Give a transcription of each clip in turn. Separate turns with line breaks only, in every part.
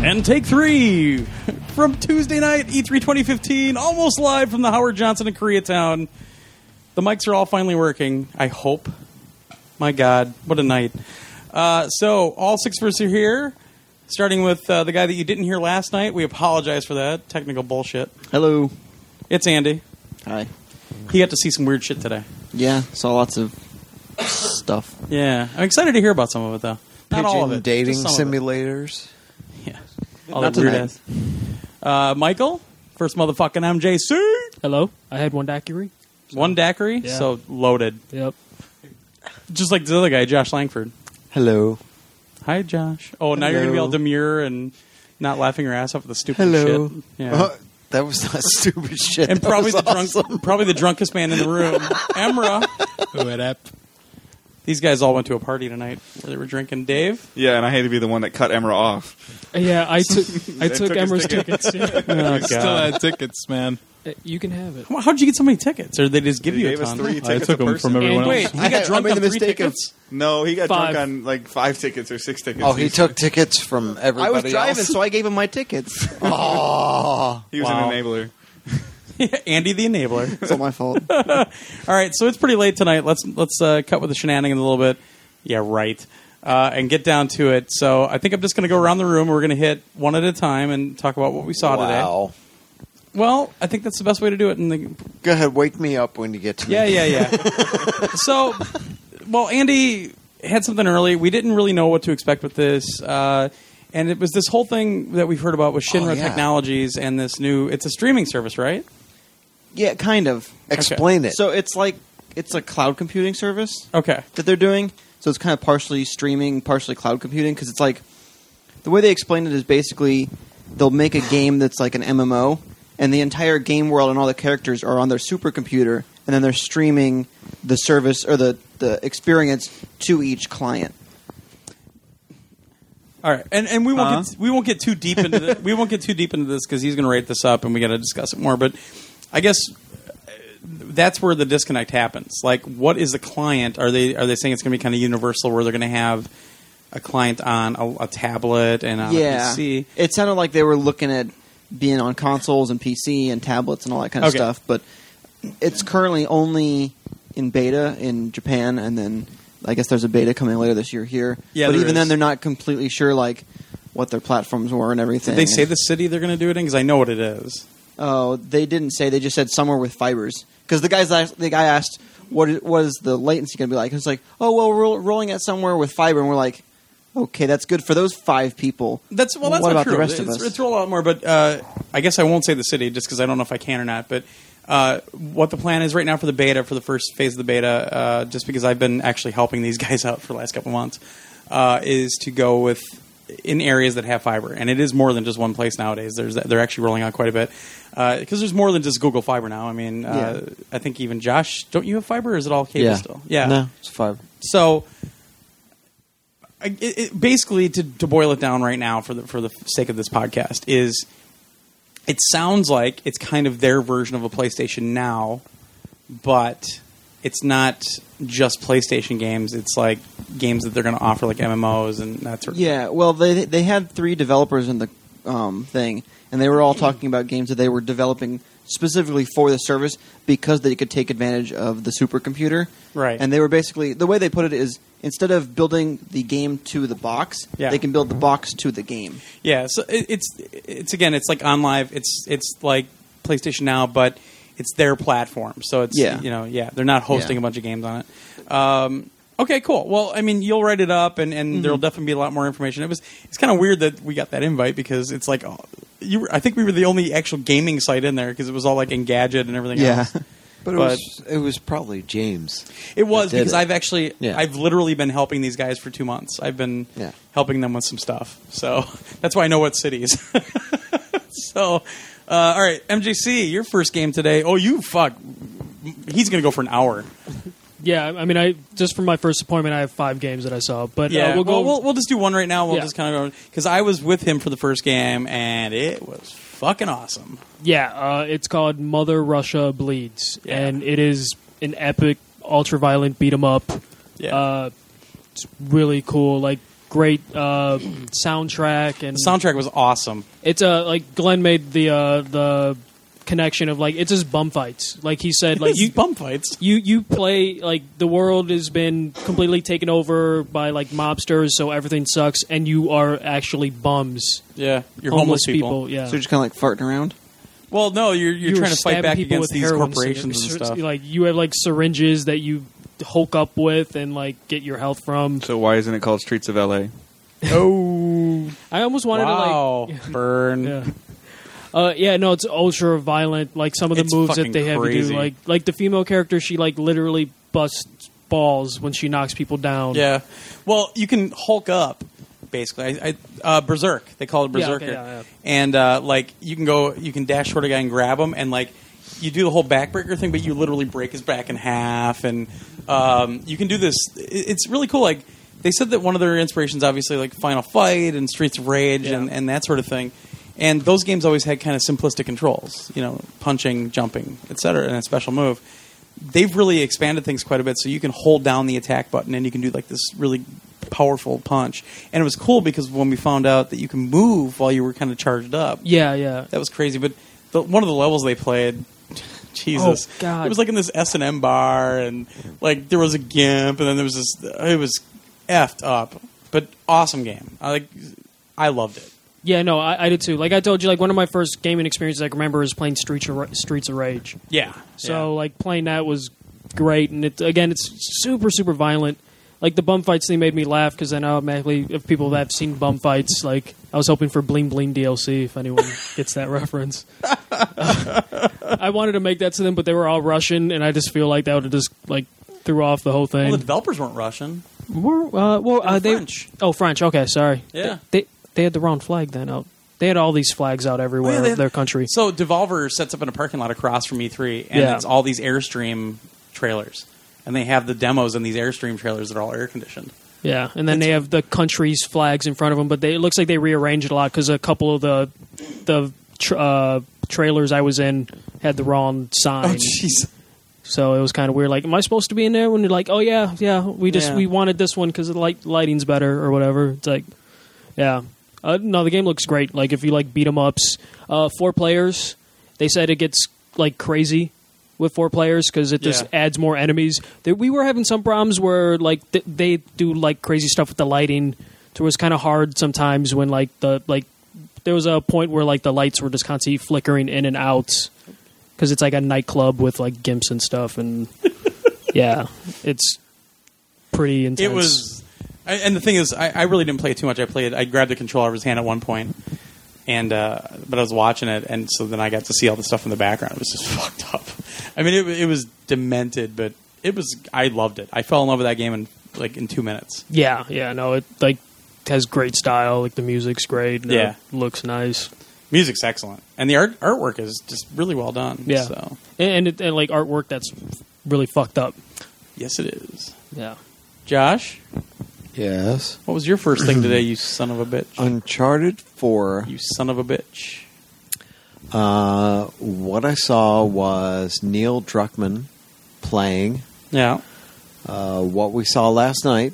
And take three from Tuesday night, E E3 2015, almost live from the Howard Johnson in Koreatown. The mics are all finally working, I hope. My God, what a night. Uh, so, all six of us are here, starting with uh, the guy that you didn't hear last night. We apologize for that technical bullshit.
Hello.
It's Andy.
Hi.
He got to see some weird shit today.
Yeah, saw lots of stuff.
Yeah. I'm excited to hear about some of it, though. Not all of it.
Pigeon dating
just some of it.
simulators.
Yeah. All
Not
that weird
tonight.
ass. Uh, Michael, first motherfucking MJC.
Hello, I had one daiquiri.
One daiquiri,
Yeah.
so loaded.
Yep.
Just like the other guy, Josh Langford.
Hello.
Hi, Josh. Oh, now you're going to be all
Hello.
demure and not laughing your ass off at the stupid
Hello.
shit. Yeah.
Uh, that was not stupid shit.
and
That
probably
was
the drunk,
awesome.
probably the drunkest man in the room, Emra.
What up?
These guys all went to a party tonight where they were drinking. Dave,
Yeah, and I hate to be the one that cut Emma off.
Yeah, I took I
They
took
took his
Emmer's
ticket.
tickets. Yeah.
oh,
I still had tickets, man.
Uh, you can have it.
how'd you get so many tickets? Or did they just give
He
you a
gave us
ton?
three
I
tickets
took
a
them
person.
from everyone
And-
else.
Wait, he
I-
got
I
drunk
made
on
the
three
mistake of-
tickets.
No, he got
Five.
drunk on like five tickets or six tickets.
Oh, he took tickets from everybody.
I was driving,
Else.
so I gave him my tickets.
Oh,
He was
Wow.
an enabler.
Andy the enabler.
it's all my fault.
All right, so it's pretty late tonight. Let's let's uh, cut with the shenanigans a little bit. Yeah, right. Uh, and get down to it. So I think I'm just going to go around the room. We're going to hit one at a time and talk about what we saw today.
wow.
Well, I think that's the best way to do it. In the
Go ahead, wake me up when you get to
yeah,
me.
yeah, yeah. so, well, Andy had something early. We didn't really know what to expect with this, uh, and it was this whole thing that we've heard about with Shinra
Oh, yeah.
Technologies and this new. It's a streaming service, right?
yeah, kind of.
Explain it.
So it's like it's a cloud computing service
Okay.
that they're doing. So it's kind of partially streaming, partially cloud computing because it's like the way they explain it is basically they'll make a game that's like an MMO, and the entire game world and all the characters are on their supercomputer, and then they're streaming the service or the the experience to each client.
All right, and and we won't
Huh?
get, we won't get too deep into the, we won't get too deep into this because he's going to rate this up and we got to discuss it more. But I guess uh, that's where the disconnect happens. Like, what is the client? Are they are they saying it's going to be kind of universal where they're going to have a client on a, a tablet and on
yeah,
a PC?
it sounded like they were looking at being on consoles and PC and tablets and all that kind of
Okay.
stuff. But it's currently only in beta in Japan, and then I guess there's a beta coming later this year here.
Yeah,
but
there
even
is.
then, they're not completely sure like what their platforms were and everything.
Did they say the city they're going to do it in? Because I know what it is.
Oh, they didn't say. They just said somewhere with fibers. Because the guys, asked- the guy asked, "What is, what is the latency going to be like?" It's like, "Oh, well, we're rolling it somewhere with fiber," and we're like, "Okay, that's good for those five people."
That's well. That's
What
not
about the
true.
rest
it's,
of us?
It's a lot more, but uh, I guess I won't say the city just because I don't know if I can or not. But uh, what the plan is right now for the beta, for the first phase of the beta, uh, just because I've been actually helping these guys out for the last couple months, uh, is to go with in areas that have fiber, and it is more than just one place nowadays. There's they're actually rolling out quite a bit because there's more than just Google Fiber now. I mean, uh, I think even Josh, don't you have fiber? Or is it all cable still? Yeah.
No, it's five.
So, I- it, it, basically, to, to boil it down right now, for the for the sake of this podcast, is it sounds like it's kind of their version of a PlayStation Now, but it's not just PlayStation games. It's like games that they're going to offer, like MMOs and that sort. of
Yeah, well, they they had three developers in the um, thing, and they were all talking about games that they were developing specifically for the service because they could take advantage of the supercomputer.
Right.
And they were basically the way they put it is instead of building the game to the box,
Yeah.
they can build the box to the game.
Yeah, so it, it's it's again, it's like on live. It's it's like PlayStation Now, but it's their platform. So it's
Yeah.
you know yeah, they're not hosting
Yeah.
a bunch of games on it. Um, okay, cool. Well, I mean, you'll write it up, and, and
Mm-hmm.
there'll definitely be a lot more information. It was it's kind of weird that we got that invite because it's like oh, you. Were, I think we were the only actual gaming site in there because it was all like Engadget and everything else.
But it
But-
was it was probably James.
It was
That did
because
it.
I've actually,
Yeah.
I've literally been helping these guys for two months. I've been
Yeah.
helping them with some stuff, so that's why I know what cities. so, uh, all right, MJC, your first game today. Oh, you fuck, he's gonna go for an hour.
Yeah, I mean, I just from my first appointment, I have five games that I saw, but
Yeah,
uh, we'll go.
Well, we'll, we'll just do one right now. We'll
Yeah.
just kind of go because I was with him for the first game, and it was fucking awesome.
yeah, uh, it's called Mother Russia Bleeds,
Yeah.
and it is an epic, ultra violent beat 'em up.
Yeah.
Uh, it's really cool. Like great uh, soundtrack and
The soundtrack was awesome.
it's uh, like Glenn made the uh, the connection of like it's his bum fights. Like he said, like you
bump fights.
you you play like the world has been completely taken over by like mobsters, so everything sucks, and you are actually bums,
Yeah, you're
homeless,
homeless, people.
Yeah,
So you're just kind of like farting around.
Well, no, you're you're
You were
trying to fight
stabbing
back
people
against
with
these
heroin
corporations and
syringes.
stuff.
Like you had like syringes that you hulk up with and like get your health from.
So why isn't it called Streets of L.A.?
oh,
I almost wanted
wow,
to like.
burn.
Yeah. Uh, yeah, no, it's ultra violent. Like some of the
It's
moves that
fucking
they have to
crazy.
do, like like the female character, she like literally busts balls when she knocks people down.
Yeah. Well, you can Hulk up, basically. I, I, uh, Berserk. They call it
Yeah, okay,
Berserker.
yeah, yeah.
And uh, like you can go, you can dash toward a guy and grab him, and like you do the whole backbreaker thing, but you literally break his back in half, and um, you can do this. it- It's really cool. Like they said that one of their inspirations, obviously, like Final Fight and Streets of Rage
Yeah.
and, and that sort of thing. And those games always had kind of simplistic controls, you know, punching, jumping, etc., and a special move they've really expanded things quite a bit. So you can hold down the attack button and you can do like this really powerful punch. And it was cool because when we found out that you can move while you were kind of charged up,
yeah, yeah.
that was crazy. But the, one of the levels they played, Jesus,
Oh, God.
it was like in this S and M bar, and like there was a gimp, and then there was this. It was effed up, but awesome game. I like, I loved it.
Yeah, no, I, I did too. Like I told you, like one of my first gaming experiences I can remember is playing Streets of, Ra- Streets of Rage.
Yeah.
So like playing that was great, and it again, it's super super violent. Like the bum fights thing made me laugh because then automatically, if people that have seen bum fights, like I was hoping for Bling Bling DLC if anyone gets that reference. I wanted to make that to them, but they were all Russian, and I just feel like that would have just like threw off the whole thing.
well, the developers weren't Russian.
Were uh, well,
were
uh, they
French.
oh French. Okay, sorry.
Yeah.
they they, they had the wrong flag then. Out they had all these flags out everywhere
Oh, they
of
had-
their country.
So Devolver sets up in a parking lot across from E3, and
Yeah.
it's all these Airstream trailers, and they have the demos in these Airstream trailers that are all air conditioned.
Yeah, and then they have the country's flags in front of them, but they, it looks like they rearranged it a lot because a couple of the the tr- uh, trailers I was in had the wrong sign, Oh,
Oh,
so it was kind of weird. Like, am I supposed to be in there? When you're like, oh yeah, yeah, we just
Yeah.
we wanted this one because the light lighting's better or whatever. It's like, yeah, uh, no, the game looks great. Like if you like beat 'em ups, uh, four players, they said it gets like crazy with four players because it just
Yeah.
adds more enemies. There, we were having some problems where like th- they do like crazy stuff with the lighting. So it was kind of hard sometimes when like the like there was a point where like the lights were just constantly flickering in and out because it's like a nightclub with like gimps and stuff and yeah, it's pretty intense.
It was, I, and the thing is, I, I really didn't play it too much. I played, I grabbed the controller out of his hand at one point, and uh, but I was watching it, and so then I got to see all the stuff in the background. It was just fucked up. I mean, it, it was demented, but it was. I loved it. I fell in love with that game in like in two minutes.
Yeah, yeah, no, it like has great style. Like the music's great. and
Yeah.
it looks nice.
Music's excellent, and the art artwork is just really well done.
Yeah,
So
and and, it, and like artwork that's really fucked up.
yes, it is.
Yeah,
Josh,
Yes.
what was your first thing today, you son of a bitch?
Uncharted 4.
You son of a bitch.
Uh, what I saw was Neil Druckmann playing
Yeah.
uh, what we saw last night,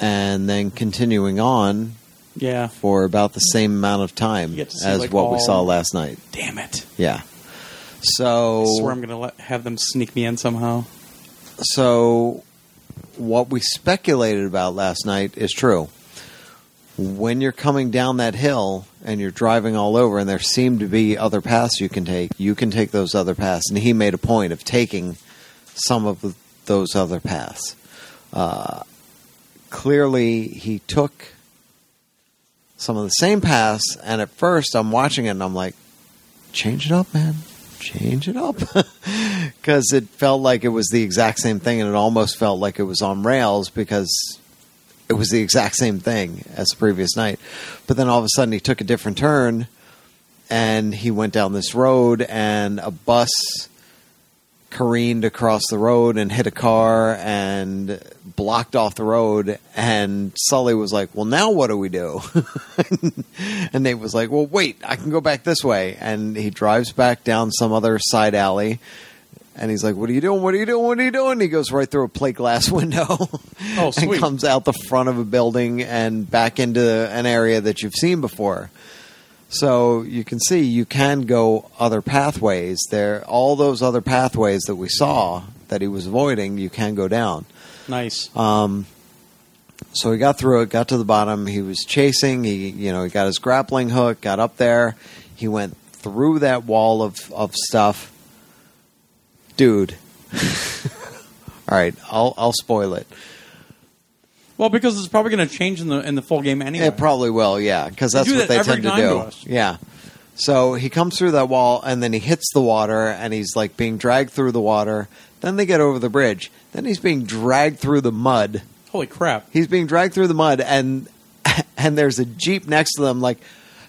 and then continuing on
Yeah.
for about the same amount of time
You get to see,
as
like,
what we
all-
saw last night.
Damn it.
Yeah.
I
So
swear I'm going to let have them sneak me in somehow.
so what we speculated about last night is true. When you're coming down that hill and you're driving all over, and there seem to be other paths you can take, you can take those other paths. And he made a point of taking some of those other paths. Uh, clearly, he took some of the same paths, and at first, I'm watching it and I'm like, change it up, man. Change it up. because it felt like it was the exact same thing, and it almost felt like it was on rails because it was the exact same thing as the previous night. But then all of a sudden, he took a different turn, and he went down this road, and a bus careened across the road and hit a car and blocked off the road and Sully was like, "Well, now what do we do?" and Nate was like, "Well, wait, I can go back this way." And he drives back down some other side alley And he's like, "What are you doing? What are you doing? What are you doing?" he goes right through a plate glass window.
Oh, sweet.
and comes out the front of a building and back into an area that you've seen before. So you can see you can go other pathways. There, all those other pathways that we saw that he was avoiding, you can go down. Um,
Nice.
So he got through it, got to the bottom. He was chasing. He, you know, he got his grappling hook, got up there. He went through that wall of, of stuff. Dude. All right, I'll I'll spoil it.
well, because it's probably going to change in the in the full game anyway.
It probably will, yeah, because that's
do that
what they
every
tend to
time
do.
to us.
Yeah. So he comes through that wall and then he hits the water and he's like being dragged through the water. Then they get over the bridge. Then he's being dragged through the mud.
Holy crap!
He's being dragged through the mud, and and there's a jeep next to them. Like,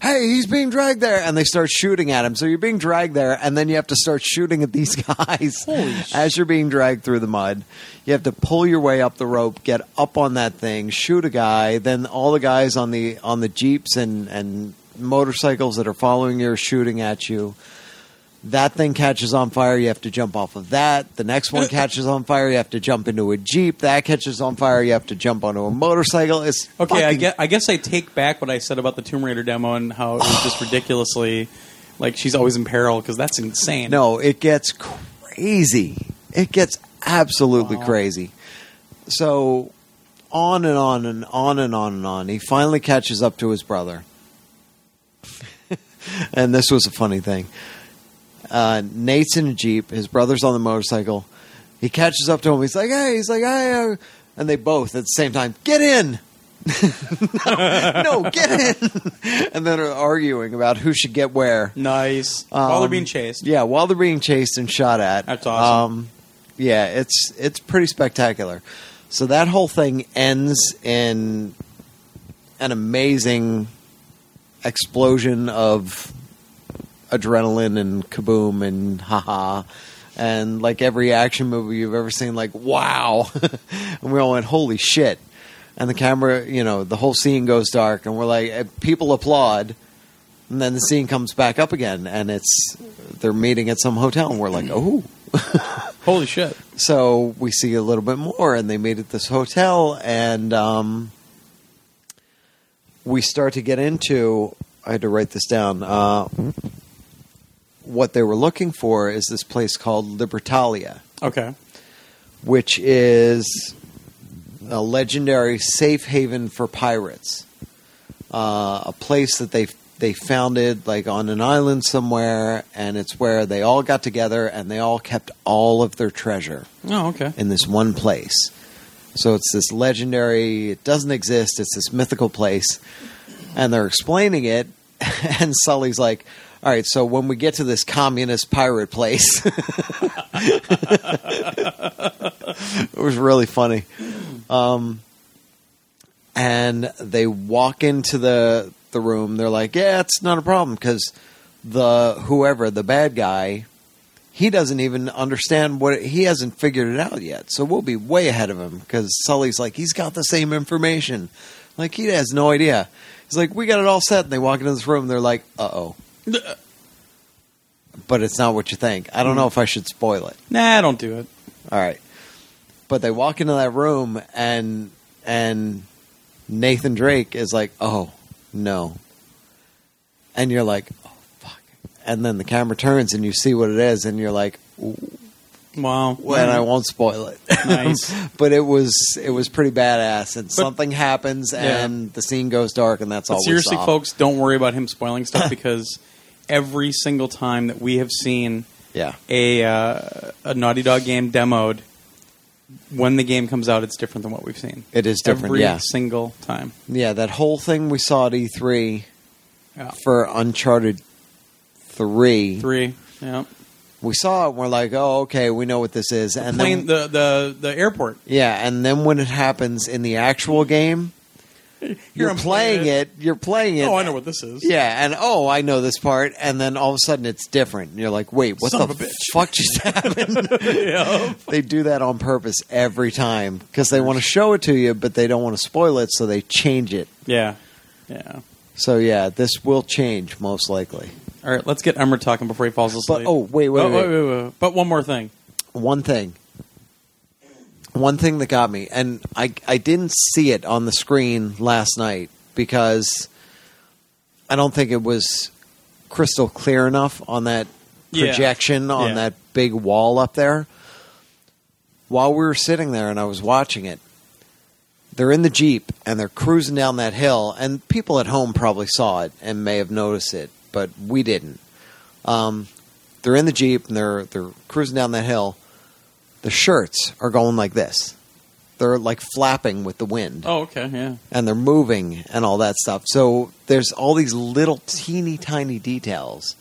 hey, he's being dragged there, and they start shooting at him. So you're being dragged there, and then you have to start shooting at these guys
Holy
as you're being dragged through the mud. You have to pull your way up the rope, get up on that thing, shoot a guy. Then all the guys on the on the jeeps and and motorcycles that are following you are shooting at you. That thing catches on fire. You have to jump off of that. The next one catches on fire. You have to jump into a jeep. That catches on fire. You have to jump onto a motorcycle. It's
Okay, I
fucking-
guess, I guess I take back what I said about the Tomb Raider demo and how it was just ridiculously like she's always in peril because that's insane.
No, it gets crazy. It gets absolutely
Wow.
crazy. So on and on and on and on and on. He finally catches up to his brother. and this was a funny thing. Uh, Nate's in a jeep. His brother's on the motorcycle. He catches up to him. He's like, "Hey!" He's like, "Hey!" uh," And they both at the same time get in. no, no, get in. and then are arguing about who should get where.
nice. While they're
Um,
being chased,
Yeah, while they're being chased and shot at.
That's awesome.
Um, yeah, it's it's pretty spectacular. So that whole thing ends in an amazing explosion of adrenaline and kaboom and haha and like every action movie you've ever seen like wow and we all went holy shit and the camera you know the whole scene goes dark and we're like eh, people applaud and then the scene comes back up again and it's they're meeting at some hotel and we're like oh
holy shit!
so we see a little bit more, and they meet at this hotel, and um, we start to get into. I had to write this down. Uh, what they were looking for is this place called Libertalia,
Okay,
which is a legendary safe haven for pirates. Uh, a place that they they founded like on an island somewhere, and it's where they all got together and they all kept all of their treasure
oh okay,
in this one place. So it's this legendary, it doesn't exist, it's this mythical place. And they're explaining it, and Sully's like, all right, so when we get to this communist pirate place, it was really funny. Um, and they walk into the the room. They're like, "Yeah, it's not a problem because the whoever the bad guy he doesn't even understand what he hasn't figured it out yet. So we'll be way ahead of him because Sully's like he's got the same information, like he has no idea. He's like, we got it all set, and they walk into this room. and They're like, uh oh, but it's not what you think. I don't know if I should spoil it.
nah, don't do it.
All right. But they walk into that room and and Nathan Drake is like, "Oh, no." And you're like, "Oh, fuck." And then the camera turns and you see what it is and you're like,
Wow,
"Well, and I won't spoil it."
nice.
but it was it was pretty badass and something happens
Yeah.
and the scene goes dark and that's
But
all we
seriously,
saw.
folks, don't worry about him spoiling stuff because every single time that we have seen
Yeah.
a uh, a Naughty Dog game demoed, when the game comes out, it's different than what we've seen.
It is different,
every
yeah.
single time.
Yeah, that whole thing we saw at E3
Yeah.
for Uncharted 3.
Three, yeah.
We saw it and we're like, "Oh, okay, we know what this is." and
Plane,
then
the the the airport.
Yeah, and then when it happens in the actual game, you're,
I'm
playing it. You're playing it.
Oh, I know what this is.
Yeah, and oh, I know this part, and then all of a sudden it's different. And you're like, wait, what
Son
the
of a bitch.
fuck just happened?
yeah.
they do that on purpose every time because they want to show it to you, but they don't want to spoil it, so they change it.
Yeah. Yeah.
So yeah, this will change most likely.
All right, let's get Emmer talking before he falls asleep.
But oh, wait, wait,
Oh,
wait.
wait, wait. But one more thing.
one thing. One thing that got me, and I I didn't see it on the screen last night because I don't think it was crystal clear enough on that
Yeah.
projection on
Yeah.
that big wall up there. While we were sitting there and I was watching it, they're in the Jeep and they're cruising down that hill, and people at home probably saw it and may have noticed it, but we didn't. Um, they're in the Jeep and they're they're cruising down that hill. The shirts are going like this. They're like flapping with the wind
Oh, okay, yeah.
and they're moving and all that stuff. So there's all these little teeny tiny details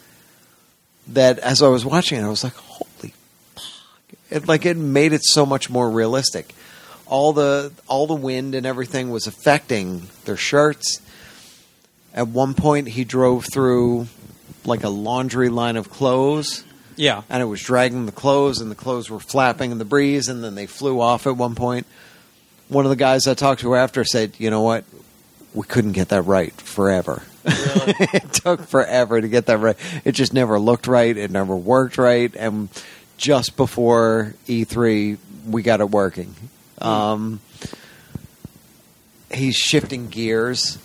that as I was watching it, I was like, holy fuck. It like it made it so much more realistic. All the all the wind and everything was affecting their shirts. At one point he drove through like a laundry line of clothes
Yeah.
and it was dragging the clothes, and the clothes were flapping in the breeze, and then they flew off at one point. One of the guys I talked to after said, "You know what? We couldn't get that right forever. it took forever to get that right. It just never looked right. It never worked right. And just before E3, we got it working.
Hmm.
Um, he's shifting gears."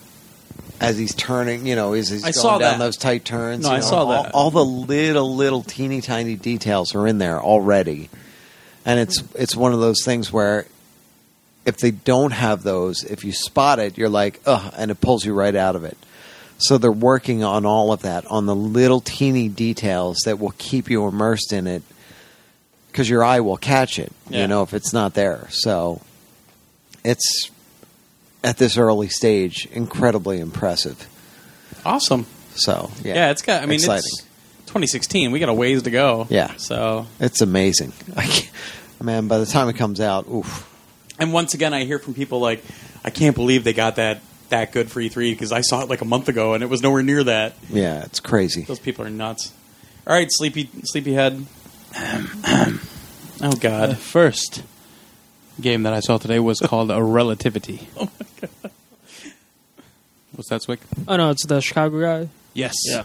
As he's turning, you know, as he's
I
going
saw that.
down those tight turns.
No,
you
I
know,
saw
all-
that.
all the little little teeny tiny details are in there already and it's it's one of those things where if they don't have those if you spot it you're like ugh and it pulls you right out of it so they're working on all of that on the little teeny details that will keep you immersed in it because your eye will catch it
Yeah.
you know if it's not there so it's at this early stage incredibly impressive
Awesome.
so yeah,
Yeah, it's got. I mean, it's 2016. We got a ways to go.
Yeah.
So,
It's amazing. I can't, man, by the time it comes out, oof.
and once again, I hear from people like, I can't believe they got that that good for E3 because I saw it like a month ago and it was nowhere near that.
Yeah, it's crazy.
Those people are nuts. All right, sleepy sleepyhead. oh
The
God.
first game that I saw today was called A Relativity. Oh my god. What's that, Swick?
Oh no, it's the Chicago guy.
Yes.
Yeah.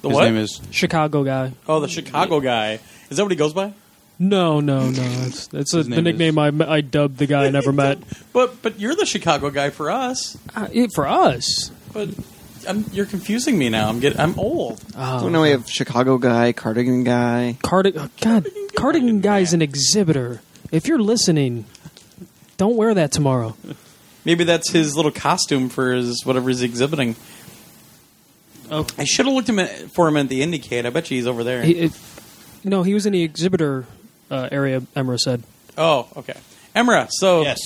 The
His
what?
name is
Chicago guy.
oh, the Chicago guy. Is that what he goes by?
No, no, no. It's, it's a,
His
the
name
nickname I, I dubbed the guy I never met.
But but you're the Chicago guy for us.
Uh, yeah, for us.
But I'm, you're confusing me now. I'm get, I'm old.
Oh,
So now we have Chicago guy, cardigan guy.
Cardi- oh, God, Cardigan Guy is an exhibitor. If you're listening, don't wear that tomorrow.
Maybe that's his little costume for his whatever he's exhibiting.
Oh.
I should have looked him at, for him at the Indicate. I bet you he's over there.
He, it, no, he was in the exhibitor uh, area, Emra said.
oh, okay. Emra. So
Yes.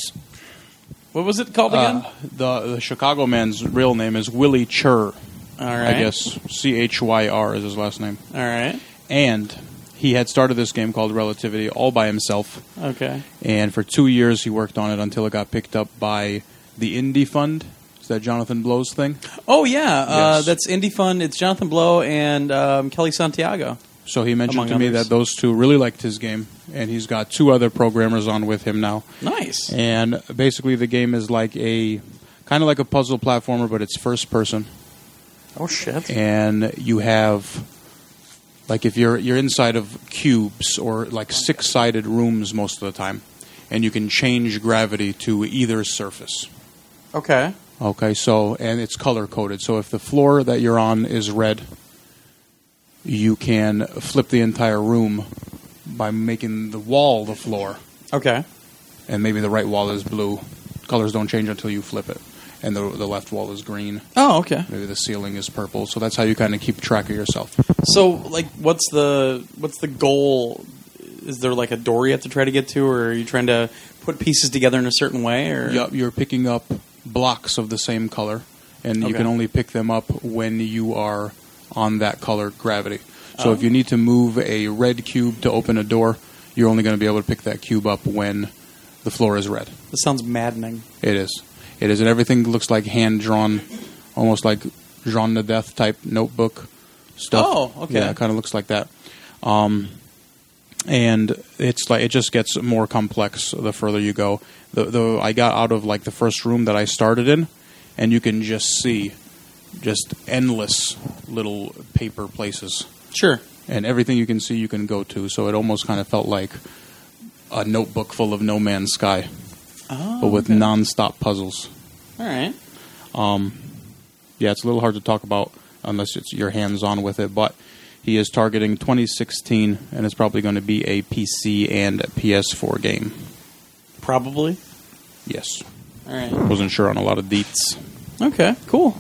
what was it called again?
Uh, the the Chicago man's real name is Willie Chur.
All right.
I guess C H Y R is his last name.
All right.
And he had started this game called Relativity all by himself.
Okay.
and for two years he worked on it until it got picked up by the Indie Fund. Is that Jonathan Blow's thing?
Oh yeah, uh,
Yes.
that's Indie Fun. It's Jonathan Blow and um, Kelly Santiago.
So he mentioned
Among
to me
others.
that those two really liked his game, and he's got two other programmers on with him now.
Nice.
And basically, the game is like a kind of like a puzzle platformer, but it's first person.
oh shit.
and you have like if you're you're inside of cubes or like six sided rooms most of the time, and you can change gravity to either surface.
Okay.
Okay, so and it's color coded. So if the floor that you're on is red, you can flip the entire room by making the wall the floor,
Okay.
and maybe the right wall is blue. Colors don't change until you flip it, and the the left wall is green.
Oh okay.
Maybe the ceiling is purple. So that's how you kind of keep track of yourself.
So like, what's the what's the goal? Is there like a door you have to try to get to, or are you trying to put pieces together in a certain way? Or
Yep, you're picking up blocks of the same color, and you
Okay.
can only pick them up when you are on that color gravity. So
Oh.
if you need to move a red cube to open a door, you're only going to be able to pick that cube up when the floor is red.
This sounds maddening.
It is. It is, and everything looks like hand drawn, almost like drawn to death type notebook stuff.
Oh, okay.
Yeah, it kind of looks like that. Um, and it's like it just gets more complex the further you go. The, the I got out of like the first room that I started in, and you can just see just endless little paper places
Sure.
and everything you can see you can go to. So it almost kind of felt like a notebook full of No Man's Sky,
Oh,
but with
okay.
non-stop puzzles.
All right.
Um, yeah, it's a little hard to talk about unless it's you're hands-on with it, but he is targeting 2016, and it's probably going to be a PC and a PS4 game.
Probably.
Yes,
All right.
wasn't sure on a lot of deets.
Okay. Cool.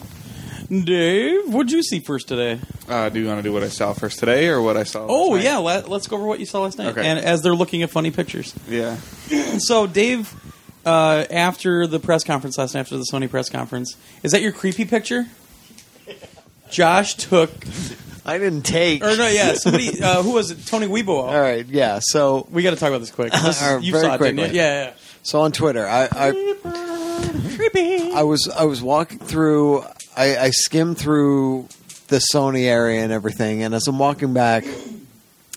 Dave, what'd you see first today?
Uh, do you want to do what I saw first today or what I saw?
Oh
last night?
yeah, let, us go over what you saw last night.
Okay.
And as they're looking at funny pictures,
yeah.
so Dave, uh, after the press conference last night, after the Sony press conference, is that your creepy picture? Josh took,
I didn't take.
or no, yeah, somebody, uh, who was it? Tony Weibo.
All right, yeah. So,
We got to talk about this quick. This
All right,
is, you
very
saw it, didn't
quickly.
you? Yeah,
so on Twitter, I, I
yeah. Creepy.
I was I was walking through. I, I skimmed through the Sony area and everything, and as I'm walking back,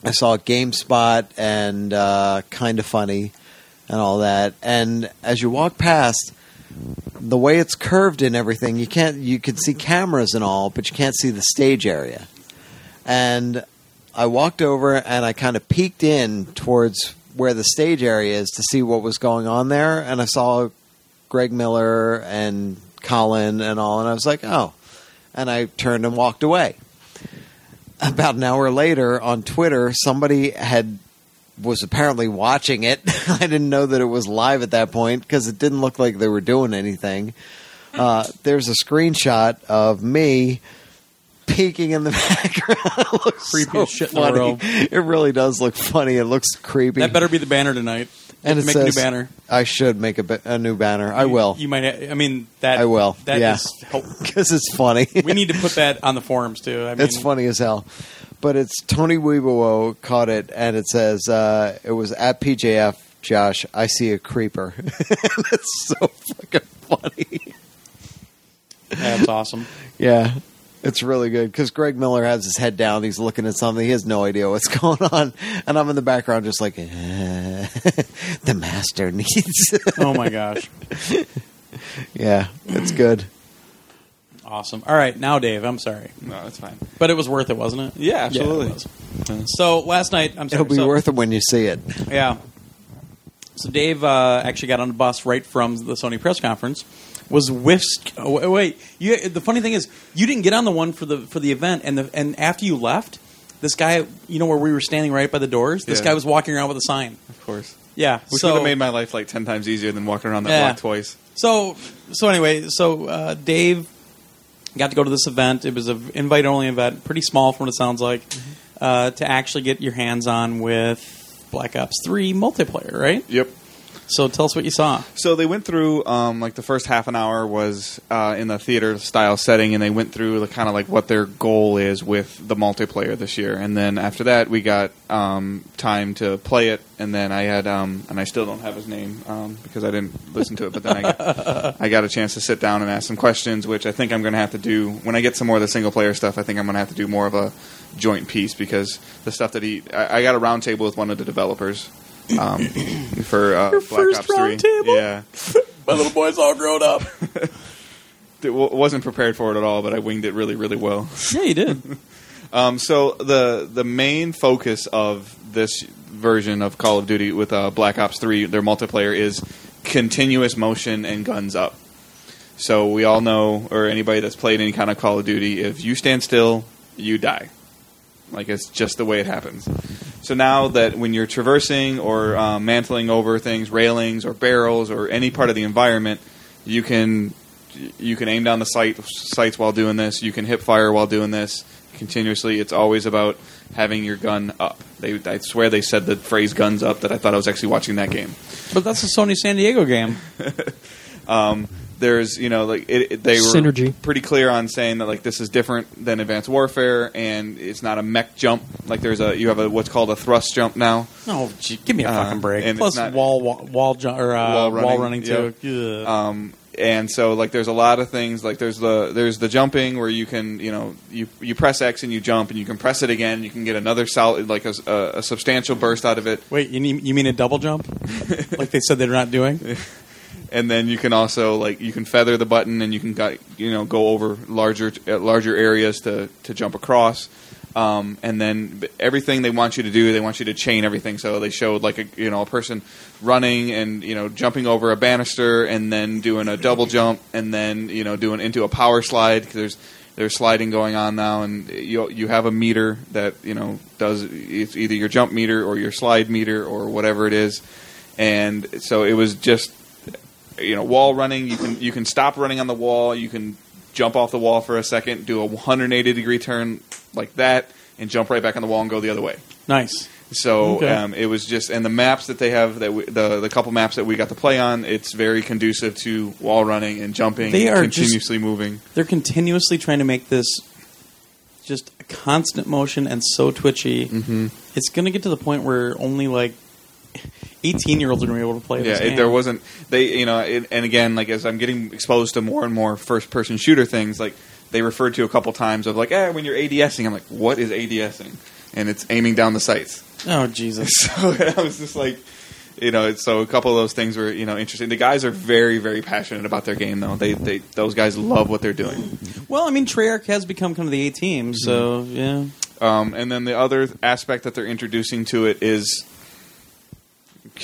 I saw GameSpot and uh, kind of funny and all that. And as you walk past, the way it's curved and everything, you can't you can see cameras and all, but you can't see the stage area. And I walked over and I kind of peeked in towards where the stage area is to see what was going on there, and I saw Greg Miller and Colin and all, and I was like, oh. And I turned and walked away. About an hour later on Twitter, somebody had was apparently watching it. I didn't know that it was live at that point because it didn't look like they were doing anything. Uh, there's a screenshot of me peeking in the background. it looks
Creepy
so
as shit in the
funny.
world.
It really does look funny. It looks creepy.
That better be the banner tonight.
and it
make
says,
a new banner.
I should make a, ba- a new banner. I
You-
will.
You might. ha I mean, that.
I will,
That is
yeah.
help.
because it's funny.
We need to put that on the forums too. I mean,
it's funny as hell. But it's Tony Weibowo caught it, and it says uh, it was at PJF. Josh, I see a creeper. That's so fucking funny.
That's awesome.
Yeah, it's really good because Greg Miller has his head down. He's looking at something. He has no idea what's going on, and I'm in the background just like eh, the master needs.
Oh my gosh.
yeah, it's good.
Awesome. All right, now Dave, I'm sorry,
No, it's fine.
but it was worth it, wasn't it?
Yeah, absolutely.
it was. So last night, I'm sorry.
It'll be
so-
worth it when you see it.
Yeah. So Dave uh, actually got on the bus right from the Sony press conference. Was whisked. Oh, wait, wait. You, the funny thing is, you didn't get on the one for the for the event, and the and after you left, this guy, you know, where we were standing right by the doors, this
Yeah.
guy was walking around with a sign.
Of course.
Yeah.
Which
so
would have made my life like ten times easier than walking around that
Yeah.
block twice.
So so anyway, so uh, Dave got to go to this event. It was an invite only event, pretty small from what it sounds like,
Mm-hmm.
uh, to actually get your hands on with Black Ops Three multiplayer, right?
Yep.
So tell us what you saw.
So they went through um, like the first half an hour was uh, in the theater style setting, and they went through the kind of like what their goal is with the multiplayer this year. And then after that, we got um, time to play it, and then I had um, and I still don't have his name um, because I didn't listen to it. But then I got, I got a chance to sit down and ask some questions, which I think I'm going to have to do when I get some more of the single player stuff. I think I'm going to have to do more of a joint piece because the stuff that he I, I got a round table with one of the developers. Um, for uh, Black
first
Ops Three,
round table?
yeah,
My little boy's all grown up.
it w- wasn't prepared for it at all, but I winged it really, really well.
yeah, you did.
Um, so the the main focus of this version of Call of Duty with uh, Black Ops Three, their multiplayer is continuous motion and guns up. So we all know, or anybody that's played any kind of Call of Duty, if you stand still, you die. Like it's just the way it happens. So now that when you're traversing or uh, mantling over things, railings or barrels or any part of the environment, you can you can aim down the sight, sights while doing this. You can hip fire while doing this continuously. It's always about having your gun up. They, I swear they said the phrase "guns up" that I thought I was actually watching that game.
But that's a Sony San Diego game.
there's you know like it, it- they were
Synergy.
pretty clear on saying that like this is different than advanced warfare and it's not a mech jump like there's a you have a what's called a thrust jump now
Oh, gee, give me a
Uh,
fucking break.
and
Plus
it's not-
wall wall wall, ju- or, uh,
Wall
wall, running,
running,
Uh, too. Ugh.
um, and so like there's a lot of things like there's the there's the jumping where you can you know you you press X and you jump and you can press it again you can get another solid like a, s- a- a substantial burst out of it
Wait, you, need, you mean a double jump? like they said they're not doing?
and then you can also like you can feather the button and you can got, you know go over larger uh, larger areas to to jump across. Um, and then b- everything they want you to do, they want you to chain everything. So they showed like a you know a person running and you know jumping over a banister and then doing a double jump and then you know doing into a power slide 'cause there's there's sliding going on now and you you have a meter that you know does it's either your jump meter or your slide meter or whatever it is. And so it was just you know wall running you can you can stop running on the wall you can jump off the wall for a second do a 180 degree turn like that and jump right back on the wall and go the other way
Nice.
so
Okay.
um, it was just and the maps that they have that we, the the couple maps that we got to play on it's very conducive to wall running and jumping
They
and
are just-
continuously moving
They're continuously trying to make this just a constant motion and so twitchy. Mm-hmm. It's going to get to the point where only like 18 year olds are going to be able to play
yeah
this.
it,
game.
there wasn't they you know it, and again like as i'm getting exposed to more and more first person shooter things like they referred to a couple times of like eh, when you're adsing i'm like what is adsing and it's aiming down the sights
Oh, Jesus.
so I was just like, you know, it's- so a couple of those things were you know interesting. The guys are very very passionate about their game though. They they those guys love what they're doing.
Well, I mean, Treyarch has become kind of the A team, so yeah.
Um, and then the other aspect that they're introducing to it is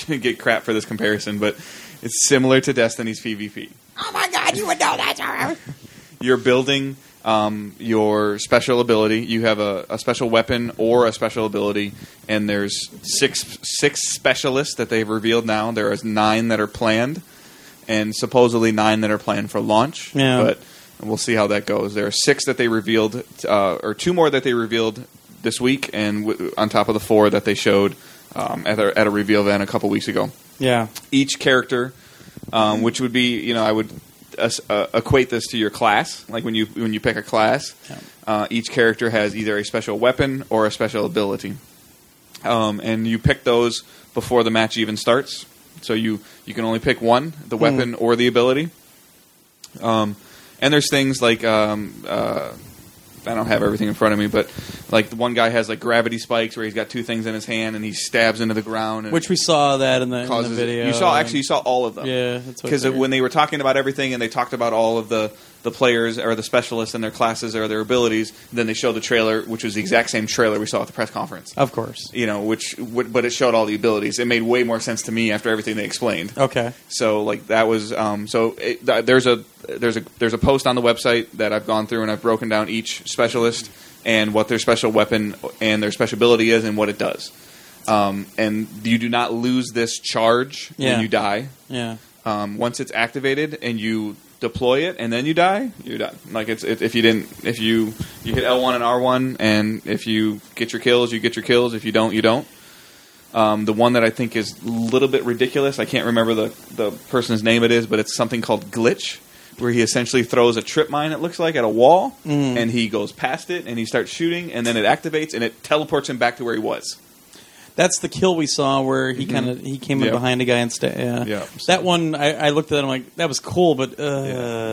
gonna get crap for this comparison, but it's similar to Destiny's PvP.
Oh my god, you would know that, Jarrell.
You're building. Um, your special ability. You have a, a special weapon or a special ability, and there's six six specialists that they've revealed now. There is nine that are planned. and supposedly nine that are planned for launch.
Yeah.
But we'll see how that goes. There are six that they revealed, uh, or two more that they revealed this week, and w- on top of the four that they showed um, at, a, at a reveal event a couple weeks ago.
Yeah.
Each character, um, which would be, you know, I would as- uh, equate this to your class. Like when you when you pick a class,
Yeah.
uh, each character has either a special weapon or a special ability um, and you pick those before the match even starts. So you you can only pick one,
Hmm.
the weapon or the ability. Um, and there's things like um, uh, I don't have everything in front of me, but like the one guy has like gravity spikes where he's got two things in his hand and he stabs into the ground, and
Which we saw that in the, in the
causes it-
video.
You saw
and-
actually you saw all of them
Yeah, that's what I
because
figured.
when they were talking about everything and they talked about all of the the players or the specialists and their classes or their abilities, then they showed the trailer, which was the exact same trailer we saw at the press conference
Of course.
you know, which would, but it showed all the abilities. It made way more sense to me after everything they explained.
Okay.
So like that was um, so it, th- there's a there's a there's a post on the website that I've gone through and I've broken down each specialist and what their special weapon and their special ability is and what it does. Um, and you do not lose this charge
Yeah.
when you die.
Yeah.
Um, once it's activated and you deploy it and then you die, you're done. Like it's if, if you didn't if you you hit L1 and R1 and if you get your kills, you get your kills. If you don't, you don't. Um, the one that I think is a little bit ridiculous, I can't remember the, the person's name it is, but it's something called Glitch, where he essentially throws a trip mine, it looks like, at a wall, and he goes past it, and he starts shooting, and then it activates, and it teleports him back to where he was.
That's the kill we saw where he
Mm-hmm.
kind of he came in
Yeah.
behind a guy and sta- yeah.
Yeah.
That one I, I looked at that I'm like that was cool but uh,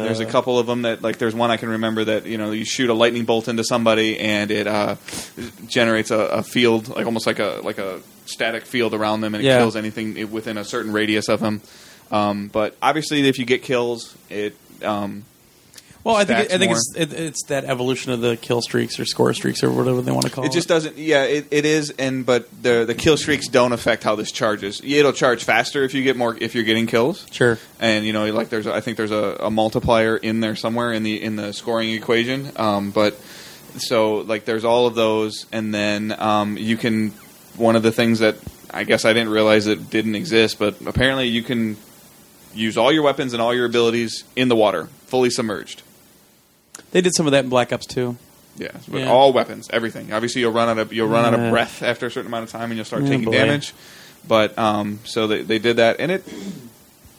there's a couple of them that like there's one I can remember that you know you shoot a lightning bolt into somebody and it uh, generates a, a field like almost like a like a static field around them and it
Yeah.
kills anything i- within a certain radius of them. Um, but obviously, if you get kills, it um,
Well, I think
stacks
I think
more.
it's it, it's that evolution of the kill streaks or score streaks or whatever they want to call it.
it just doesn't. Yeah, it, it is. And but the the kill streaks don't affect how this charges. It'll charge faster if you get more if you're getting kills.
sure.
and you know like there's I think there's a, a multiplier in there somewhere in the in the scoring equation um, but so like there's all of those and then um, you can one of the things that I guess I didn't realize it didn't exist but apparently you can use all your weapons and all your abilities in the water fully submerged
They did some of that in Black Ops too.
yeah, but
Yeah.
all weapons, everything. Obviously, you'll run out of you'll run out
Yeah.
of breath after a certain amount of time, and you'll start
Oh,
taking
boy.
damage. But um, so they, they did that, and it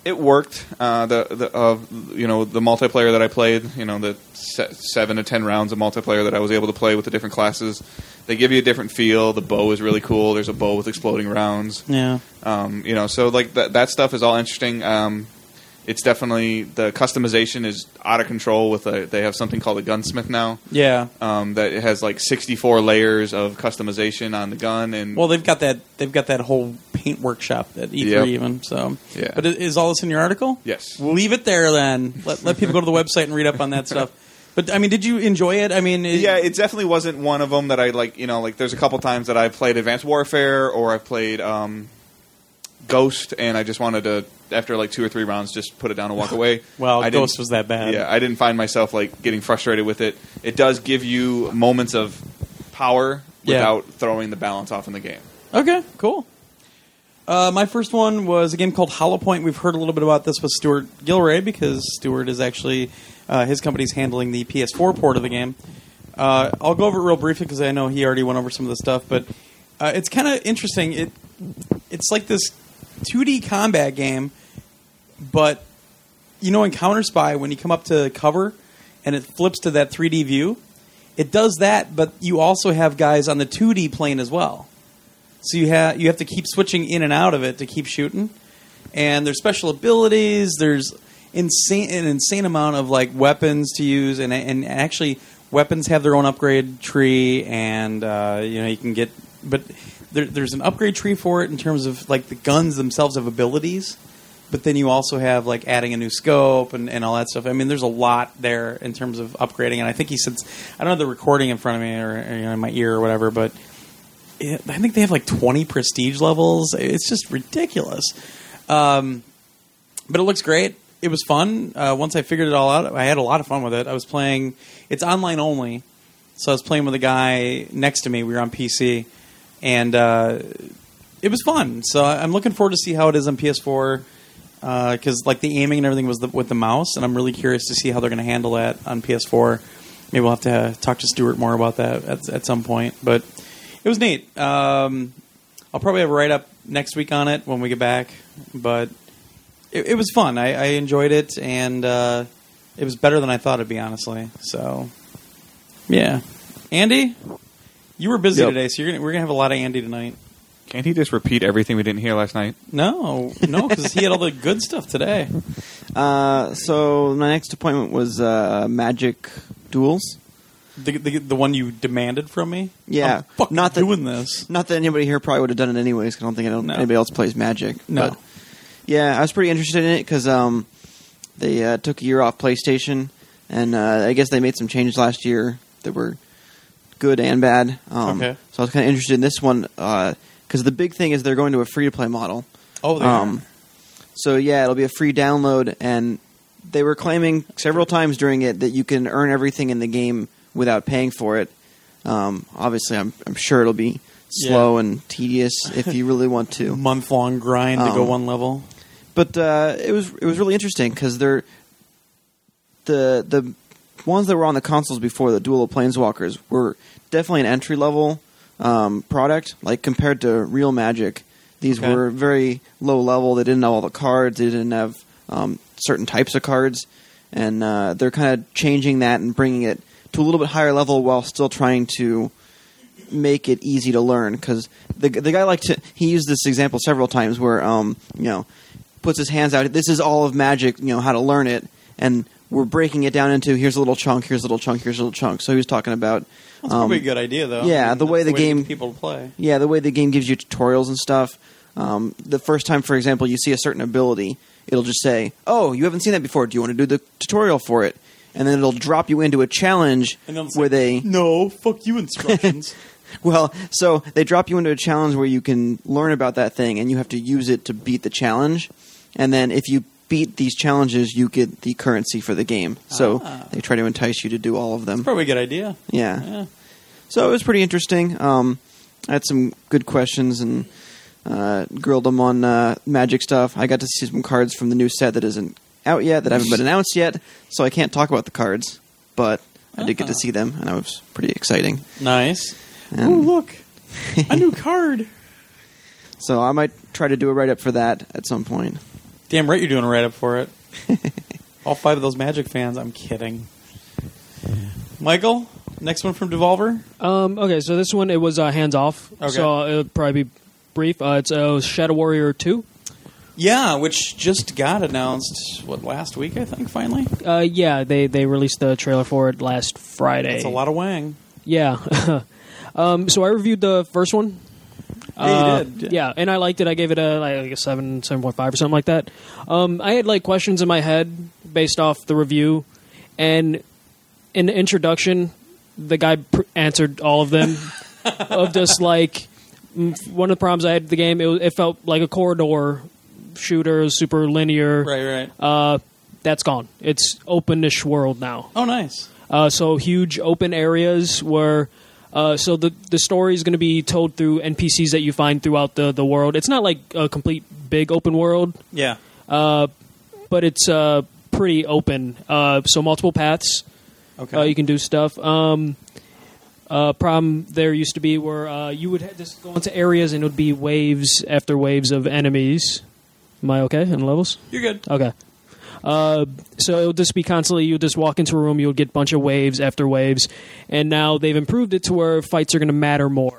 it worked. Uh, the the uh, you know the multiplayer that I played, you know the se- seven to ten rounds of multiplayer that I was able to play with the different classes, they give you a different feel. The bow is really cool. There's a bow with exploding rounds
Yeah.
um, you know so like that that stuff is all interesting um, it's definitely the customization is out of control with a, they have something called a gunsmith now
Yeah.
um, that it has like 64 layers of customization on the gun and
Well, they've got that they've got that whole paint workshop at E3
Yep.
even. So,
Yeah.
But i- is all this in your article?
Yes.
Leave it there then. Let, let people go to the website and read up on that stuff. But I mean, did you enjoy it? I mean, it-
yeah, it definitely wasn't one of them that I like. You know, like there's a couple times that I played Advanced Warfare or I played um, Ghost, and I just wanted to after like two or three rounds just put it down and walk away.
Well,
I
Ghost
didn't-
was that bad.
Yeah, I didn't find myself like getting frustrated with it. It does give you moments of power
Yeah.
without throwing the balance off in the game.
Okay, cool. Uh, my first one was a game called Hollow Point. We've heard a little bit about this with Stuart Gilray because Stuart is actually uh, his company's handling the PS4 port of the game. Uh, I'll go over it real briefly because I know he already went over some of the stuff, but uh, it's kind of interesting. It it's like this 2D combat game, but you know in Counter Spy when you come up to cover and it flips to that 3D view, it does that, but you also have guys on the 2D plane as well. So you have you have to keep switching in and out of it to keep shooting. And there's special abilities. There's insane an insane amount of like weapons to use, and and actually weapons have their own upgrade tree, and uh, you know you can get but there, there's an upgrade tree for it in terms of like the guns themselves have abilities. But then you also have like adding a new scope and, and all that stuff. I mean, there's a lot there in terms of upgrading. And I think he said, I don't have the recording in front of me or, or you know, in my ear or whatever, but it, I think they have like 20 prestige levels. It's just ridiculous. Um, but it looks great. It was fun. Uh, once I figured it all out, I had a lot of fun with it. I was playing, it's online only. So I was playing with a guy next to me. We were on PC. And uh, it was fun. So I- I'm looking forward to see how it is on PS4. Because uh, like the aiming and everything was the, with the mouse, and I'm really curious to see how they're going to handle that on PS4. Maybe we'll have to uh, talk to Stuart more about that at, at some point. But it was neat. Um, I'll probably have a write up next week on it when we get back, but it, it was fun. I, I enjoyed it, and uh, it was better than I thought it'd be, honestly. So, yeah, Andy, you were busy
Yep.
today, so you're gonna, we're gonna have a lot of Andy tonight.
Can't he just repeat everything we didn't hear last night?
No, no, because he had all the good stuff today.
Uh, so my next appointment was uh, Magic Duels.
The, the, the one you demanded from me.
Yeah.
I'm fucking
Not that-
doing this.
Not that anybody here probably would have done it anyways. 'cause I don't think I don't,
No.
anybody else plays Magic.
No.
But, yeah, I was pretty interested in it because um, they uh, took a year off PlayStation, and uh, I guess they made some changes last year that were good and bad. Um,
Okay.
So I was kind of interested in this one because the big thing is they're going to a free to play model.
Oh, they
Um, so yeah, it'll be a free download, and they were claiming several times during it that you can earn everything in the game without paying for it. Um, obviously, I'm, I'm sure it'll be slow and tedious if you really want to.
month long grind to go
Um,
one level.
But uh, it was it was really interesting because they're the the ones that were on the consoles before the Duel of Planeswalkers were definitely an entry level um, product. Like compared to real Magic, these
Okay.
were very low level. They didn't have all the cards. They didn't have um, certain types of cards, and uh, they're kind of changing that and bringing it to a little bit higher level while still trying to make it easy to learn because the the guy liked to he used this example several times where um you know puts his hands out this is all of magic you know how to learn it and we're breaking it down into here's a little chunk here's a little chunk here's a little chunk so he was talking about
That's
um,
probably a good idea, though.
yeah, the
that's
way the
to
game-
get people to play.
yeah, the way the game gives you tutorials and stuff. Um, the first time, for example, you see a certain ability, it'll just say, "Oh, you haven't seen that before. Do you want to do the tutorial for it?" And then it'll drop you into a challenge
And they'll say,
where they
No, fuck you instructions.
well, so they drop you into a challenge where you can learn about that thing, and you have to use it to beat the challenge. And then if you beat these challenges, you get the currency for the game. So
Ah.
they try to entice you to do all of them.
probably a good idea. Yeah.
So it was pretty interesting. Um, I had some good questions and uh, grilled them on uh, magic stuff. I got to see some cards from the new set that isn't out yet, that haven't been announced yet, so I can't talk about the cards, but I did get to
Ah.
see them, and it was pretty exciting.
Nice.
Um,
oh, look. A new card.
So I might try to do a write up for that at some point.
Damn right you're doing a write up for it. All five of those Magic fans. I'm kidding. Michael, next one from Devolver.
Um, okay, so this one it was uh, hands off,
Okay.
so uh, it'll probably be brief. Uh, it's uh, Shadow Warrior Two.
Yeah, which just got announced, what, last week, I think, finally?
Uh, yeah, they they released the trailer for it last Friday.
That's a lot of Wang.
Yeah. um, so I reviewed the first one. Uh,
Yeah, you did.
Yeah, and I liked it. I gave it a like a seven, seven point five, or something like that. Um, I had like questions in my head based off the review, and in the introduction, the guy pr- answered all of them of just like m- one of the problems I had with the game. It, was- it felt like a corridor shooter, it was super linear.
Right, right.
Uh, that's gone. It's openish world now.
oh, nice.
Uh, so huge open areas where. Uh, so the the story is going to be told through NPCs that you find throughout the, the world. It's not like a complete big open world,
Yeah.
but it's uh, pretty open. Uh, so multiple paths.
Okay.
Uh, you can do stuff. Um, uh, problem there used to be where uh, you would ha- just go into areas and it would be waves after waves of enemies. Am I okay in levels?
You're good.
Okay. Uh, so it'll just be constantly. You'll just walk into a room. You'll get a bunch of waves after waves, and now they've improved it to where fights are going to matter more.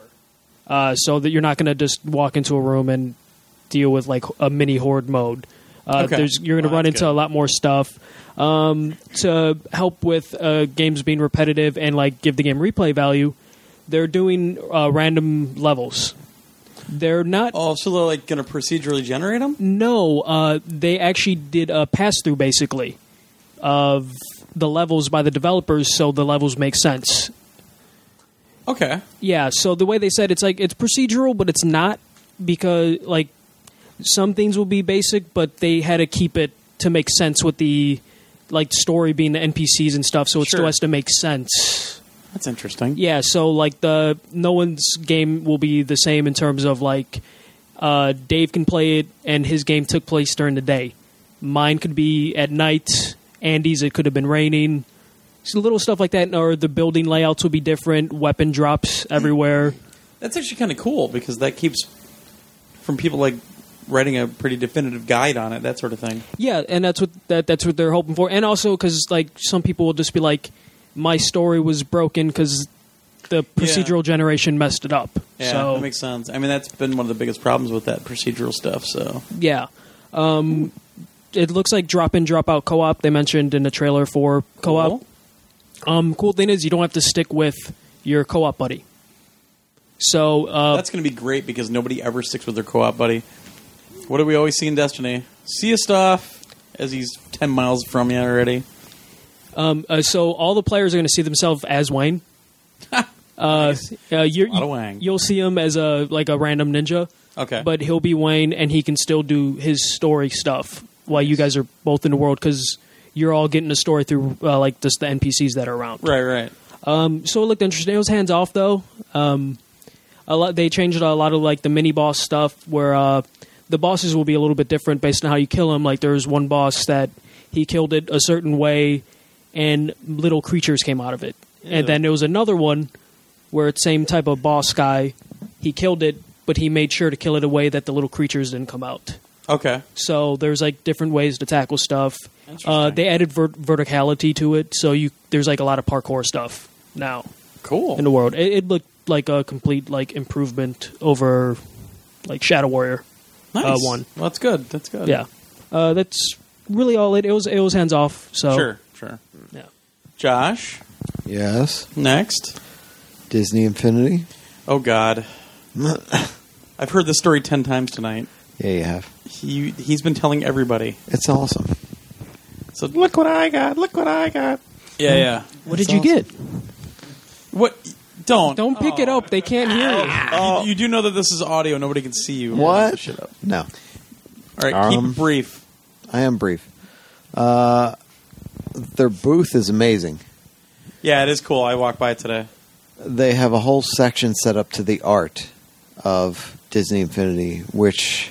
Uh, so that you're not going to just walk into a room and deal with like a mini horde mode. Uh,
Okay.
there's, you're going to
Well,
run
that's
into
good.
a lot more stuff um, to help with uh, games being repetitive and like give the game replay value. They're doing uh, random levels. They're not
Oh, so they're like going to procedurally generate them?
no, uh, they actually did a pass through basically of the levels by the developers, so the levels make sense.
Okay.
Yeah, so the way they said it's like it's procedural, but it's not because like some things will be basic, but they had to keep it to make sense with the like story being the NPCs and stuff, so it
Sure.
still has to make sense.
That's interesting.
Yeah, so like the no one's game will be the same in terms of like uh, Dave can play it and his game took place during the day. Mine could be at night. Andy's it could have been raining. So little stuff like that, or the building layouts will be different. Weapon drops everywhere.
That's actually kind of cool because that keeps from people like writing a pretty definitive guide on it, that sort of thing.
Yeah, and that's what that, that's what they're hoping for. And also because like some people will just be like, my story was broken because the procedural generation messed it up.
Yeah,
so
that makes sense. I mean, that's been one of the biggest problems with that procedural stuff. So
Yeah. Um, it looks like drop in, drop out co op they mentioned in the trailer for co op.
Cool.
Um, cool thing is, you don't have to stick with your co op buddy. So, uh,
that's going to be great because nobody ever sticks with their co-op buddy. What do we always see in Destiny? See you stuff as he's ten miles from you already.
um, uh, so all the players are going to see themselves as Wayne. uh, uh, you're,
Lot of Wang.
You'll see him as a like a random ninja,
Okay,
but he'll be Wayne, and he can still do his story stuff while you guys are both in the world because you're all getting the story through uh, like just the NPCs that are around.
right, right.
so it looked interesting. It was hands off though. Um, a lot they changed a lot of like the mini boss stuff where uh, the bosses will be a little bit different based on how you kill them. Like there was one boss that he killed it a certain way, and little creatures came out of it. And then there was another one where it's same type of boss guy. He killed it, but he made sure to kill it a way that the little creatures didn't come out.
Okay,
So there's like different ways to tackle stuff. Uh,
Interesting.
they added ver- verticality to it, so you there's like a lot of parkour stuff now
cool.
in the world. It, it looked like a complete like improvement over like Shadow Warrior.
nice
uh, one.
Well, that's good. That's good.
Yeah, uh, that's really all it. It was it was hands off. So
sure, sure.
yeah.
Josh,
Yes.
next.
Disney Infinity.
Oh God, I've heard this story ten times tonight.
Yeah, you have.
He he's been telling everybody.
It's awesome.
So look what I got. Look what I got. Yeah, yeah.
Hmm. What did you get?
What? Don't Oh.
Don't pick it up. They can't hear you.
You, you do know that this is audio. Nobody can see you.
What?
Shut up.
No,
All right, keep
Um,
it brief.
I am brief. Uh, their booth is amazing.
Yeah, it is cool. I walked by today.
They have a whole section set up to the art of Disney Infinity, which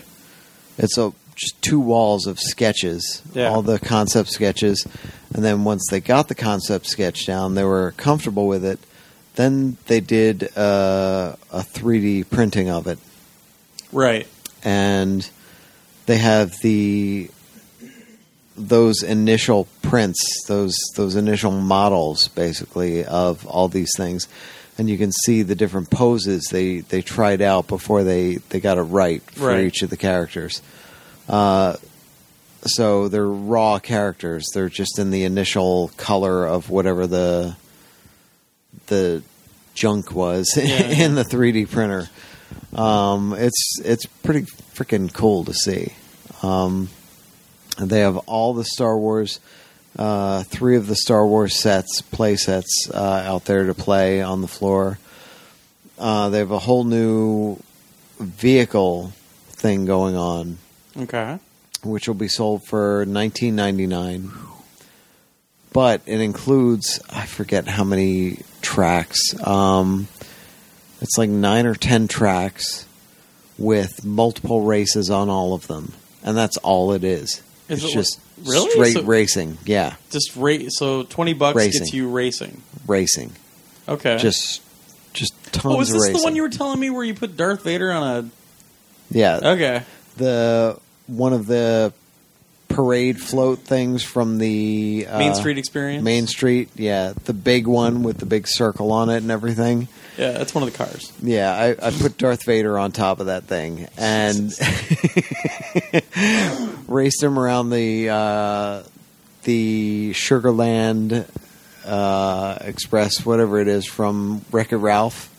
it's a just two walls of sketches,
Yeah.
all the concept sketches, and then once they got the concept sketch down, they were comfortable with it. Then they did uh, a 3D printing of it,
Right.
and they have the those initial prints, those those initial models, basically of all these things, and you can see the different poses they they tried out before they they got it right for
Right.
each of the characters. Uh, so they're raw characters; they're just in the initial color of whatever the the junk was in the 3D printer. Um, it's it's pretty freaking cool to see. Um, and they have all the Star Wars uh, three of the Star Wars sets, play sets, uh, out there to play on the floor. Uh, they have a whole new vehicle thing going on,
Okay.
which will be sold for nineteen ninety nine. But it includes I forget how many tracks. Um, it's like nine or ten tracks with multiple races on all of them, and that's all it is.
Is
it's
it
just
like- really?
straight
So-
racing. Yeah,
Just rate. So twenty bucks gets
Racing.
you racing.
racing.
Okay.
Just just tons
Oh, was
of
this
racing.
the one you were telling me where you put Darth Vader on
yeah,
a? Okay.
the one of the parade float things from the uh,
Main Street Experience.
Main Street, yeah, the big one with the big circle on it and everything.
Yeah, that's one of the cars.
Yeah, I, I put Darth Vader on top of that thing and raced him around the uh, the Sugarland uh, Express, whatever it is, from Wreck It Ralph.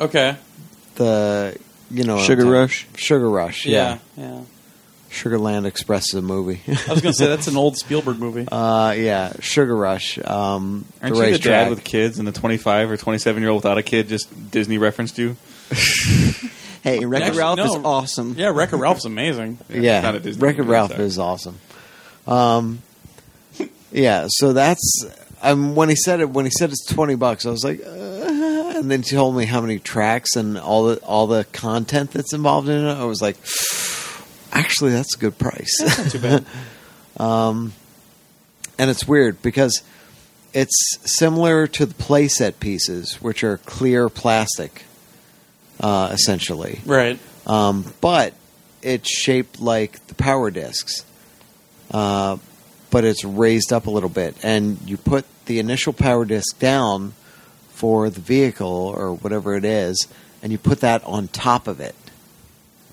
Okay.
The you know what I'm
Sugar
talking-
Rush?
Sugar Rush, yeah.
Yeah. Yeah.
Sugarland Express is a movie.
I was gonna say that's an old Spielberg movie.
uh, yeah, Sugar Rush. Um,
Aren't
the
you the
racetrack.
dad with kids and the 25 or 27 year old without a kid just Disney referenced you?
Hey, Wreck It
Actually,
Ralph is
no.
awesome.
yeah, Wreck-It Ralph's amazing.
yeah,
Not a Disney
Wreck It
movie,
Ralph
sorry.
is awesome. Um, yeah, so that's um, when he said it. When he said it's twenty bucks, I was like, uh, and then he told me how many tracks and all the all the content that's involved in it. I was like, actually, that's a good price. Um,
Too bad.
and it's weird because it's similar to the playset pieces, which are clear plastic, uh, essentially.
Right.
um, but it's shaped like the power discs. Uh, but it's raised up a little bit, and you put the initial power disc down for the vehicle or whatever it is, and you put that on top of it,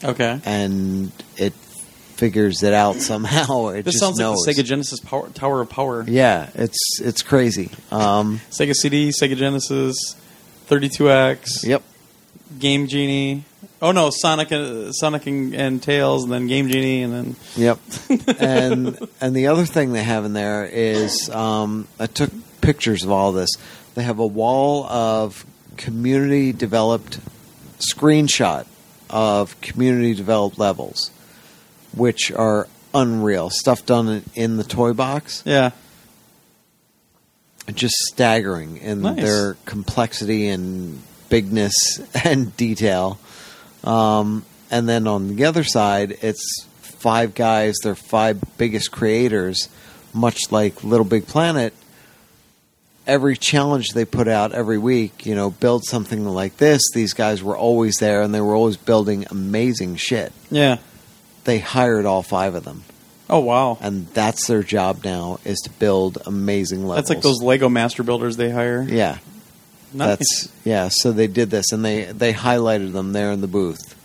Okay.
and it figures it out somehow. It
This
just
sounds
knows.
like the Sega Genesis power, Tower of Power.
yeah, it's it's crazy. Um,
Sega CD, Sega Genesis, 32X,
yep,
Game Genie. Oh no, Sonic, uh, Sonic and, and Tails, and then Game Genie, and then
Yep. and and the other thing they have in there is um, I took pictures of all this. They have a wall of community developed screenshot of community developed levels, which are unreal stuff done in, in the toy box.
yeah,
Just staggering in
Nice.
their complexity and bigness and detail. Um, and then on the other side, it's five guys, their five biggest creators, much like Little Big Planet. Every challenge they put out every week, you know, build something like this. These guys were always there and they were always building amazing shit.
yeah.
They hired all five of them,
Oh wow,
and that's their job now is to build amazing levels.
that's like those Lego Master Builders they hire.
Yeah,
nice.
that's yeah. So they did this, and they they highlighted them there in the booth,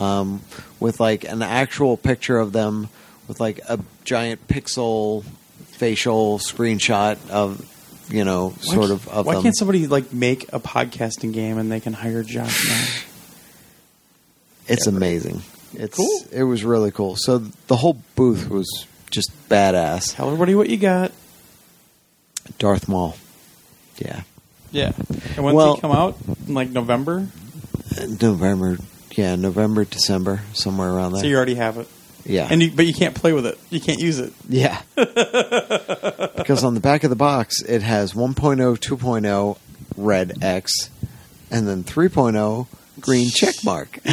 um, with like an actual picture of them, with like a giant pixel facial screenshot of, you know,
Why
sort
ca-
of of
why
them.
can't somebody like make a podcasting game and they can hire Josh? Now?
it's amazing. It's
Cool.
it was really cool. So the whole booth was just badass.
Tell everybody what you got.
Darth Maul, yeah,
Yeah, and when
Well-
they come out in like November,
November, yeah, November, December, somewhere around there.
so you already have it,
yeah,
and you, but you can't play with it. You can't use it.
Yeah. because on the back of the box, it has oh, 1.0, 2.0, red X, and then 3.0, green check mark.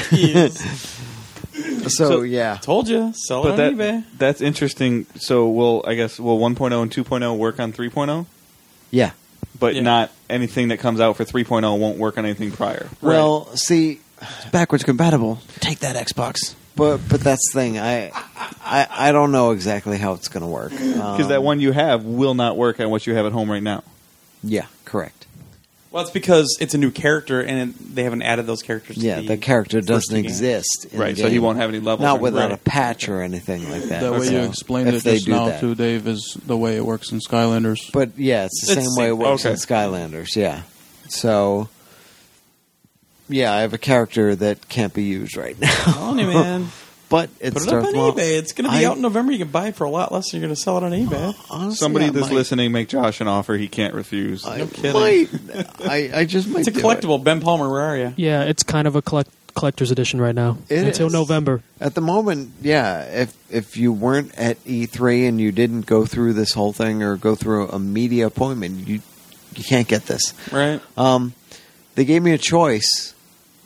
so,
So-
yeah.
Told you, sell it on
that,
eBay.
that's interesting. So, will I guess, will 1.0 and 2.0 work on 3.0?
Yeah.
But
Yeah.
not anything that comes out for 3.0 won't work on anything prior.
Well, see,
It's backwards compatible. Take that, Xbox.
but but that's the thing. I I, I don't know exactly how it's going to work. Um, Because
Because that one you have will not work on what you have at home right now.
Yeah, correct.
Well, it's because it's a new character, and they haven't added those characters.
Yeah,
to
the character
first
doesn't
game.
exist. in
Right,
the
so he
game.
won't have any levels.
Not
or-
without
right.
a patch or anything like that.
The way you
So
explained
if
it
they
just
do
now
that.
to Dave is the way it works in Skylanders.
But yeah, it's the
It's the
same
same
way it works
thing.
in Skylanders. Yeah. So yeah, I have a character that can't be used right now.
Tony, man.
But it's
Put it
Darth
up on
Maul.
eBay. It's going to be
I-
out in November. You can buy it for a lot less than you're going to sell it on eBay.
Honestly,
Somebody
I
that's
might-
listening, make Josh an offer he can't refuse.
I
No kidding.
might. I, I just might.
It's a
do it.
collectible. Ben Palmer, where are you?
Yeah, it's kind of a collect- collector's edition right now
It
until
is.
November.
At the moment, yeah. If if you weren't at E3 and you didn't go through this whole thing or go through a media appointment, you you can't get this.
Right.
Um, they gave me a choice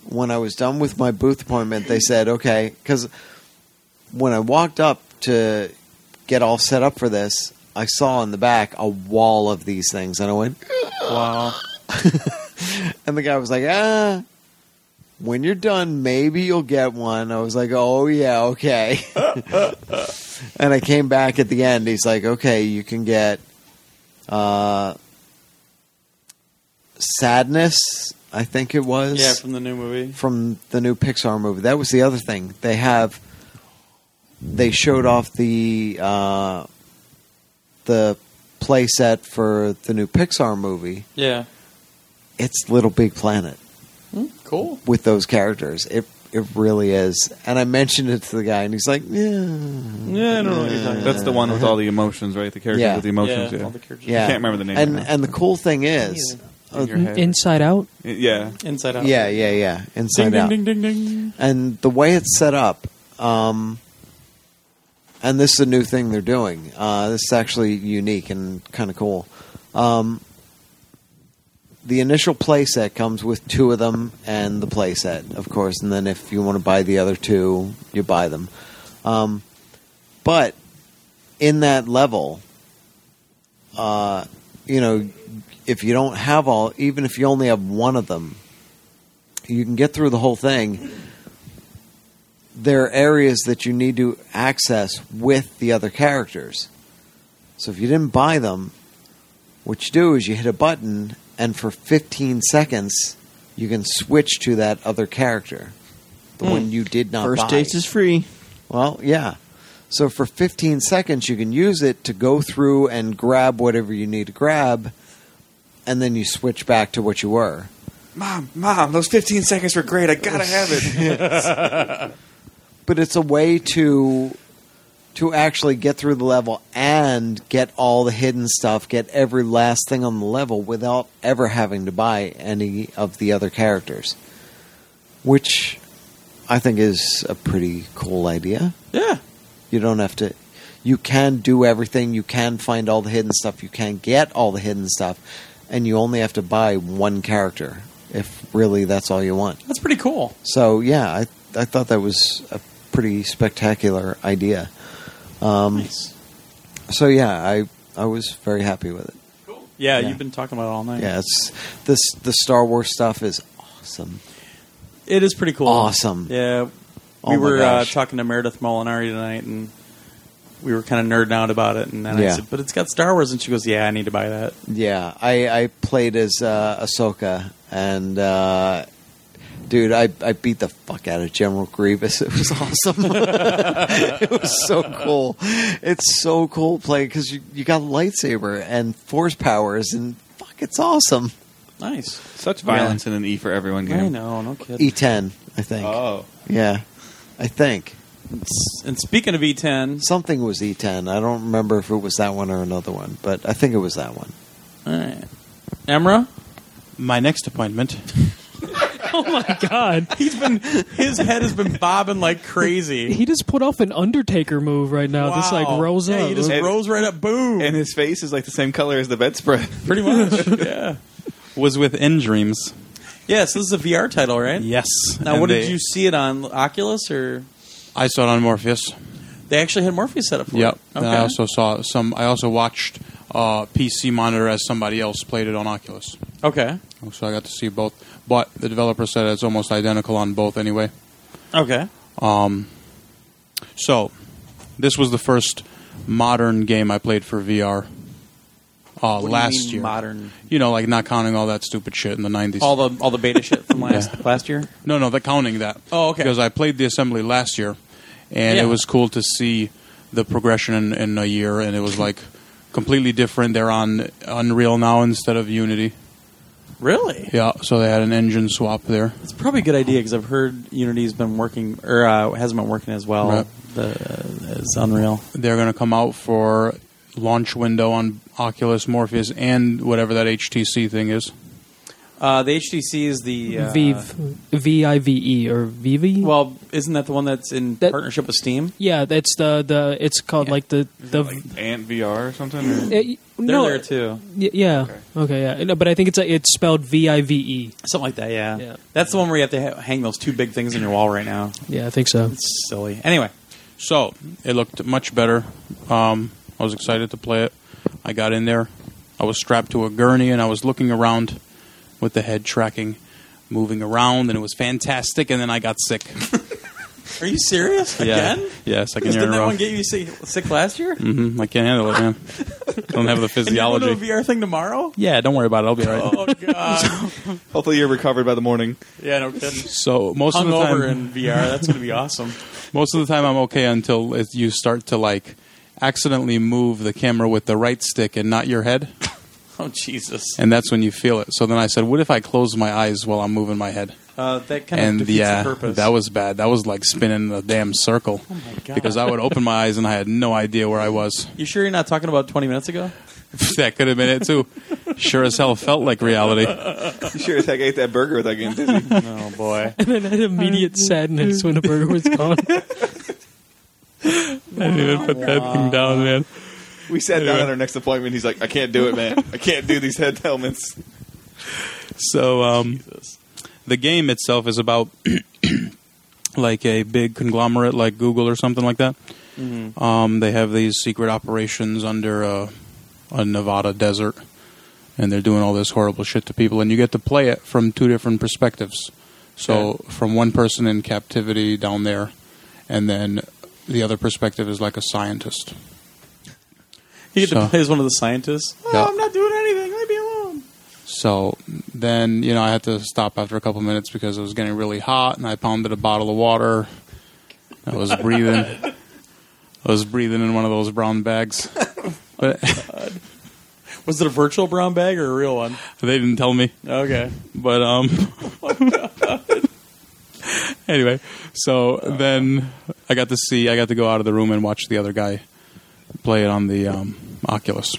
when I was done with my booth appointment. They said, okay, because when I walked up to get all set up for this, I saw in the back a wall of these things, and I went,
Wow.
and the guy was like, ah, when you're done, maybe you'll get one. I was like, oh, yeah, okay. and I came back at the end. He's like, okay, you can get uh, Sadness, I think it was,
Yeah, from the new movie.
from the new Pixar movie. That was the other thing. They have, they showed off the, uh, the play set for the new Pixar movie.
Yeah.
It's Little Big Planet
Cool.
with those characters. It it really is. And I mentioned it to the guy, and he's like, "Yeah,
Yeah, I don't know what you're talking about.
That's the one with all the emotions, right? The characters
Yeah.
with the emotions.
Yeah,
Yeah,
all the characters.
yeah."
I can't remember the name.
And
right now.
and the cool thing is, uh,
In your head.
Inside Out.
yeah,
Inside Out.
yeah, yeah, yeah,
Ding,
inside
ding,
out,
ding, ding, ding.
and the way it's set up. Um, and this is a new thing they're doing. Uh, this is actually unique and kind of cool. Um, the initial play set comes with two of them and the play set, of course, and then if you want to buy the other two, you buy them. Um, but in that level, uh, you know, if you don't have all, even if you only have one of them, you can get through the whole thing. There are areas that you need to access with the other characters. So if you didn't buy them, what you do is you hit a button, and for 15 seconds, you can switch to that other character, the one you did not
First
buy.
dates is free.
Well, yeah. So for 15 seconds, you can use it to go through and grab whatever you need to grab, and then you switch back to what you were.
mom, mom, those 15 seconds were great. I
Oh,
gotta have it.
But it's a way to to actually get through the level and get all the hidden stuff, get every last thing on the level without ever having to buy any of the other characters, which I think is a pretty cool idea.
Yeah.
You don't have to. You can do everything. You can find all the hidden stuff. You can get all the hidden stuff, and you only have to buy one character if really that's all you want.
That's pretty cool.
So yeah, I I thought that was a pretty spectacular idea. Um,
Nice.
So yeah, I I was very happy with it.
Yeah,
Yeah.
you've been talking about it all night.
Yeah, it's this the Star Wars stuff is awesome.
It is pretty cool.
Awesome.
Yeah.
Oh
We
my
were uh,
gosh.
talking to Meredith Molinari tonight, and we were kind of nerding out about it. And then I
Yeah.
said, but it's got Star Wars. And she goes, yeah, I need to buy that.
Yeah, I, I played as uh, Ahsoka, and uh, dude, I, I beat the fuck out of General Grievous. It was awesome. it was so cool. It's so cool playing because you, you got lightsaber and force powers, and fuck, it's awesome.
Nice.
Such violence in an E for everyone game.
I know, no kidding.
E10, E I think.
Oh,
Yeah, I think.
And speaking of E E10,
Something was E10. I don't remember if it was that one or another one, but I think it was that one.
all right. Emra,
My next appointment.
Oh my god.
he's been his head has been bobbing like crazy.
He just put off an Undertaker move right now. This like
Wow.
rose
yeah,
up.
He just
And-
rose right up. Boom.
and his face is like the same color as the bedspread.
Pretty much. yeah.
Was within dreams.
Yeah. So this is a VR title, right?
Yes.
Now,
And
what did
they-
you see it on Oculus or?
I saw it on Morpheus.
They actually had Morpheus set up for
Yep.
it.
And I also saw some. I also watched uh, PC monitor as somebody else played it on Oculus.
okay.
So I got to see both. But the developer said it's almost identical on both anyway.
Okay.
Um, so this was the first modern game I played for VR. Uh,
What do you
last
mean
year,
modern,
you know, like not counting all that stupid shit in the nineties.
all the all the beta shit from last last year.
No, no, the counting that.
Oh, okay.
Because I played the assembly last year, and
Yeah.
it was cool to see the progression in, in a year, and it was like completely different. They're on Unreal now instead of Unity.
Really?
Yeah, so they had an engine swap there.
It's probably a good idea because I've heard Unity's been working or uh, hasn't been working as well.
Right.
The, uh, as Unreal.
They're going to come out for launch window on Oculus Morpheus and whatever that HTC thing is.
Uh, the HTC is the uh,
Vive, V I V E or Vive.
Well, isn't that the one that's in
That-
partnership with Steam?
yeah, that's the the. It's called like the the.
Ant VR or something. Or?
Eh,
They're
no,
there too.
y- yeah. Okay.
Okay.
yeah. No, but I think it's a, it's spelled V I V E.
Something like that. Yeah.
Yeah.
That's the one where you have to ha- hang those two big things on your wall right now.
Yeah, I think so.
It's silly. Anyway,
So it looked much better. Um, I was excited to play it. I got in there. I was strapped to a gurney and I was looking around with the head tracking, moving around, and it was fantastic. And then I got sick.
are you serious again?
Yes, I can hear
Didn't
it.
that one get you sick, sick last year?
hmm I can't handle it, man. Don't have
And you're going to
the
a
physiology.
VR thing tomorrow?
Yeah, don't worry about it. I'll be all right.
Oh god!
Hopefully, you're recovered by the morning.
yeah, no kidding.
So most of the time,
Hungover in VR. That's going to be awesome.
most of the time I'm okay until it, you start to like accidentally move the camera with the right stick and not your head,
Oh Jesus!
and that's when you feel it. So then I said, "What if I close my eyes while I'm moving my head?"
Uh, that kind of
and
defeats
yeah,
the purpose. Oh
that was bad. That was like spinning a damn circle
God.
because I would open my eyes and I had no idea where I was.
You sure you're not talking about 20 minutes ago?
that could have been it too. Sure as hell felt like reality.
You sure as heck ate that burger without getting dizzy.
Oh boy.
And then I had immediate sadness when the burger was gone.
I didn't even put that thing down, man.
We sat down at our next appointment. He's like, I can't do it, man. I can't do these head helmets.
So um, the game itself is about like a big conglomerate like Google or something like that. Um, they have these secret operations under a, a Nevada desert, and they're doing all this horrible shit to people. And you get to play it from two different perspectives. So from one person in captivity down there, and then the other perspective is like a scientist.
You get
So-
to play as one of the scientists. Oh,
Yeah.
I'm not doing anything. Leave me alone.
So then, you know, I had to stop after a couple minutes because it was getting really hot, and I pounded a bottle of water. I was breathing. I was breathing in one of those brown bags. But
Was it a virtual brown bag or a real one?
they didn't tell me.
Okay.
But um. anyway, so then I got to see. I got to go out of the room and watch the other guy play it on the um, Oculus.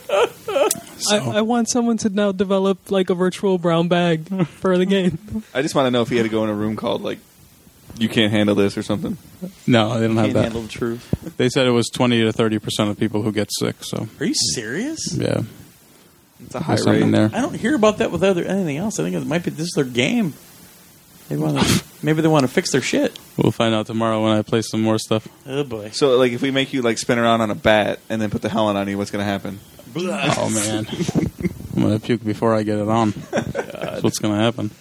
I, I want someone to now develop like a virtual brown bag for the game.
I just want to know if he had to go in a room called like, you can't handle this or something.
No, they don't have
Can't
that.
handle the truth.
They said it was twenty to thirty percent of people who get sick. So
Are you serious?
yeah,
It's a high
there's something
rate.
there.
I don't hear about that with other anything else. I think it might be this is their game. They want to. maybe they want to fix their shit.
We'll find out tomorrow when I play some more stuff.
Oh boy.
So like, if we make you like spin around on a bat and then put the helmet on you, what's gonna happen?
Oh man, I'm gonna puke before I get it on. That's what's gonna happen.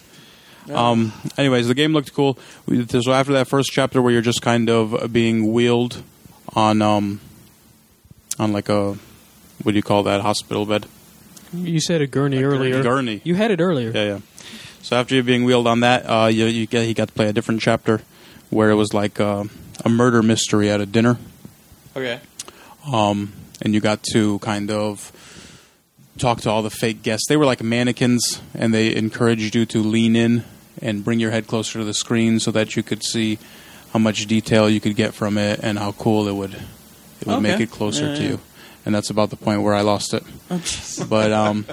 Um. Anyways, the game looked cool. We- So after that first chapter, where you're just kind of being wheeled on um on like a what do you call that hospital bed?
You said a gurney
A gurney.
earlier.
Gurney.
You had it earlier.
Yeah, yeah. So after you're being wheeled on that, uh, you, you get, he got to play a different chapter where it was like uh, a murder mystery at a dinner.
Okay.
um, and you got to kind of talk to all the fake guests. They were like mannequins, and they encouraged you to lean in and bring your head closer to the screen so that you could see how much detail you could get from it and how cool it would it would make
Okay.
it closer
Yeah,
to
yeah.
you. And that's about the point where I lost it. but um,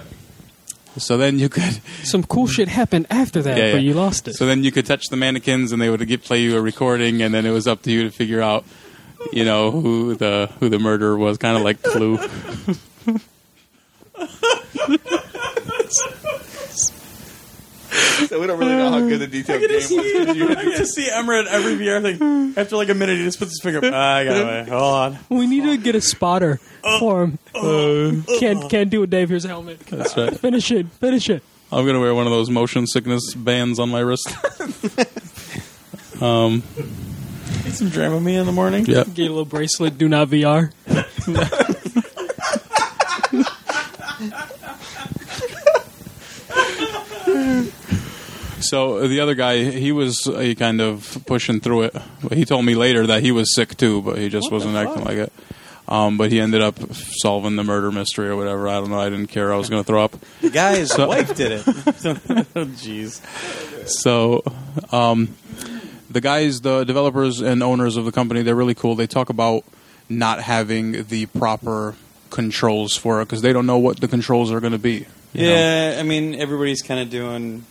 so then you could
Some cool shit happened after that,
Yeah,
but
yeah.
you lost it.
so then you could touch the mannequins, and they would get, play you a recording, and then it was up to you to figure out, you know, who the who the murderer was. Kind of like Clue.
So we don't really know how good the detailed game was. 'cause you had
I'm gonna see Emra in every VR thing. After like a minute, he just puts his finger. up. Ah, I got away. Hold on.
we need to get a spotter
Uh,
for him. can't can't do it, Dave. Here's a helmet.
That's right.
Finish it. Finish it.
I'm gonna wear one of those motion sickness bands on my wrist. um,
Need some Dramamine in the morning.
yeah,
Get a little bracelet. Do not VR.
So uh, the other guy, he was uh, he kind of pushing through it. But He told me later that he was sick too, but he just wasn't acting like it. Um, but he ended up solving the murder mystery or whatever. I don't know. I didn't care. I was going to throw up.
The guy's
So- Oh,
wife did it. Jeez.
So, um, the guys, the developers and owners of the company, they're really cool. They talk about not having the proper controls for it because they don't know what the controls are going to be. you know?
Yeah, I mean, everybody's kind of doing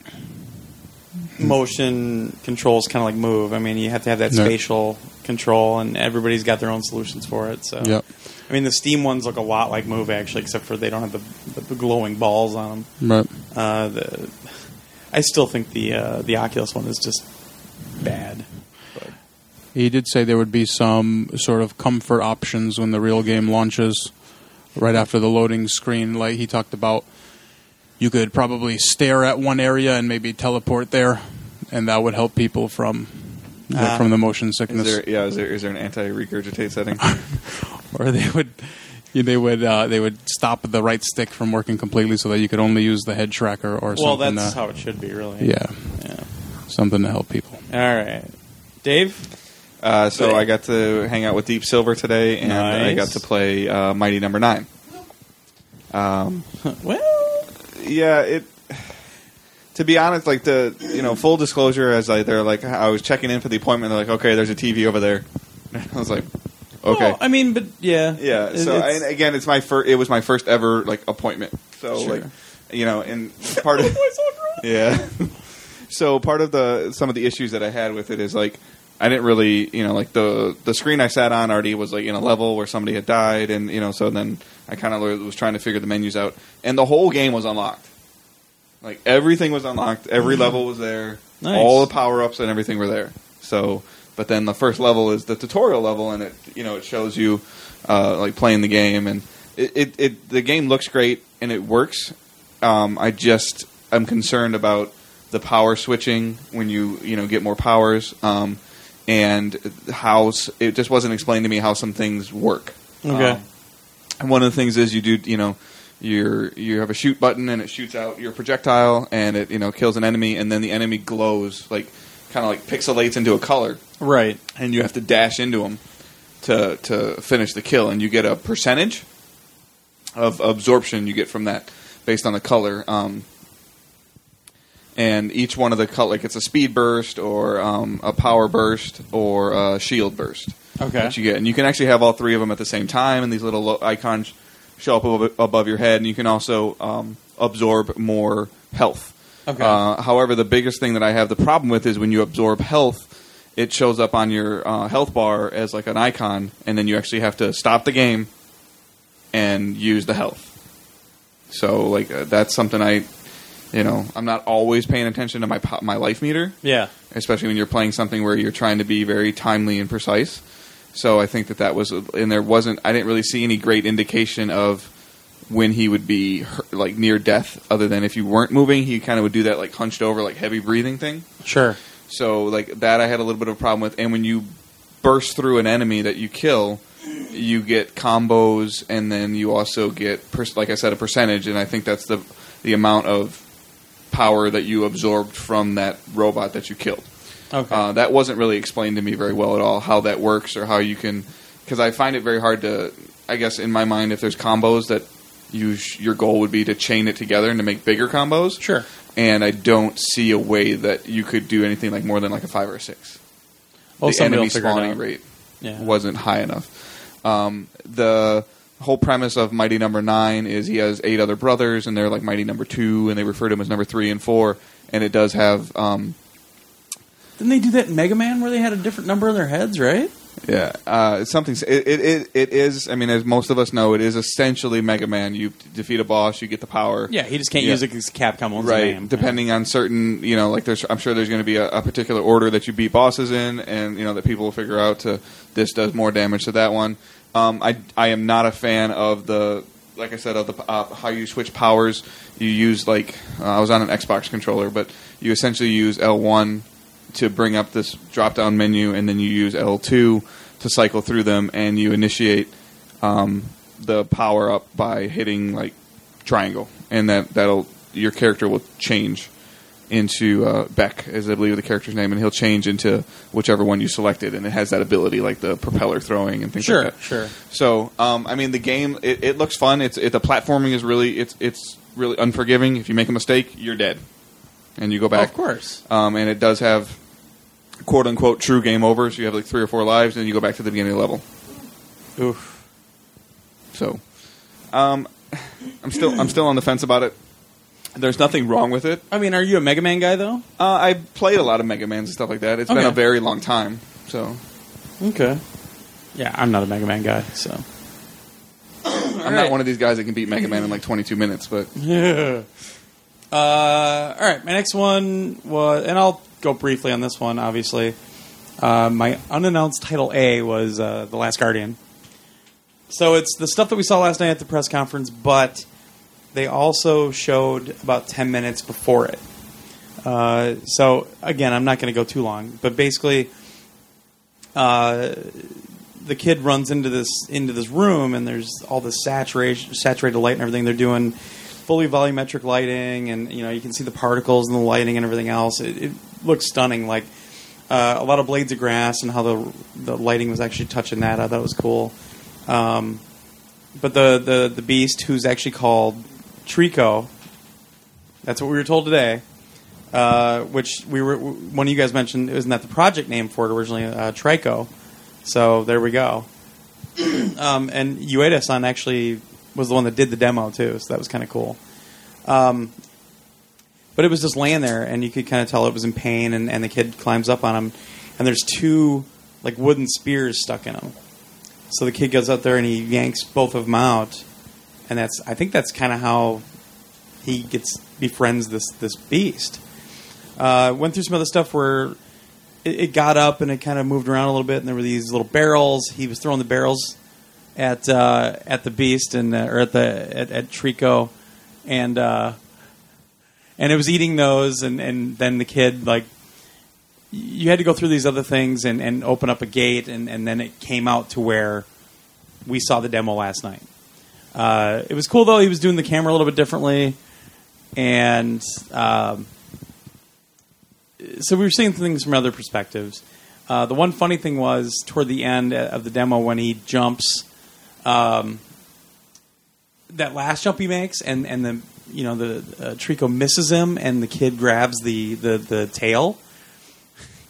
motion controls, kind of like move. I mean, you have to have that
Yeah.
spatial control, and everybody's got their own solutions for it. So,
Yep.
I mean, the Steam ones look a lot like move actually, except for they don't have the, the glowing balls on them.
Right.
Uh, the, I still think the uh, the Oculus one is just bad. But
He did say there would be some sort of comfort options when the real game launches, right after the loading screen. Like he talked about, you could probably stare at one area and maybe teleport there, and that would help people from
Ah.
from the motion
Is
sickness.
there, yeah, is there, is there an anti-regurgitate setting?
or they would they would uh, they would stop the right stick from working completely so that you could only use the head tracker or
well,
something.
that's
to,
how it should be, really.
yeah,
Yeah.
something to help people.
All right, Dave.
Uh, so I got to hang out with Deep Silver today, and I
Nice.
got to play uh, Mighty Number Nine. Um,
Well,
yeah, it. To be honest, like the you know full disclosure, as I they're like I was checking in for the appointment. They're like, okay, there's a TV over there. I was like, okay,
well, I mean, but yeah,
yeah.
It-
So
it's-
and again, it's my first. It was my first ever like appointment. So
Sure.
like you know, and part of yeah. so part of the some of the issues that I had with it is like I didn't really you know like the the screen I sat on already was like in a level where somebody had died, and you know so then I kind of was trying to figure the menus out, and the whole game was unlocked. Like everything was unlocked, every level was there,
Nice.
all the power ups and everything were there. So, but then the first level is the tutorial level, and it you know it shows you uh, like playing the game, and it, it, it the game looks great and it works. Um, I just I'm concerned about the power switching when you you know get more powers, um, and how s- it just wasn't explained to me how some things work.
Okay.
Um, and one of the things is you do you know you you have a shoot button and it shoots out your projectile and it you know kills an enemy and then the enemy glows like kind of like pixelates into a color
right.
and you have to dash into them to to finish the kill and you get a percentage of absorption you get from that based on the color um, and each one of the color like it's a speed burst or um, a power burst or a shield burst
Okay.
that you get, and you can actually have all three of them at the same time, and these little lo- icons show up above, above your head, and you can also um, absorb more health.
Okay.
Uh, however, the biggest thing that I have the problem with is when you absorb health, it shows up on your uh, health bar as like an icon, and then you actually have to stop the game and use the health. So, like uh, that's something I, you know, I'm not always paying attention to my po- my life meter
Yeah.
especially when you're playing something where you're trying to be very timely and precise. So I think that that was, and there wasn't. I didn't really see any great indication of when he would be hurt, like near death, other than if you weren't moving, he kind of would do that like hunched over, like heavy breathing thing.
Sure.
So like that, I had a little bit of a problem with. And when you burst through an enemy that you kill, you get combos, and then you also get, per- like I said, a percentage. And I think that's the the amount of power that you absorbed from that robot that you killed.
Okay.
Uh, that wasn't really explained to me very well at all how that works or how you can because I find it very hard to I guess in my mind if there's combos that you sh- your goal would be to chain it together and to make bigger combos
sure.
and I don't see a way that you could do anything like more than like a five or a six.
Well,
the
somebody
enemy
will figure it
spawning
out.
rate
Yeah.
wasn't high enough. Um, the whole premise of Mighty Number Nine is he has eight other brothers, and they're like Mighty Number Two, and they refer to him as Number Three and Four. And it does have um,
Didn't they do that in Mega Man where they had a different number in their heads, right?
Yeah, uh, it's something. It, it it it is. I mean, as most of us know, it is essentially Mega Man. You defeat a boss, you get the power.
Yeah, he just can't
Yeah.
use it because Capcom owns the
right.
name.
Depending on certain, you know, like there's. I'm sure there's going to be a, a particular order that you beat bosses in, and you know that people will figure out to this does more damage to that one. Um, I I am not a fan of the. Like I said, of the uh, how you switch powers, you use like uh, I was on an Xbox controller, but you essentially use L1 to bring up this drop down menu, and then you use L2 to cycle through them, and you initiate um, the power up by hitting like triangle, and that that'll your character will change into uh, Beck, is I believe the character's name, and he'll change into whichever one you selected, and it has that ability like the propeller throwing and things
Sure,
like that.
sure.
So, um, I mean, the game it, it looks fun. It's it, the platforming is really it's it's really unforgiving. If you make a mistake, you're dead, and you go back.
Of course.
Um, and it does have quote unquote true game over. So you have like three or four lives, and then you go back to the beginning of the level.
Oof.
So, um, I'm still I'm still on the fence about it. There's nothing wrong with it.
I mean, are you a Mega Man guy though?
Uh, I played a lot of Mega Man's and stuff like that. It's been
Okay.
a very long time. So
Okay. Yeah, I'm not a Mega Man guy, so.
I'm not one of these guys that can beat Mega Man in like 22 minutes. But
Yeah. Uh, all right, my next one was, and I'll go briefly on this one. Obviously, uh, my unannounced title A was uh, "The Last Guardian." So it's the stuff that we saw last night at the press conference, but they also showed about ten minutes before it. Uh, so again, I'm not going to go too long, but basically, uh, the kid runs into this into this room and there's all this saturation saturated light and everything they're doing fully volumetric lighting and you know you can see the particles and the lighting and everything else it, it looks stunning like uh, a lot of blades of grass and how the the lighting was actually touching that I thought it was cool um, but the, the the beast who's actually called Trico that's what we were told today uh, which we were one of you guys mentioned isn't that the project name for it originally uh, Trico so there we go. um, and Ueda san actually was the one that did the demo too, so that was kind of cool. Um, but it was just laying there, and you could kind of tell it was in pain, and, and the kid climbs up on him, and there's two like wooden spears stuck in him. So the kid goes out there and he yanks both of them out, and that's I think that's kind of how he gets befriends this this beast. Uh, went through some other stuff where it, it got up and it kind of moved around a little bit, and there were these little barrels. He was throwing the barrels at uh, at the beast and uh, or at the at, at Trico, and uh, and it was eating those, and and then the kid like you had to go through these other things and and open up a gate, and and then it came out to where we saw the demo last night. Uh, it was cool though. He was doing the camera a little bit differently, and. Um, so we were seeing things from other perspectives. Uh, the one funny thing was toward the end uh, of the demo when he jumps, um, that last jump he makes, and and the you know the uh, Trico misses him, and the kid grabs the the the tail.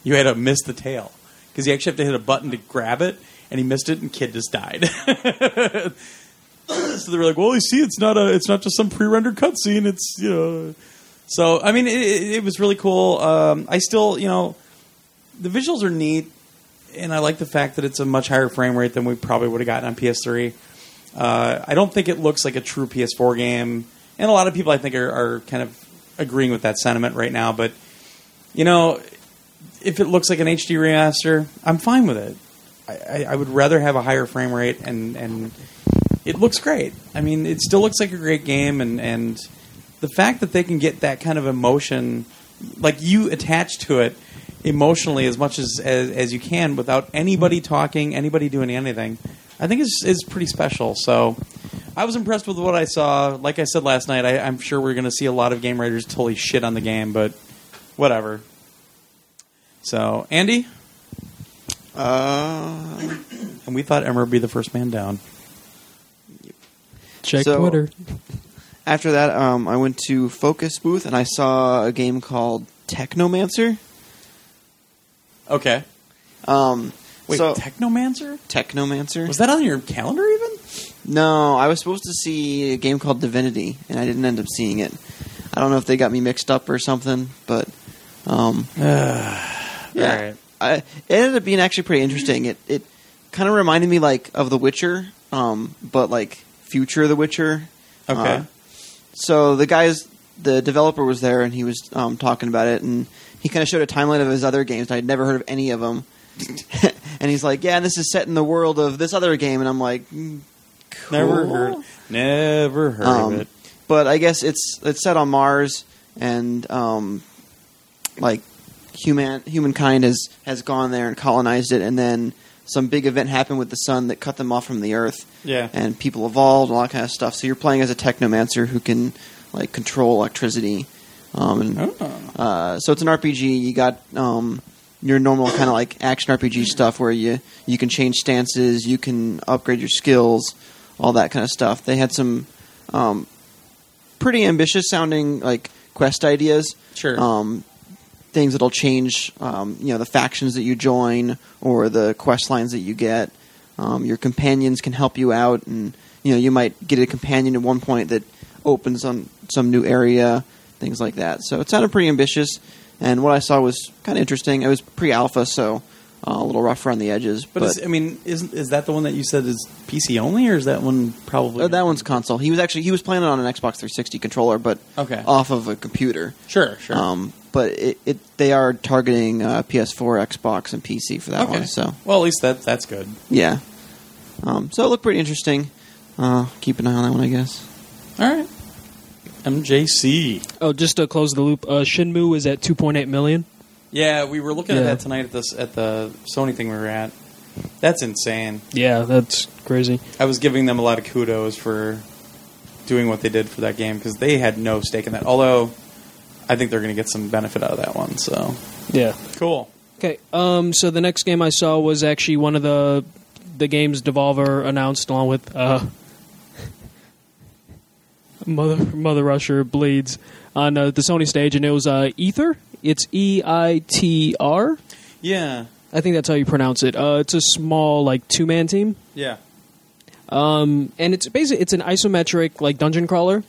You had to miss the tail because you actually have to hit a button to grab it, and he missed it, and kid just died. so they were like, "Well, you see, it's not a, it's not just some pre-rendered cutscene. It's you know." So I mean, it, it, it was really cool. Um, I still, you know, the visuals are neat, and I like the fact that it's a much higher frame rate than we probably would have gotten on PS3. Uh, I don't think it looks like a true PS4 game, and a lot of people I think are, are kind of agreeing with that sentiment right now. But you know, if it looks like an HD remaster, I'm fine with it. I, I, I would rather have a higher frame rate, and and it looks great. I mean, it still looks like a great game, and and the fact that they can get that kind of emotion, like you attach to it emotionally as much as as, as you can without anybody talking, anybody doing anything, I think is is pretty special. So. I was impressed with what I saw. Like I said last night, I, I'm sure we're going to see a lot of game writers totally shit on the game, but whatever. So, Andy,
Uh,
and we thought Emmer would be the first man down.
Check
So-
Twitter.
after that, um, I went to Focus Booth and I saw a game called Technomancer.
Okay.
Um,
Wait,
so,
Technomancer?
Technomancer.
Was that on your calendar even?
No, I was supposed to see a game called Divinity, and I didn't end up seeing it. I don't know if they got me mixed up or something, but um, yeah,
All right.
I, it ended up being actually pretty interesting. It it kind of reminded me like of The Witcher, um, but like future The Witcher.
Okay.
Uh, so the guys, the developer was there, and he was um, talking about it, and he kind of showed a timeline of his other games, and I'd never heard of any of them. and he's like, "Yeah, this is set in the world of this other game," and I'm like, mm, cool.
Never heard. Never heard
Um,
of it.
But I guess it's it's set on Mars, and um, like human humankind has has gone there and colonized it, and then some big event happened with the sun that cut them off from the Earth,
Yeah.
and people evolved, and all that kind of stuff. So you're playing as a technomancer who can like control electricity, Um, and, uh, so it's an RPG. You got um, your normal kind of like action RPG stuff where you you can change stances, you can upgrade your skills, all that kind of stuff. They had some um, pretty ambitious sounding like quest ideas.
Sure.
Um, things that'll change, um, you know, the factions that you join or the quest lines that you get. Um, your companions can help you out, and you know you might get a companion at one point that opens on some new area, things like that. So it sounded pretty ambitious, and what I saw was kind of interesting. It was pre-alpha, so uh, a little rough around the edges,
But,
but, uh,
is, I mean, is is that the one that you said is PC only, or is that one probably?
Oh, that one's console. He was actually he was playing it on an Xbox 360 controller, but
Okay.
off of a computer.
Sure, sure.
Um, but it, it they are targeting uh, PS4, Xbox, and PC for that
okay.
one. So
well, at least that that's good.
yeah, um, so it looked pretty interesting. Uh, keep an eye on that one, I guess.
All right. MJC.
Oh, just to close the loop, uh, Shinmu is at 2.8 million.
Yeah, we were looking at
Yeah.
that tonight at this at the Sony thing we were at. That's insane.
Yeah, that's crazy.
I was giving them a lot of kudos for doing what they did for that game because they had no stake in that. Although, I think they're going to get some benefit out of that one. So
Yeah.
cool.
Okay. Um. So the next game I saw was actually one of the the games Devolver announced along with uh, Mother Mother Rusher bleeds on uh, the Sony stage, and it was uh, Ether. It's E I T R.
Yeah,
I think that's how you pronounce it. Uh, it's a small like two man team,
yeah,
and it's basically it's an isometric like dungeon crawler.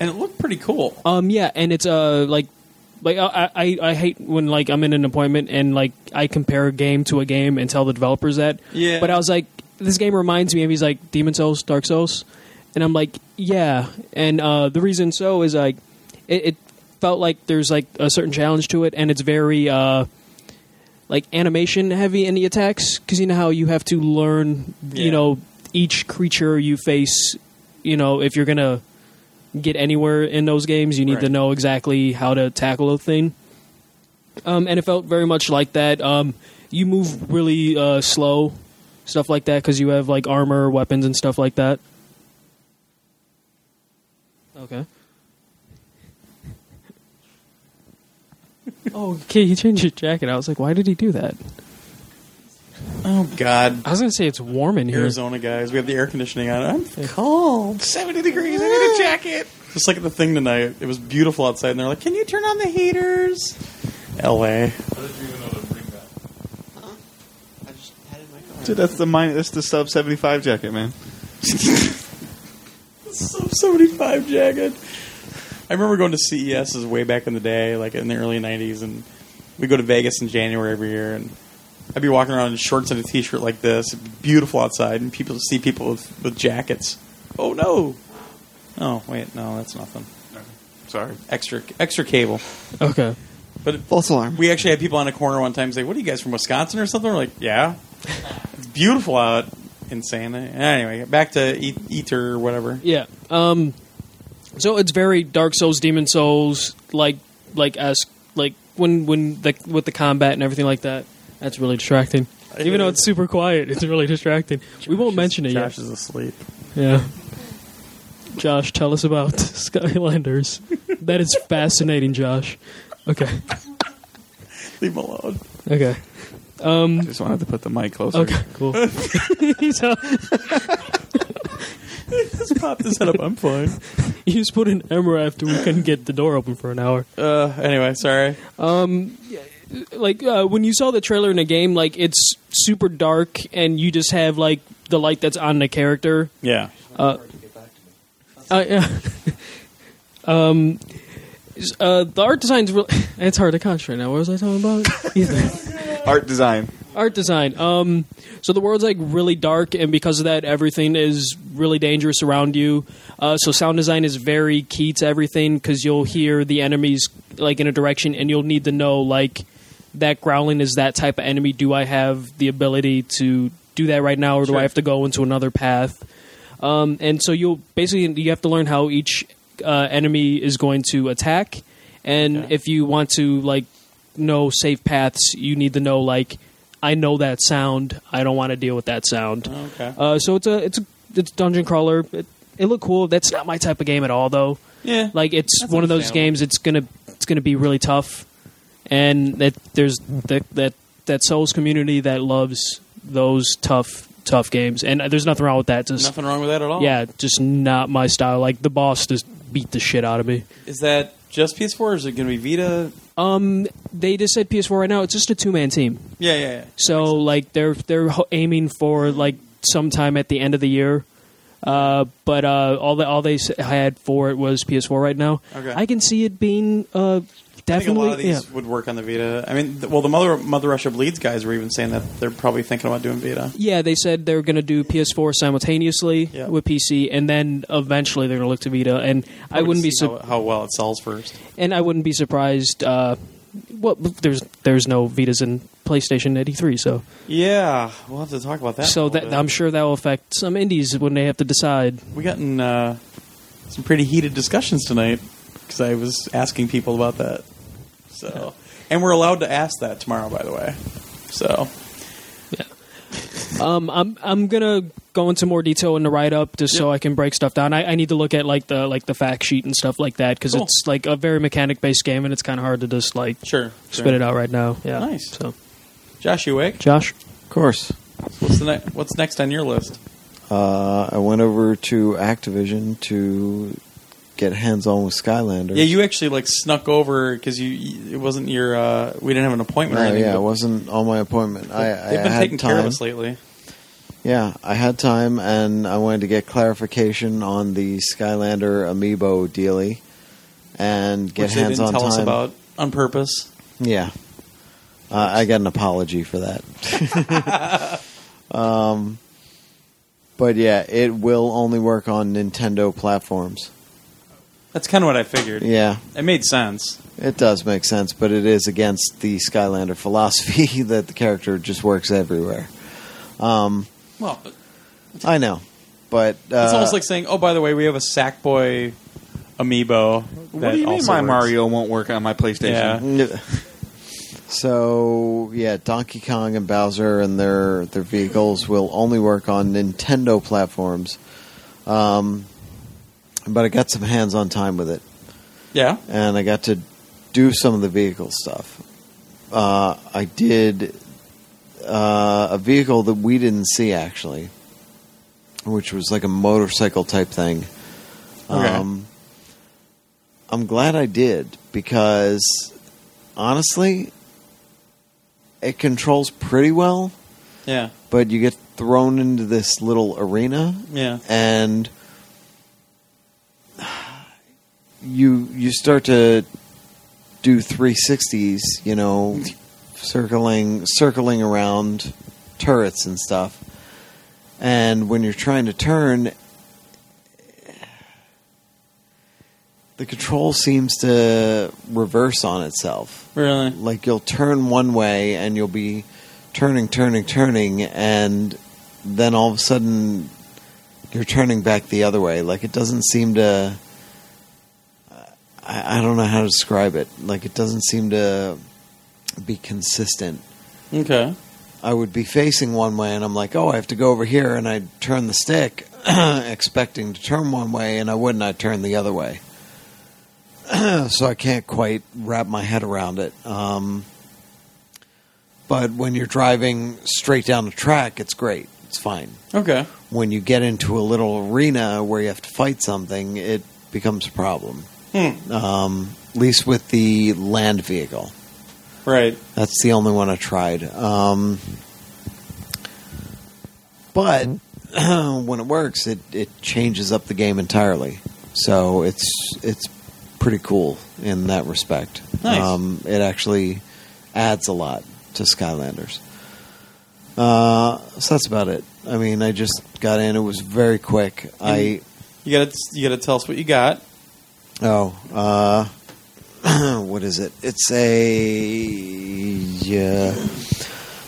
and it looked pretty cool.
Um, yeah, and it's uh like like I, I I hate when like I'm in an appointment and like I compare a game to a game and tell the developers that.
Yeah.
But I was like, this game reminds me, and he's like, Demon Souls, Dark Souls, and I'm like, yeah, and uh, the reason so is like it, it felt like there's like a certain challenge to it, and it's very uh. Like animation heavy in the attacks, because you know how you have to learn,
Yeah.
you know, each creature you face, you know, if you're gonna get anywhere in those games, you need to
Right.
know exactly how to tackle a thing. Um, and it felt very much like that. Um, you move really uh, slow, stuff like that, because you have like armor, weapons, and stuff like that. Okay. oh, okay. He changed his jacket. I was like, why did he do that?
Oh God,
I was gonna say it's warm in here.
Arizona guys, we have the air conditioning on. I'm
Cold.
seventy degrees. I need a jacket. Just like at the thing tonight, it was beautiful outside, and they're like, "Can you turn on the heaters?" L.A.
I just patted my car.
Dude, that's the min- that's the sub seventy five jacket, man.
Sub 75 jacket. I remember going to CES's way back in the day, like in the early 90s, and we go to Vegas in January every year, and I'd be walking around in shorts and a t-shirt like this, beautiful outside, and people see people with, with jackets. Oh no! Oh wait, no, that's nothing.
Sorry.
Extra extra cable.
Okay.
But
False alarm.
we actually had people on a corner one time say, "What are you guys from Wisconsin or something?" We're like, "Yeah, it's beautiful out." Insane. Anyway, back to e- Ether or whatever.
Yeah. Um so it's very Dark Souls, Demon Souls, like like esque like when when the with the combat and everything like that. That's really distracting. Even though it's super quiet, it's really distracting. we won't mention it
Josh is asleep.
yet. Yeah. Josh, tell us about Skylanders. that is fascinating, Josh. Okay.
Leave him alone.
Okay.
I just wanted to put the mic closer.
Okay. Cool. So,
Just popped his head up. I'm fine.
you just put an Emmer after we couldn't get the door open for an hour.
Uh, anyway, sorry.
like uh, when you saw the trailer in a game, like it's super dark and you just have like the light that's on the character.
Yeah.
Uh, yeah. um, s- uh, the art design's really. It's hard to concentrate now. What was I talking about? Ethan.
Art design.
art design. Um, so the world's like really dark, and because of that, everything is really dangerous around you. Uh, so sound design is very key to everything because you'll hear the enemies like in a direction, and you'll need to know like that growling is that type of enemy. Do I have the ability to do that right now, or do I have to go into another path? Um, and so you'll basically you have to learn how each uh, enemy is going to attack, and if you want to like know safe paths, you need to know like I know that sound. I don't want to deal with that sound.
Okay.
Uh, so it's a it's a it's dungeon crawler. It, it looked cool. That's not my type of game at all, though.
yeah.
Like it's
That's
one of those
understandable.
games. It's gonna it's going to be really tough, and that there's that that that Souls community that loves those tough tough games, and there's nothing wrong with that. Just
Nothing wrong with that at all.
yeah, just not my style. Like the boss just beat the shit out of me.
Is that just PS4 or is it going to be Vita?
Um, they just said PS4 right now. It's just a two man team.
Yeah, yeah, yeah.
So like they're they're ho- aiming for like sometime at the end of the year. Uh, but uh, all the all they s- had for it was PS4 right now.
Okay.
I can see it being uh,
I think a lot of
definitely.
these
Yeah.
would work on the Vita. I mean, th- well, the Mother Mother Russia Bleeds guys were even saying that they're probably thinking about doing Vita.
yeah, they said they're going to do PS4 simultaneously
Yeah.
with PC, and then eventually they're going to look to Vita. And I
Probably
wouldn't
to
be
see
su-
how, how well it sells first.
and I wouldn't be surprised. Uh, well, there's there's no Vitas in PlayStation 83, so
Yeah, we'll have to talk about that.
so that I'm sure that will affect some indies when they have to decide.
we got in uh, some pretty heated discussions tonight because I was asking people about that. So, and we're allowed to ask that tomorrow, by the way. So,
Um, I'm I'm gonna go into more detail in the write up just so I can break stuff down. I, I need to look at like the like the fact sheet and stuff like that because
Cool.
it's like a very mechanic based game and it's kind of hard to just like
sure,
spit it out right now. Yeah,
Nice.
So,
Josh, you awake?
Josh,
Of course.
What's the ne- what's next on your list?
Uh, I went over to Activision to get hands on with Skylanders.
Yeah, you actually like snuck over because you it wasn't your uh, we didn't have an appointment. or
No,
anything,
Oh, yeah,
but
it wasn't on my appointment. I, I
They've been
had
taking
time.
care of us lately.
Yeah, I had time, and I wanted to get clarification on the Skylander amiibo dealy, and get
which
hands
they didn't
on
tell
time.
us about on purpose.
Yeah, uh, I got an apology for that. um, but yeah, it will only work on Nintendo platforms.
That's kind of what I figured.
Yeah,
It made sense.
it does make sense, but it is against the Skylander philosophy that the character just works everywhere. Um,
Well, it's
I know, but uh,
almost like saying, "Oh, by the way, we have a Sackboy amiibo."
What do you mean my Mario won't work on my PlayStation?
Yeah.
Yeah. So yeah, Donkey Kong and Bowser and their their vehicles will only work on Nintendo platforms. Um, but I got some hands-on time with it,
Yeah,
and I got to do some of the vehicle stuff. Uh, I did uh, a vehicle that we didn't see actually, which was like a motorcycle type thing.
Okay.
Um, I'm glad I did because honestly, it controls pretty well,
yeah,
but you get thrown into this little arena
yeah.
and you you start to do 360s, you know, circling circling around turrets and stuff. And when you're trying to turn the control seems to reverse on itself
Really?
like you'll turn one way and you'll be turning turning turning and then all of a sudden you're turning back the other way like it doesn't seem to I, I don't know how to describe it like it doesn't seem to be consistent
Okay.
I would be facing one way and I'm like, oh, I have to go over here and I'd turn the stick expecting to turn one way and I wouldn't, I'd turn the other way. so I can't quite wrap my head around it. Um, but when you're driving straight down the track, it's great. It's fine.
Okay.
When you get into a little arena where you have to fight something, it becomes a problem. Um, at least with the land vehicle.
Right.
That's the only one I tried. Um, but when it works, it, it changes up the game entirely. So it's it's pretty cool in that respect.
Nice.
Um, it actually adds a lot to Skylanders. Uh, so that's about it. I mean, I just got in. It was very quick. I
You gotta you gotta tell us what you got.
Oh, uh, what is it? It's a uh,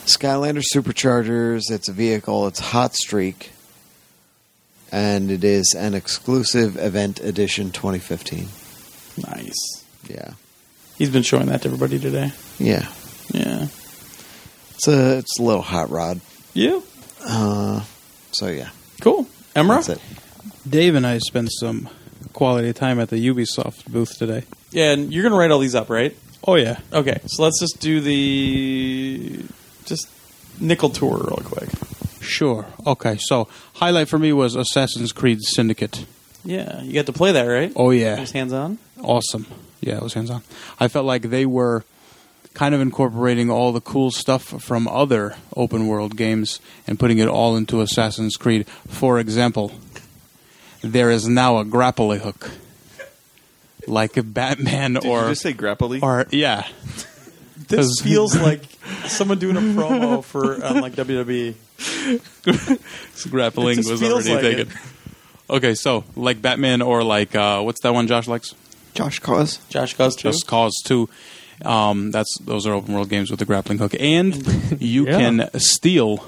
Skylander Superchargers. It's a vehicle. It's Hot Streak, and it is an exclusive event edition 2015.
Nice.
Yeah,
He's been showing that to everybody today.
yeah.
Yeah.
It's a it's a little hot rod.
Yeah.
Uh, so yeah,
Cool. Emra.
that's it.
Dave and I spent some quality time at the Ubisoft booth today.
Yeah, and you're gonna write all these up, right?
Oh yeah.
Okay, so let's just do the just nickel tour real quick.
Sure. Okay. So highlight for me was Assassin's Creed Syndicate.
Yeah, you got to play that, right?
Oh yeah.
Just hands on.
Awesome. Yeah, it was hands on. I felt like they were kind of incorporating all the cool stuff from other open world games and putting it all into Assassin's Creed. For example, there is now a grappling hook. Like a Batman
Did
or
you just say grappling?
or yeah.
This
Does-
feels like someone doing a promo for um, like WWE.
grappling
It just
was
feels
already
like
taken. Okay, so like Batman or like uh, what's that one Josh likes?
Josh Cause.
Josh Cause too.
Just Cause Two. Um, that's those are open world games with a grappling hook, and you
Yeah.
can steal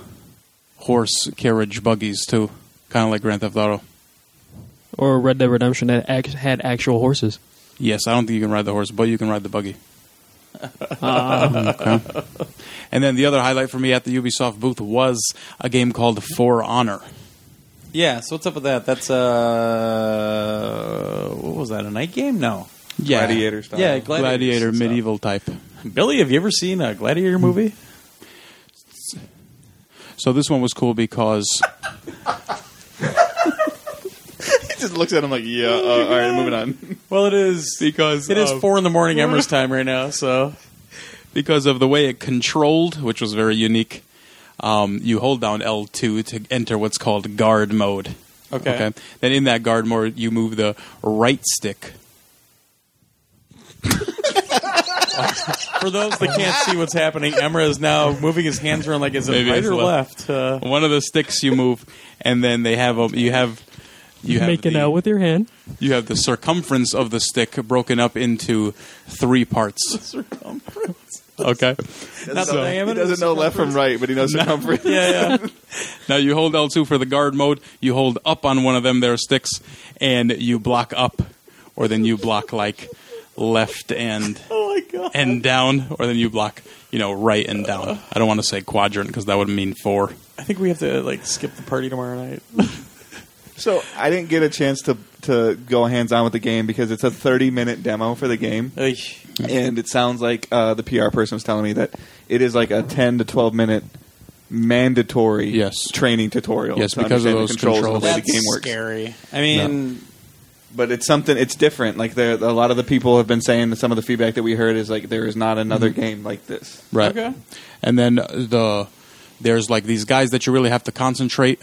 horse carriage buggies too, kind of like Grand Theft Auto.
Or Red Dead Redemption that act- had actual horses.
Yes, I don't think you can ride the horse, but you can ride the buggy.
Uh,
Okay. And then the other highlight for me at the Ubisoft booth was a game called For Honor.
Yeah. So what's up with that? That's uh, what was that? A night game? No.
Yeah,
Gladiator style.
Yeah,
gladiator,
gladiators and stuff.
medieval type.
Billy, have you ever seen a gladiator movie?
So this one was cool because
He just looks at him like, yeah. Uh, all right, moving on.
Well, it is
because
It is
of-
four in the morning Emmer's time right now. So
because of the way it controlled, which was very unique. Um, you hold down L two to enter what's called guard mode.
Okay.
Then in that guard mode, you move the right stick.
for those that can't see what's happening, Emmer is now moving his hands around like is it
Maybe
right
it's
or
left.
left? Uh,
One of the sticks you move, and then they have a, you have you have
Making
the,
out with your hand.
you have the circumference of the stick broken up into three parts. Okay.
not the diameter,
he doesn't
the
know left from right, but he knows circumference.
Yeah, yeah.
Now you hold L2 for the guard mode. You hold up on one of them their sticks, and you block up, or then you block like left and
oh my god.
and down, or then you block you know right and down. I don't want to say quadrant because that would mean four.
I think we have to like skip the party tomorrow night.
So I didn't get a chance to to go hands on with the game because it's a 30 minute demo for the game,
Eesh.
and it sounds like uh, the PR person was telling me that it is like a 10 to 12 minute mandatory
Yes.
training tutorial.
Yes,
to
because of
understand the
those
and the way
That's
the game works.
scary. I mean,
But it's something it's different. Like there, a lot of the people have been saying that some of the feedback that we heard is like there is not another game like this.
Right.
Okay.
And then the there's like these guys that you really have to concentrate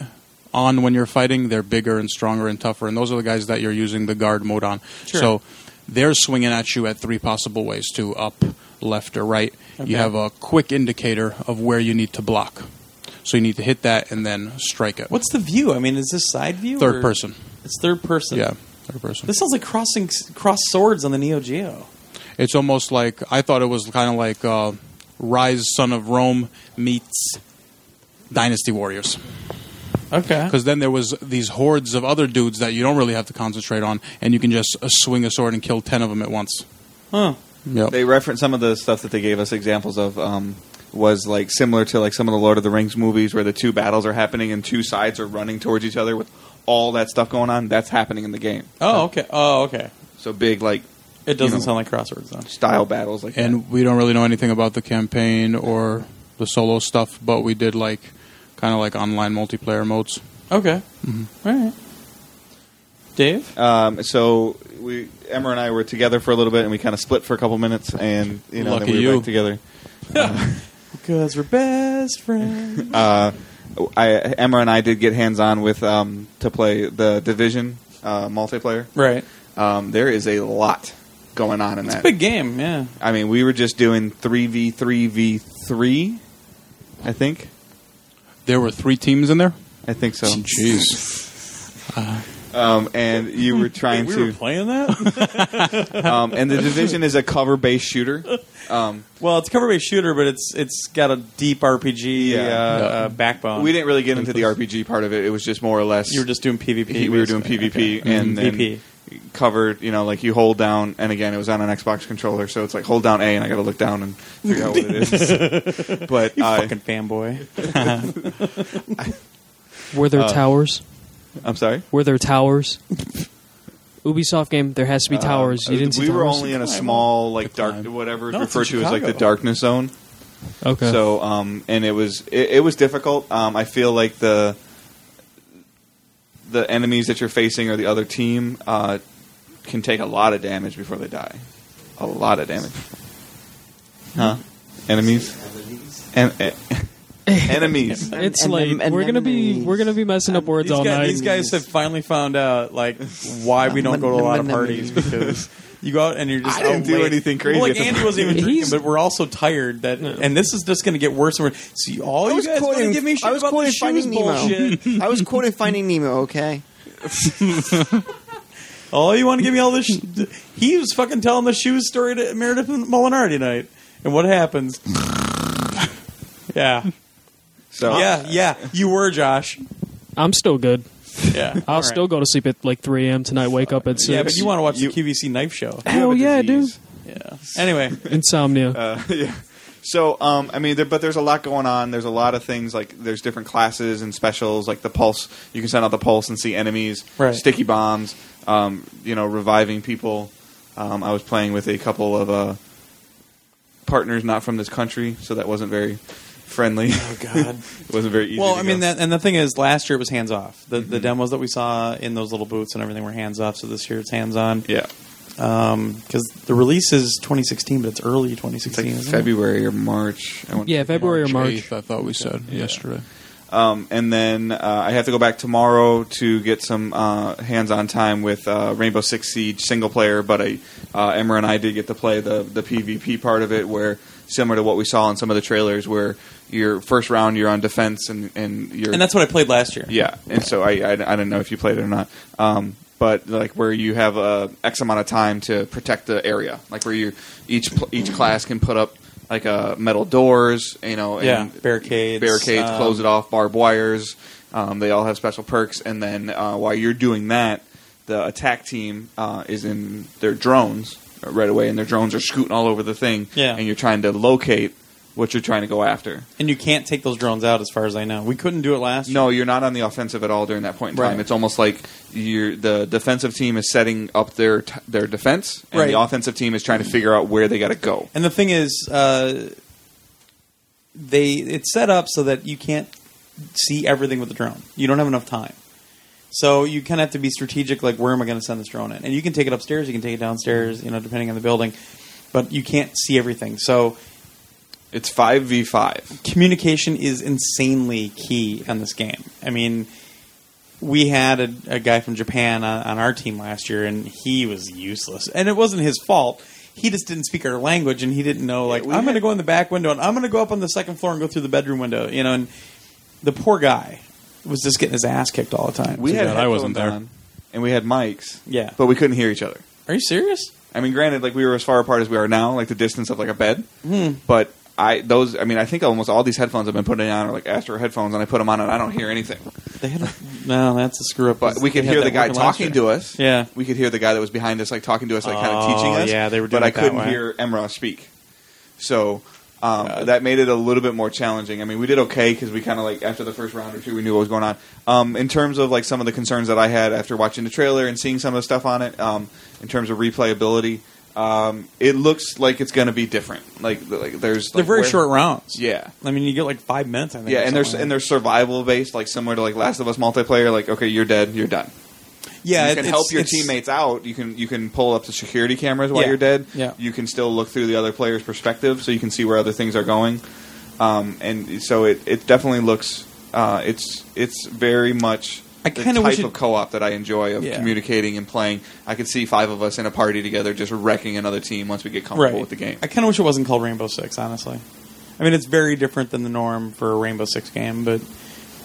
on when you're fighting. They're bigger and stronger and tougher, and those are the guys that you're using the guard mode on.
Sure.
So they're swinging at you at three possible ways: to up, left, or right.
Okay.
You have a quick indicator of where you need to block, so you need to hit that and then strike it.
what's the view? I mean, is this side view?
third
or-
person?
It's third person.
Yeah, third person.
This sounds like crossing cross swords on the Neo Geo.
it's almost like I thought it was kind of like uh, Rise, Son of Rome meets Dynasty Warriors.
Okay.
because then there was these hordes of other dudes that you don't really have to concentrate on, and you can just uh, swing a sword and kill ten of them at once.
Huh.
Yep.
They reference some of the stuff that they gave us examples of um, was like similar to like some of the Lord of the Rings movies where the two battles are happening and two sides are running towards each other with all that stuff going on. That's happening in the game.
Oh, okay. Oh, okay.
So big like
It doesn't
You know.
sound like crosswords though.
style battles like
and we don't really know anything about the campaign or the solo stuff, but we did like kind of like online multiplayer modes.
Okay.
Mm-hmm.
All right. Dave?
that. Um, so we Emma and I were together for a little bit and we kind of split for a couple minutes and you know
Lucky
then we were
you.
back together.
Because we're best friends.
uh, I Emma and I did get hands on with um, to play the Division uh, multiplayer.
right.
Um, there is a lot going on in
It's a
that.
big game, yeah.
I mean, we were just doing three v three v three. I think.
There were three teams in there.
I think so.
Jeez.
Um, and you were trying
we were
to.
playing that?
Um, and the division is a cover-based shooter. Um,
well, it's cover based shooter, but it's it's got a deep RPG
Yeah.
uh, uh, backbone.
we didn't really get into the RPG part of it. It was just more or less.
you were just doing PvP.
we were doing
basically.
PvP
Okay.
and then
PvP.
covered. You know, like you hold down, and again, it was on an Xbox controller, so it's like hold down A, and I got to look down and figure out what it is. but
You
I-
fucking fanboy.
Were there towers?
Uh,
I'm sorry.
Were there towers? Ubisoft game, there has to be towers. You didn't
Uh, we
see
were
towers?
only in a
climb.
small like
To
dark
climb.
whatever is
No, it's in
referred to as like the
Chicago.
darkness zone.
okay.
So um, and it was it, it was difficult. Um, I feel like the the enemies that you're facing or the other team uh, can take a lot of damage before they die. A lot of damage. Huh? Enemies. En- en- e-, enemies.
it's
And-
like
and- and
we're gonna be
enemies.
we're gonna be messing up words
um, these,
all
guys,
night.
these guys have finally found out like why we don't go to a lot of parties because you go out and you're just
I didn't
out
do
late.
anything crazy
Well,
at
like
the
Andy wasn't even drinking,
He's-
but we're all so tired that, and this is just going to get worse and worse. See, all you
was
guys want
quoting-
to give me shit
I was
about
quoting
this shoes
Finding Nemo.
bullshit.
I was quoting Finding Nemo. Okay,
all you want to give me all this. Sh- he was fucking telling the shoes story to Meredith Molinari tonight, and what happens? yeah,
So
yeah, yeah. You were Josh.
I'm still good.
Yeah,
I'll
All right.
still go to sleep at like 3 a.m. tonight. Wake up at six.
Yeah, but you want to watch
You-
the QVC knife show?
you have a
Hell yeah, dude.
disease.
Yeah. Anyway,
Insomnia.
Uh, yeah. So, um, I mean, there, but there's a lot going on. There's a lot of things like there's different classes and specials, like the pulse. You can send out the pulse and see enemies,
Right.
sticky bombs, um, you know, reviving people. Um, I was playing with a couple of uh, partners not from this country, so that wasn't very friendly.
oh god.
it wasn't very easy.
Well,
to
I mean,
go.
that, and the thing is, last year it was hands off. The, the demos that we saw in those little booths and everything were hands off. So this year it's hands on because
yeah,
the release is 2016, but it's early
it's
2016.
like
isn't it?
February or March. I want-
yeah, February or March.
8th, I thought we said yesterday.
Um, and then uh, I have to go back tomorrow to get some uh, hands-on time with uh, Rainbow Six Siege single player. But I, uh, Emma and I did get to play the the PvP part of it, where similar to what we saw in some of the trailers, where your first round you're on defense and and you're
And that's what I played last year.
yeah. And so I I, I don't know if you played it or not. Um, but like where you have uh, X amount of time to protect the area, like where you each pl- each class can put up like uh, metal doors, you know, and
Yeah, barricades,
barricades,
um,
close it off, barbed wires. Um, they all have special perks, and then uh, while you're doing that, the attack team uh, is in their drones uh, right away, and their drones are scooting all over the thing,
Yeah.
and you're trying to locate what you're trying to go after.
And you can't take those drones out, as far as I know. We couldn't do it last. year.
No, you're not on the offensive at all during that point in time.
Right.
It's almost like you're, the defensive team is setting up their t- their defense, and the
Right.
offensive team is trying to figure out where they got to go.
And the thing is, uh, they it's set up so that you can't see everything with the drone. You don't have enough time. So you kind of have to be strategic. Like, where am I going to send this drone in? And you can take it upstairs. You can take it downstairs. You know, depending on the building. But you can't see everything. So
It's five v five.
communication is insanely key on this game. I mean, we had a, a guy from Japan on, on our team last year, and he was useless. And it wasn't his fault. He just didn't speak our language, and he didn't know. Like,
we
I'm going to
had-
go in the back window, and I'm going to go up on the second floor and go through the bedroom window. You know, and the poor guy was just getting his ass kicked all the time.
We
Too
had
bad I wasn't
headphones on,
there.
and we had mics.
Yeah.
but we couldn't hear each other.
Are you serious?
I mean, granted, like we were as far apart as we are now, like the distance of like a bed.
Hmm.
But I those, I mean, I think almost all these headphones I've been putting on are like Astro headphones, and I put them on and I don't hear anything.
They had a, no, that's a screw up.
But we could
They had
hear the
that
guy
working last
talking
year.
to us.
Yeah.
we could hear the guy that was behind us, like talking to us, like kind of
Oh,
teaching us.
yeah, they were doing
But I
it that
couldn't
way. Uh,
hear Emra speak, so um, that made it a little bit more challenging. I mean, we did okay because we kind of like after the first round or two, we knew what was going on. Um, in terms of like some of the concerns that I had after watching the trailer and seeing some of the stuff on it, um, in terms of replayability, um, it looks like it's going to be different. Like, like there's
They're
like,
very
where-
short rounds.
Yeah.
I mean, you get like five minutes. I think.
Yeah,
or
and
something
there's
like
and
that.
there's survival based, like similar to like Last of Us multiplayer. Like, okay, you're dead, you're done
yeah,
you
it-
can
it's-
help your
it's-
teammates out. You can you can pull up the security cameras while
Yeah.
you're dead.
Yeah.
You can still look through the other player's perspective, so you can see where other things are going. Um, and so it, it definitely looks uh, it's it's very much
I
the
kinda wish
type
it-
of co-op that I enjoy of
Yeah.
communicating and playing. I could see five of us in a party together just wrecking another team once we get comfortable
right.
with the game.
I kind of wish it wasn't called Rainbow Six, honestly. I mean, it's very different than the norm for a Rainbow Six game, but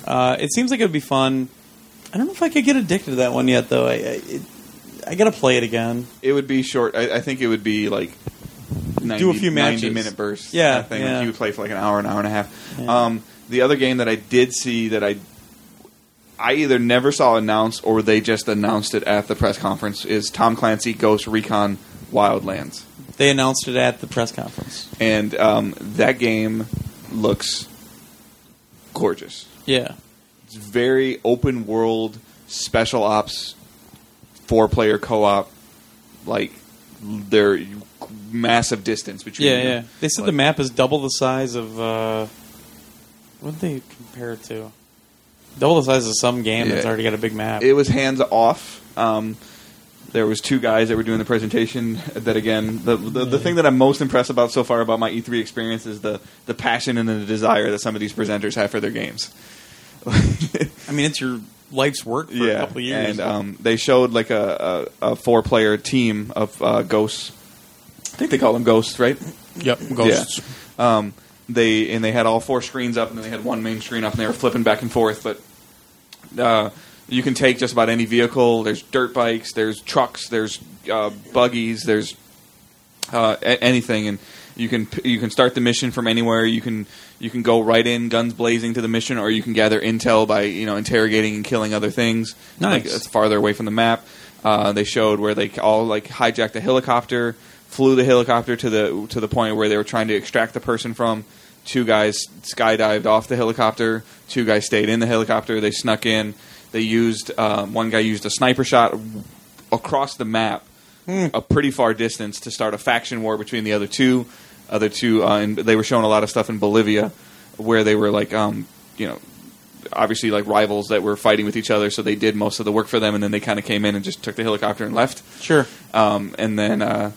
uh, it seems like it would be fun. I don't know if I could get addicted to that one yet, though. I I, it, I gotta play it again.
It would be short. I, I think it would be like 90,
Do a few matches.
90 minute bursts.
Yeah,
kind of thing. Like,
yeah.
you would play for like an hour, an hour and a half.
Yeah.
Um, the other game that I did see that I I either never saw announced or they just announced it at the press conference is Tom Clancy Ghost Recon Wildlands,
They announced it at the press conference.
and um, that game looks gorgeous.
Yeah,
It's very open world special ops four player co op, like their massive distance between.
Yeah,
them.
yeah. They said
Like-
the map is double the size of. Uh, what did they compare it to? Double the size of some game that's
Yeah.
already got a big map.
It was hands off. Um, there was two guys that were doing the presentation. That again, the the, the thing that I'm most impressed about so far about my E3 experience is the the passion and the desire that some of these presenters have for their games.
I mean, it's your life's work for a couple of years.
And um, they showed like a, a, a four player team of uh, ghosts. I think they call them ghosts, right?
Yep, ghosts.
Um, they and they had all four screens up, and then they had one main screen up, and they were flipping back and forth. But uh, you can take just about any vehicle. There's dirt bikes, there's trucks, there's uh, buggies, there's uh, a- anything, and you can you can start the mission from anywhere. You can you can go right in, guns blazing, to the mission, or you can gather intel by you know interrogating and killing other things.
Nice.
Like, it's farther away from the map. Uh, they showed where they all like hijacked a helicopter, flew the helicopter to the to the point where they were trying to extract the person from. Two guys skydived off the helicopter. Two guys stayed in the helicopter. They snuck in. They used um, one guy used a sniper shot across the map a pretty far distance to start a faction war between the other two. Other two, uh, and they were showing a lot of stuff in Bolivia where they were like, um, you know, obviously like rivals that were fighting with each other. So they did most of the work for them, and then they kind of came in and just took the helicopter and left.
sure.
Um, and then uh,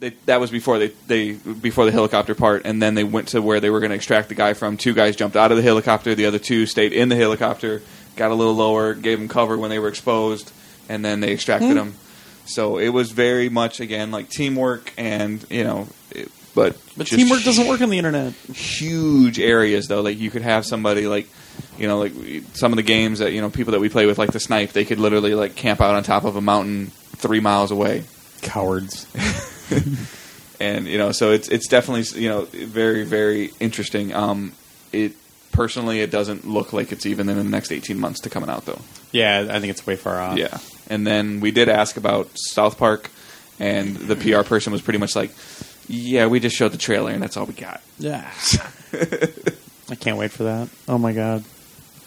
they, that was before they, they before the helicopter part, and then they went to where they were going to extract the guy from. Two guys jumped out of the helicopter. The other two stayed in the helicopter, got a little lower, gave them cover when they were exposed, and then they extracted
Hmm.
them. So it was very much again like teamwork, and you know, it, but
But
just
teamwork doesn't work on the internet.
huge areas though. Like you could have somebody like you know like we- some of the games that you know people that we play with like the snipe. They could literally like camp out on top of a mountain three miles away,
Cowards.
and you know so it's it's definitely you know very very interesting. Um, it personally it doesn't look like it's even in the next eighteen months to coming out though.
Yeah, I think it's way far off.
Yeah. And then we did ask about South Park, and the PR person was pretty much like, "Yeah, we just showed the trailer, and that's all we got."
Yeah. I can't wait for that. Oh my god.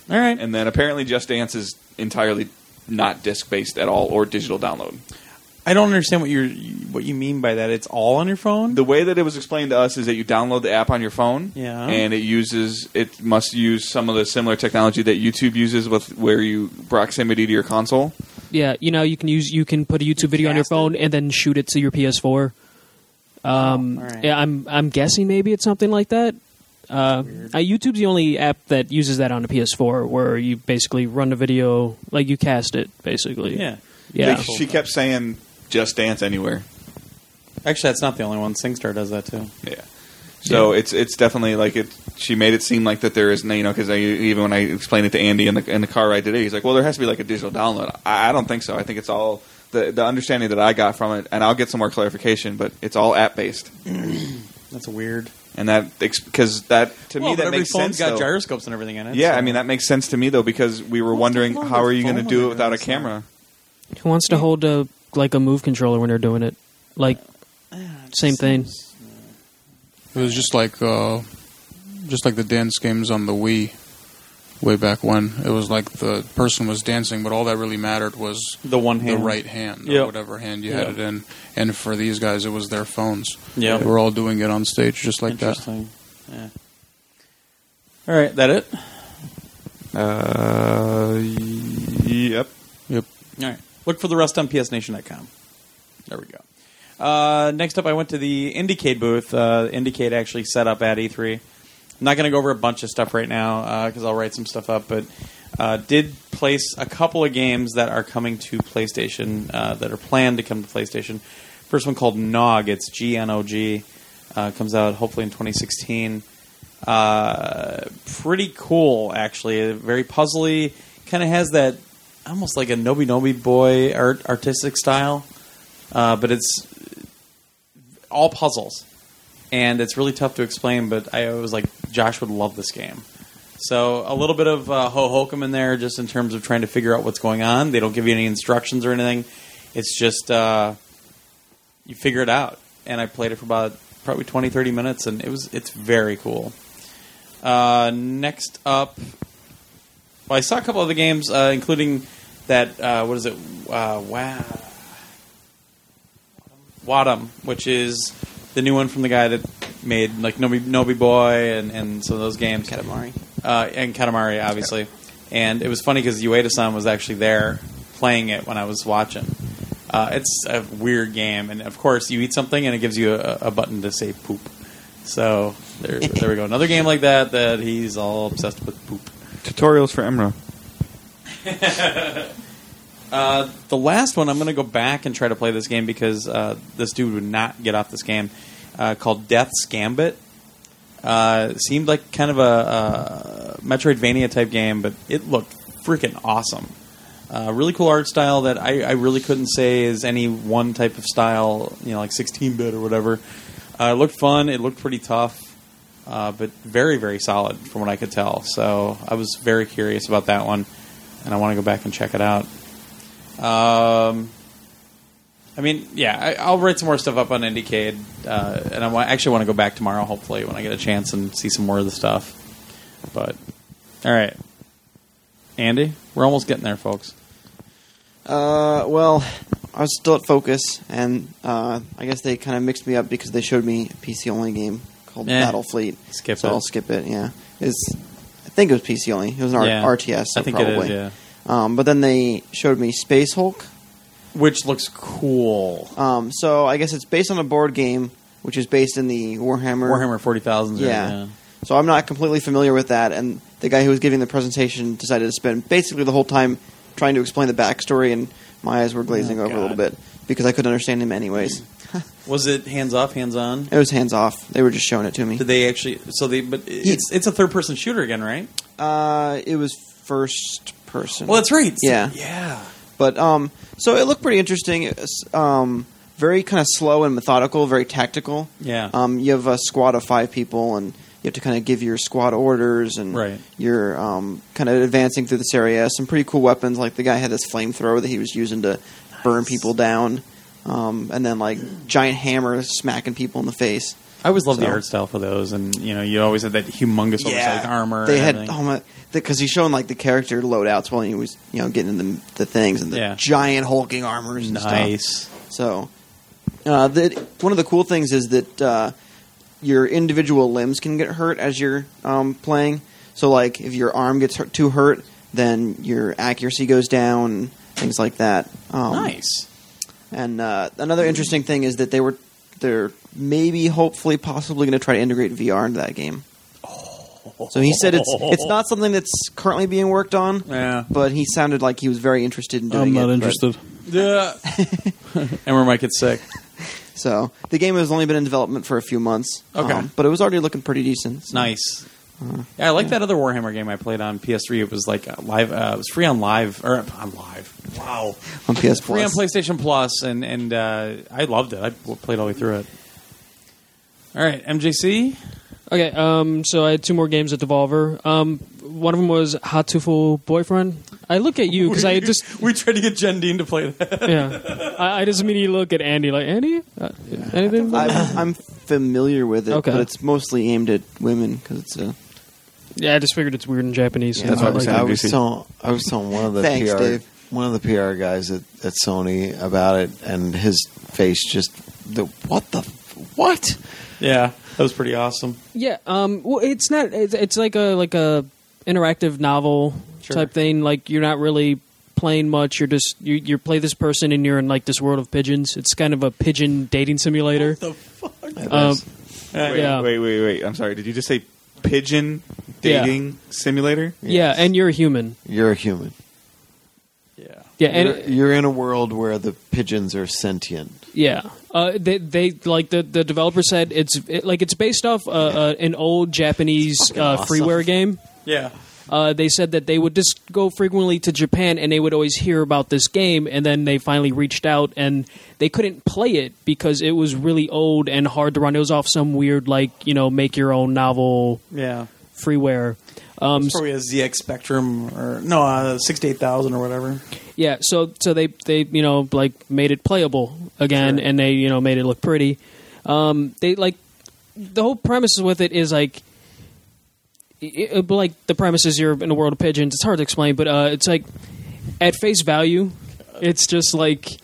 All right.
And then apparently Just Dance is entirely not disc based at all or digital download.
I don't understand what you are what you mean by that. It's all on your phone.
The way that it was explained to us is that you download the app on your phone,
Yeah.
and it uses it must use some of the similar technology that YouTube uses with where you proximity to your console.
Yeah, you know, you can use you can put a YouTube video on your
cast it.
phone and then shoot it to your PS4. Um,
Wow, Oh, alright.
yeah, I'm I'm guessing maybe it's something like that. Uh, uh, YouTube's the only app that uses that on a PS4, where you basically run the video like you cast it, basically.
yeah.
yeah.
They- she kept saying Just Dance anywhere.
Actually, that's not the only one. SingStar does that too.
Yeah. So it's it's definitely like it. She made it seem like that there is no, you know, because even when I explained it to Andy in the in the car ride today, he's like, "Well, there has to be like a digital download." I, I don't think so. I think it's all the the understanding that I got from it, and I'll get some more clarification. But it's all app based,
That's weird.
and that because that to
Well,
me
but
that
every
makes
phone's
sense.
got
though.
gyroscopes and everything in it.
yeah,
so-
I mean that makes sense to me though because we were wondering
wrong
how
with
are you
phone
going to
when
do
they're
it without a
doing
camera?
Who wants to hold a like a move controller when they're doing it? Like same thing.
It was just like uh, just like the dance games on the Wii way back when. It was like the person was dancing, but all that really mattered was
the one
the
hand,
right hand
Yep.
or whatever hand you
Yeah.
had it in. And for these guys, it was their phones.
Yeah.
They were all doing it on stage just like that.
Interesting. Yeah. All right, that it.
Uh, yep.
Yep.
All right. Look for the rest on psnation.com. There we go. Uh, next up, I went to the Indicate booth. Uh, Indicate actually set up at E3. I'm not going to go over a bunch of stuff right now because I'll write some stuff up, but uh, did place a couple of games that are coming to PlayStation uh, that are planned to come to PlayStation. First one called Nog. It's G N O G. Uh, comes out hopefully in 2016 uh, pretty cool actually. Uh, Very puzzly. Kind of has that almost like a Nobi Nobi boy art artistic style, uh, but it's all puzzles, and it's really tough to explain. But I was like, Josh would love this game. So a little bit of uh, ho hokum in there, just in terms of trying to figure out what's going on. They don't give you any instructions or anything. It's just. Uh, you figure it out. And I played it for about probably 20, 30 minutes, and it was it's very cool. Uh, next up, well, I saw a couple other games, uh, including that uh, what is it? Uh, wow, Wadum, which is the new one from the guy that made like Nobi, Nobi Boy and, and some of those games. Katamari, uh, and Katamari, obviously. And it was funny because Ueda-san was actually there playing it when I was watching. Uh, it's a weird game, and of course, you eat something and it gives you a, a button to say poop. So there, there we go. Another game like that that he's all obsessed with poop.
Tutorials for Emra.
Uh, the last one, I'm going to go back and try to play this game because uh, this dude would not get off this game uh, called Death's Gambit. Uh, seemed like kind of a, uh Metroidvania type game, but it looked freaking awesome. Uh, really cool art style that I, I really couldn't say is any one type of style, you know, like 16 bit or whatever. Uh, it looked fun. It looked pretty tough, uh, but very, very solid from what I could tell. So I was very curious about that one, and I want to go back and check it out. Um, I mean, yeah, I, I'll write some more stuff up on Indiecade, uh, and I wa- actually want to go back tomorrow, hopefully, when I get a chance and see some more of the stuff. But all right, Andy, we're almost getting there, folks.
Uh, well, I was still at Focus, and uh, I guess they kind of mixed me up because they showed me a PC only game called
Eh.
Battle Fleet.
Skip
so
it.
I'll skip it. Yeah, it's I think it was PC only. It was an R-
Yeah.
RTS. So
I think it is,
probably.
yeah.
Um, but then they showed me Space Hulk.
Which looks cool.
Um, so I guess it's based on a board game, which is based in the Warhammer.
Warhammer forty thousand.
Yeah. So I'm not completely familiar with that, and the guy who was giving the presentation decided to spend basically the whole time trying to explain the backstory, and my eyes were glazing
Oh,
over a little
God.
bit because I couldn't understand him anyways.
Was it hands off, hands on?
It was hands off. They were just showing it to me.
Did they actually? So they, but it's it's a third person shooter again, right?
Uh, it was first person.
Well, that's right.
Yeah.
yeah.
But um, so it looked pretty interesting. It was, um, very kind of slow and methodical, very tactical.
Yeah.
Um, you have a squad of five people, and you have to kind of give your squad orders, and
Right.
you're um, kind of advancing through this area. Some pretty cool weapons, like the guy had this flamethrower that he was using to burn people down, um, and then like giant hammer smacking people in the face.
I always loved the
So-
art style for those, and you know, you always had that humongous oversized armor.
They
and
had
everything.
oh my, because he's showing like the character loadouts while he was you know getting the the things and the
Yeah.
giant hulking armors and
nice.
stuff. So, uh, the, one of the cool things is that uh, your individual limbs can get hurt as you're um, playing. So, like if your arm gets hurt, too hurt, then your accuracy goes down, things like that. Um,
nice.
And uh, another interesting thing is that they were they're maybe, hopefully, possibly going to try to integrate VR into that game. So he said it's it's not something that's currently being worked on,
Yeah.
but he sounded like he was very interested in doing
I'm not
it, but-
interested.
Yeah. Emmer might get sick.
So the game has only been in development for a few months. um,
Okay.
but it was already looking pretty decent. so-
Nice. Yeah, I like that other Warhammer game I played on PS3. It was like uh, live. Uh, it was free on live or uh, on live. Wow.
on PS Plus.
Free on PlayStation Plus, and and uh, I loved it. I w- played all the way through it. All right, MJC.
Okay, um, so I had two more games at Devolver. Um, one of them was Hatuful Boyfriend. I look at you because I just
we tried to get Jen Dean to play that.
yeah, I, I just immediately look at Andy like Andy, uh, anything?
I'm, I'm familiar with it,
Okay.
but it's mostly aimed at women because it's a.
yeah, I just figured it's weird in Japanese. so
Yeah, that's
I
what I'm
like
saying.
I
it.
was
DC.
telling I was telling one of the
Thanks,
PR
Dave.
one of the PR guys at, at Sony about it, and his face just the what the what?
Yeah, that was pretty awesome.
Yeah, um, well, it's not. It's, it's like a like a interactive novel
Sure.
type thing. Like you're not really playing much. You're just you you play this person and you're in like this world of pigeons. It's kind of a pigeon dating simulator.
The fuck.
Um,
Wait,
yeah.
wait, wait, wait. I'm sorry. Did you just say pigeon
Yeah.
dating simulator?
Yeah, and you're a human.
You're a human.
Yeah.
Yeah,
You're,
and
you're in a world where the pigeons are sentient.
yeah. Uh, they they like the the developer said it's it, like it's based off uh, uh, an old Japanese uh,
awesome.
freeware game.
Yeah.
uh, they said that they would just go frequently to Japan and they would always hear about this game. And then they finally reached out and they couldn't play it because it was really old and hard to run. It was off some weird, like, you know, make your own novel
Yeah.
freeware. Um,
It's probably a ZX Spectrum or no, uh, six to eight thousand or whatever.
yeah, so so they they you know like made it playable again,
Sure.
and they you know made it look pretty. Um, they like the whole premise with it is like. i i- like the premise is you're in a world of pigeons. uh, It's hard to explain, but uh, it's like at face value, it's just like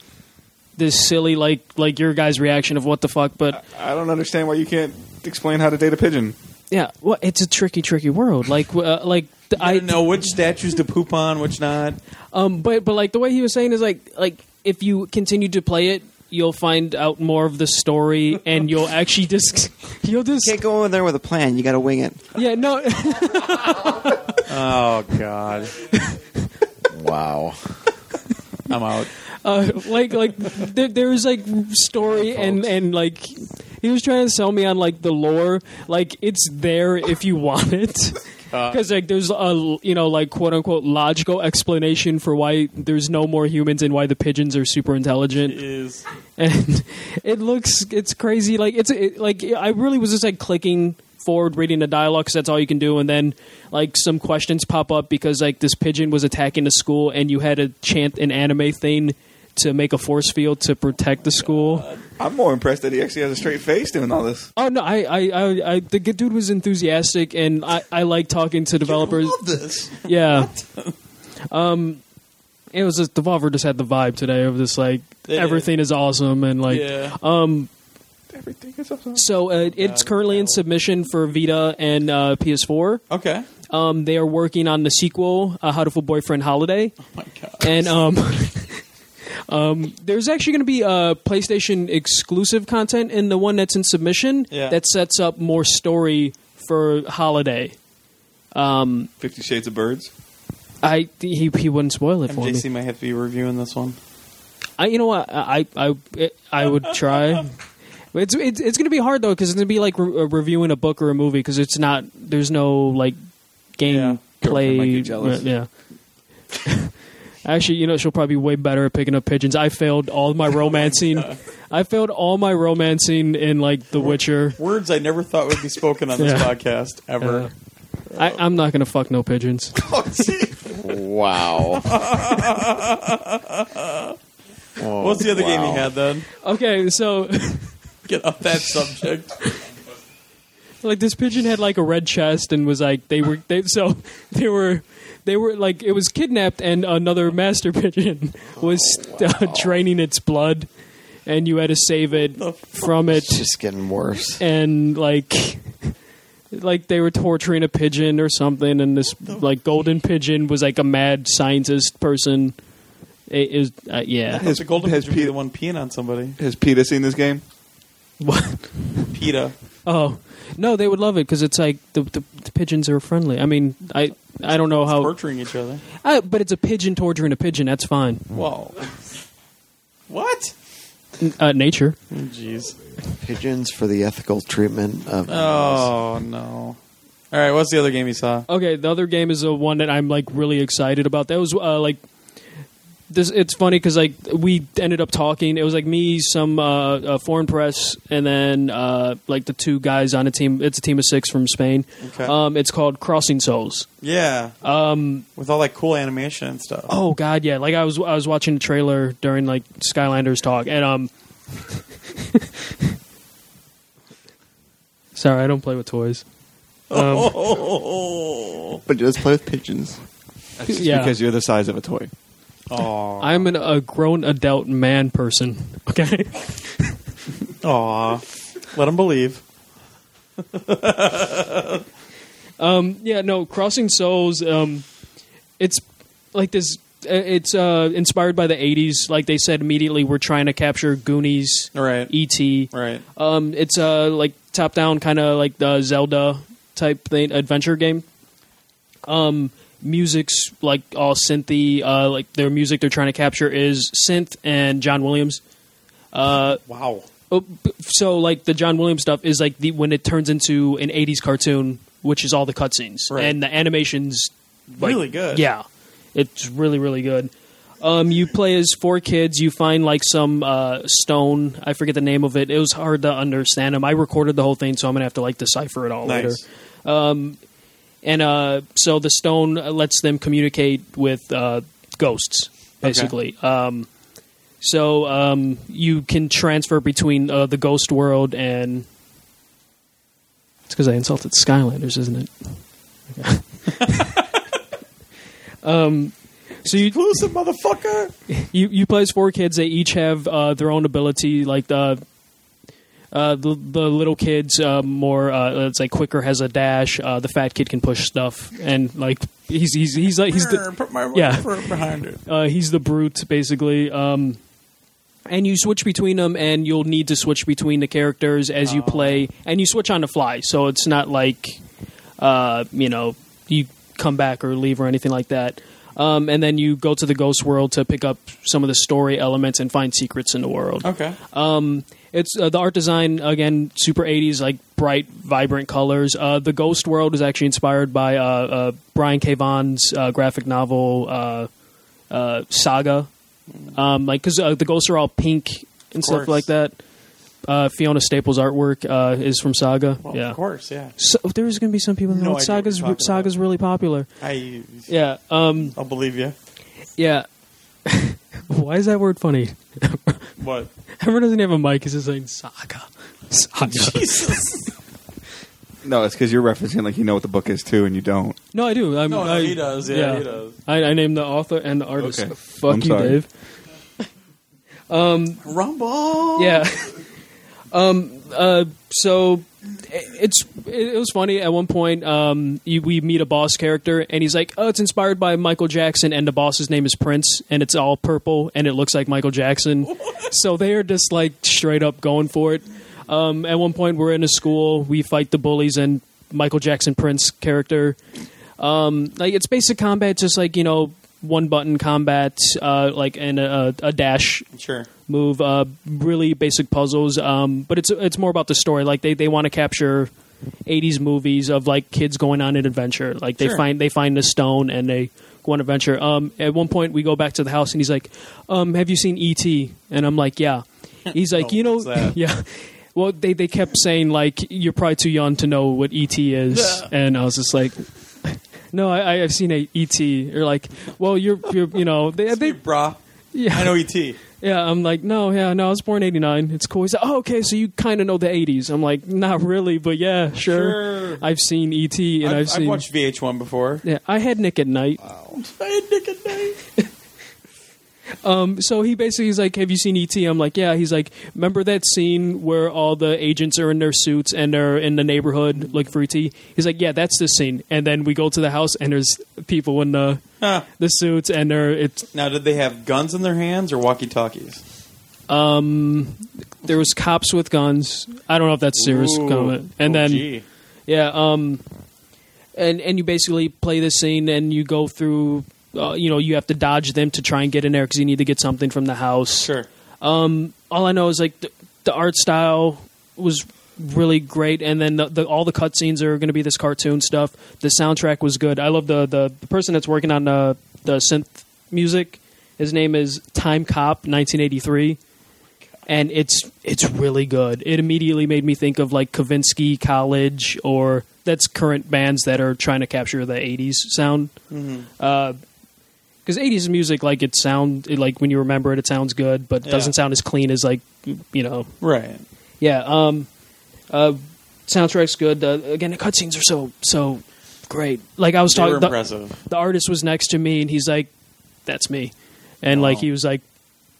this silly like like your guy's reaction of what the fuck.
Uh,
But
I don't understand why you can't explain how to date a pigeon.
yeah, well, it's a tricky, tricky world. Like uh, like the,
I
I
don't know which statues to poop on, which not.
Um, but but like the way he was saying is like like if you continue to play it, you'll find out more of the story, and you'll actually just you'll just
Can't go in there with a plan. You got to wing it.
yeah no
Oh God,
Wow.
I'm out.
uh, like like there, there was like story and and like he was trying to sell me on like the lore like it's there if you want it. Because like there's a you know like quote unquote logical explanation for why there's no more humans and why the pigeons are super intelligent.
Is
and it looks it's crazy like it's it, like i really was just like clicking forward reading the dialogue 'cause that's all you can do and then like some questions pop up because like this pigeon was attacking the school and you had to chant an anime thing to make a force field to protect the school
I'm more impressed that he actually has a straight face doing all this.
oh no i i i, I the good dude was enthusiastic and i i like talking to developers
this?
yeah um it was just devolver just had the vibe today of this like
It
everything is awesome and like
yeah.
Everything is up.
So uh, it's currently in submission for Vita and uh, PS4.
okay.
Um, they are working on the sequel, uh, How to Fool Boyfriend Holiday,
Oh my God.
and um, um, there's actually going to be uh, PlayStation exclusive content in the one that's in submission
Yeah.
that sets up more story for Holiday.
Fifty Shades of Birds.
I he, he wouldn't spoil it for me.
MJC might have to be reviewing this one.
I, you know what? I I I, I would try. It's it's, it's going to be hard though because it's going to be like re- uh, reviewing a book or a movie because it's not there's no like game
Yeah.
play.
Girlfriend might get jealous.
Yeah. Actually, you know she'll probably be way better at picking up pigeons. I failed all my romancing. I failed all my romancing in like The Witcher.
Words I never thought would be spoken on this
Yeah.
podcast ever. Oh,
I, I'm not gonna fuck no pigeons.
Wow. Oh,
What's the other game
wow.
you had then?
Okay, so
Get off that subject.
like this pigeon had like a red chest and was like they were they so they were they were like it was kidnapped and another master pigeon was uh, draining its blood and you had to save it from it
It's just getting worse.
and like like they were torturing a pigeon or something and this like golden pigeon was like a mad scientist person it is uh, yeah
Has, the golden
has
has be
Peter-
the one peeing on somebody.
Has PETA seen this game?
what
PETA.
oh no they would love it because it's like the, the, the pigeons are friendly i mean i i don't know how
Torturing each other.
Uh, but it's a pigeon torturing a pigeon. That's fine.
Whoa. What?
Uh, nature.
Oh, Jeez.
Pigeons for the ethical treatment of.
Oh no. All right. What's the other game you saw?
Okay, the other game is the one that I'm like really excited about. That was uh, like this. It's funny because like we ended up talking. It was like me, some uh, uh, foreign press, and then uh, like the two guys on a team. It's a team of six from Spain.
Okay.
Um, it's called Crossing Souls.
Yeah. Um. With all that cool animation and stuff.
Oh God, yeah. Like I was I was watching the trailer during like Skylanders talk, and um. Sorry, I don't play with toys. um,
But just play with pigeons.
That's
Yeah.
because you're the size of a toy.
Aw.
I'm an, a grown adult man person. Okay.
Aw. Let him believe.
yeah. No. Crossing Souls. Um, it's like this. uh, It's uh, inspired by the '80s. Like they said immediately, we're trying to capture Goonies,
Right.
E.T.
Right.
Um, it's uh like top-down kind of like the Zelda type thing, adventure game. Um, music's like all synthy. Uh, like their music they're trying to capture is synth and John Williams.
Wow.
Oh, b- so like the John Williams stuff is like the when it turns into an '80s cartoon, which is all the cutscenes
Right.
and the animations. like-
Really good.
Yeah, it's really really good. Um, you play as four kids. You find like some uh, stone. I forget the name of it. It was hard to understand them. I recorded the whole thing, so I'm gonna have to like decipher it all
Nice.
later. And uh, so the stone lets them communicate with uh, ghosts, basically. Um, so um, you can transfer between uh, the ghost world and. It's because I insulted Skylanders, isn't it? um, So you
Exclusive, motherfucker.
you you play as four kids. They each have uh, their own ability. Like the uh, the, the little kids uh, more uh, let's say quicker has a dash. Uh, the fat kid can push stuff and like he's he's he's like he's the,
Put my
yeah.
behind it.
uh, he's the brute basically. Um, and you switch between them, and you'll need to switch between the characters as you play, and you switch on the fly. So it's not like uh, you know you come back or leave or anything like that. Um, and then you go to the ghost world to pick up some of the story elements and find secrets in the world.
Okay.
Uh, It's uh, the art design again, super eighties, like bright, vibrant colors. Uh, the Ghost World is actually inspired by uh, uh, Brian K. Vaughan's uh, graphic novel uh, uh, Saga, um, like because uh, the ghosts are all pink and stuff
course.
like that. Uh, Fiona Staples' artwork uh, is from Saga.
Well,
yeah,
Of course, yeah.
So, there's going to be some people that
No
know
idea what
Saga's
you're talking
Saga's
about.
really popular.
I,
Yeah, um,
I'll believe you.
yeah. Why is that word funny?
What?
Everyone doesn't have a mic. Is just saying Saga, Saga.
No, it's because you're referencing like you know what the book is too, and you don't.
No, I do. I'm,
No, no,
I,
he does. Yeah, he does.
I, I named the author and the artist.
Okay.
Fuck
I'm
you,
sorry.
Dave.
Rumble.
Yeah. um. Uh. So i- it's it, it was funny at one point. Um. You, we meet a boss character, and he's like, "Oh, it's inspired by Michael Jackson," and the boss's name is Prince, and it's all purple, and it looks like Michael Jackson. so they are just like straight up going for it. Um. At one point, we're in a school. We fight the bullies and Michael Jackson Prince character. Um, like it's basic combat, just like you know, one button combat, uh, like and a, a dash
Sure.
move. Uh, really basic puzzles, um, but it's it's more about the story. Like they, they want to capture '80s movies of like kids going on an adventure. Like they
Sure.
find they find a stone and they go on an adventure. Um, at one point, we go back to the house and he's like, um, "Have you seen E.T.?" And I'm like, "Yeah." He's like,
Oh,
"You know,
what's that?"
yeah." Well, they, they kept saying like you're probably too young to know what ET is, and I was just like, no, I, I- I've seen a ET. You're like, well, you're, you're you know, they,
Hey,
they,
brah.
yeah,
I know E ET.
yeah. I'm like, no, yeah, no, I was born '89. It's cool. He's like, oh, okay, so you kind of know the '80s. I'm like, not really, but yeah, sure.
Sure.
I've seen ET, and I've,
I've,
seen.
I've watched VH1 before.
yeah, I had Nick at Night.
I had Nick at Night.
Um, So he basically is like, "Have you seen ET?" I'm like, "Yeah." He's like, "Remember that scene where all the agents are in their suits and they're in the neighborhood looking for ET?" He's like, "Yeah, that's the scene." And then we go to the house and there's people in the
Huh.
the suits and they're it's
Now, did they have guns in their hands or walkie talkies?
Um, there was cops with guns. I don't know if that's serious comment. And
Oh,
then yeah, um, and and you basically play this scene and you go through. Uh, you know, you have to dodge them to try and get in there because you need to get something from the house.
Sure.
all I know is like the, the art style was really great, and then the, the, all the cutscenes are going to be this cartoon stuff. The soundtrack was good. I love the the, the person that's working on the the synth music. His name is Time Cop 1983. And it's it's really good. It immediately made me think of like Kavinsky College or that's current bands that are trying to capture the '80s sound
Mm-hmm.
because 80s music like it sound it, like when you remember it it sounds good but it
Yeah.
doesn't sound as clean as like you know
Right.
yeah um uh soundtrack's good uh, again the cutscenes are so so great like i was
They were
talking the,
impressive.
the artist was next to me and he's like that's me and like he was like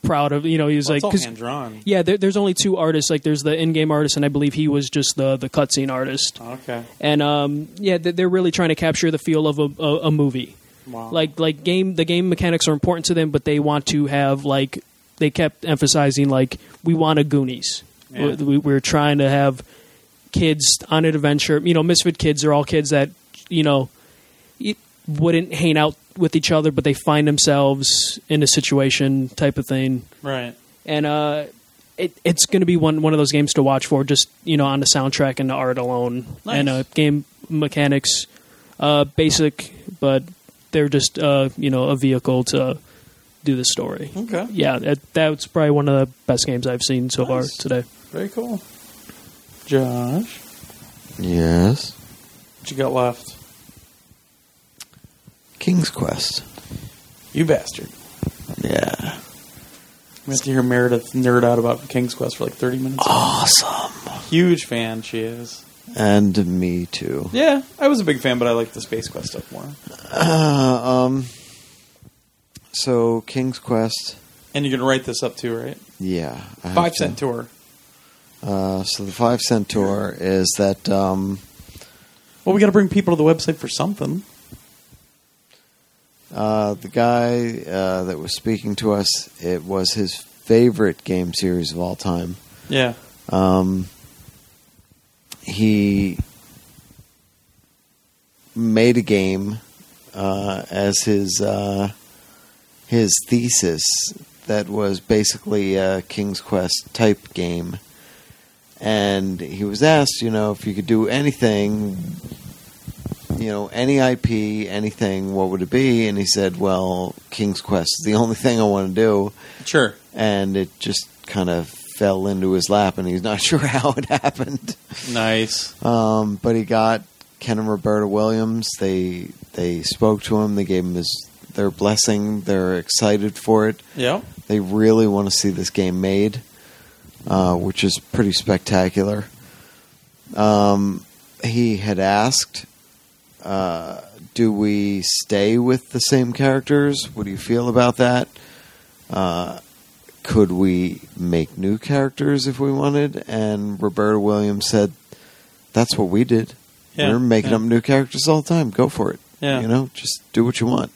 proud of you know he was
Well,
like
it's all
'cause-
hand drawn.
yeah there, there's only two artists like there's the in-game artist and i believe he was just the the cutscene artist
Okay.
and um yeah they- they're really trying to capture the feel of a, a, a movie
Wow.
like like game the game mechanics are important to them, but they want to have like they kept emphasizing like we want a Goonies.
Yeah.
We, we, are trying to have kids on an adventure. You know, misfit kids are all kids that you know y- wouldn't hang out with each other, but they find themselves in a situation type of thing.
right.
And uh, it, it's going to be one one of those games to watch for, just you know, on the soundtrack and the art alone,
Nice.
and uh, game mechanics, uh, basic, but they're just uh, you know a vehicle to do the story.
Okay.
Yeah, that, that's probably one of the best games I've seen so far
Nice.
today.
Very cool. Josh,
Yes.
what you got left?
King's Quest.
You bastard.
Yeah.
We have to hear Meredith nerd out about King's Quest for like 30 minutes.
Awesome.
Huge fan she is.
And me too.
Yeah, I was a big fan, but I like the Space Quest stuff more.
Uh, um, Uh, So King's Quest.
And you're gonna write this up too, right?
Yeah, I have
Five
to.
cent tour.
Uh, so the five cent tour is that um,
Well, we got to bring people to the website for something.
uh, the guy uh, that was speaking to us. It was his favorite game series of all time.
Yeah.
Um, he made a game uh, as his uh, his thesis that was basically a King's Quest type game, and he was asked, you know, if you could do anything, you know, any IP, anything, what would it be? And he said, well, King's Quest is the only thing I want to do
Sure.
and it just kind of fell into his lap, and he's not sure how it happened.
Nice.
Um, but he got Ken and Roberta Williams. They they spoke to him. They gave him his their blessing. They're excited for it.
Yeah.
They really want to see this game made, uh, which is pretty spectacular. Um, he had asked, uh, "Do we stay with the same characters? What do you feel about that? Uh, could we make new characters if we wanted?" And Roberta Williams said, "That's what we did.
Yeah,
We're making
yeah.
up new characters all the time. Go for it.
Yeah.
You know, just do what you want."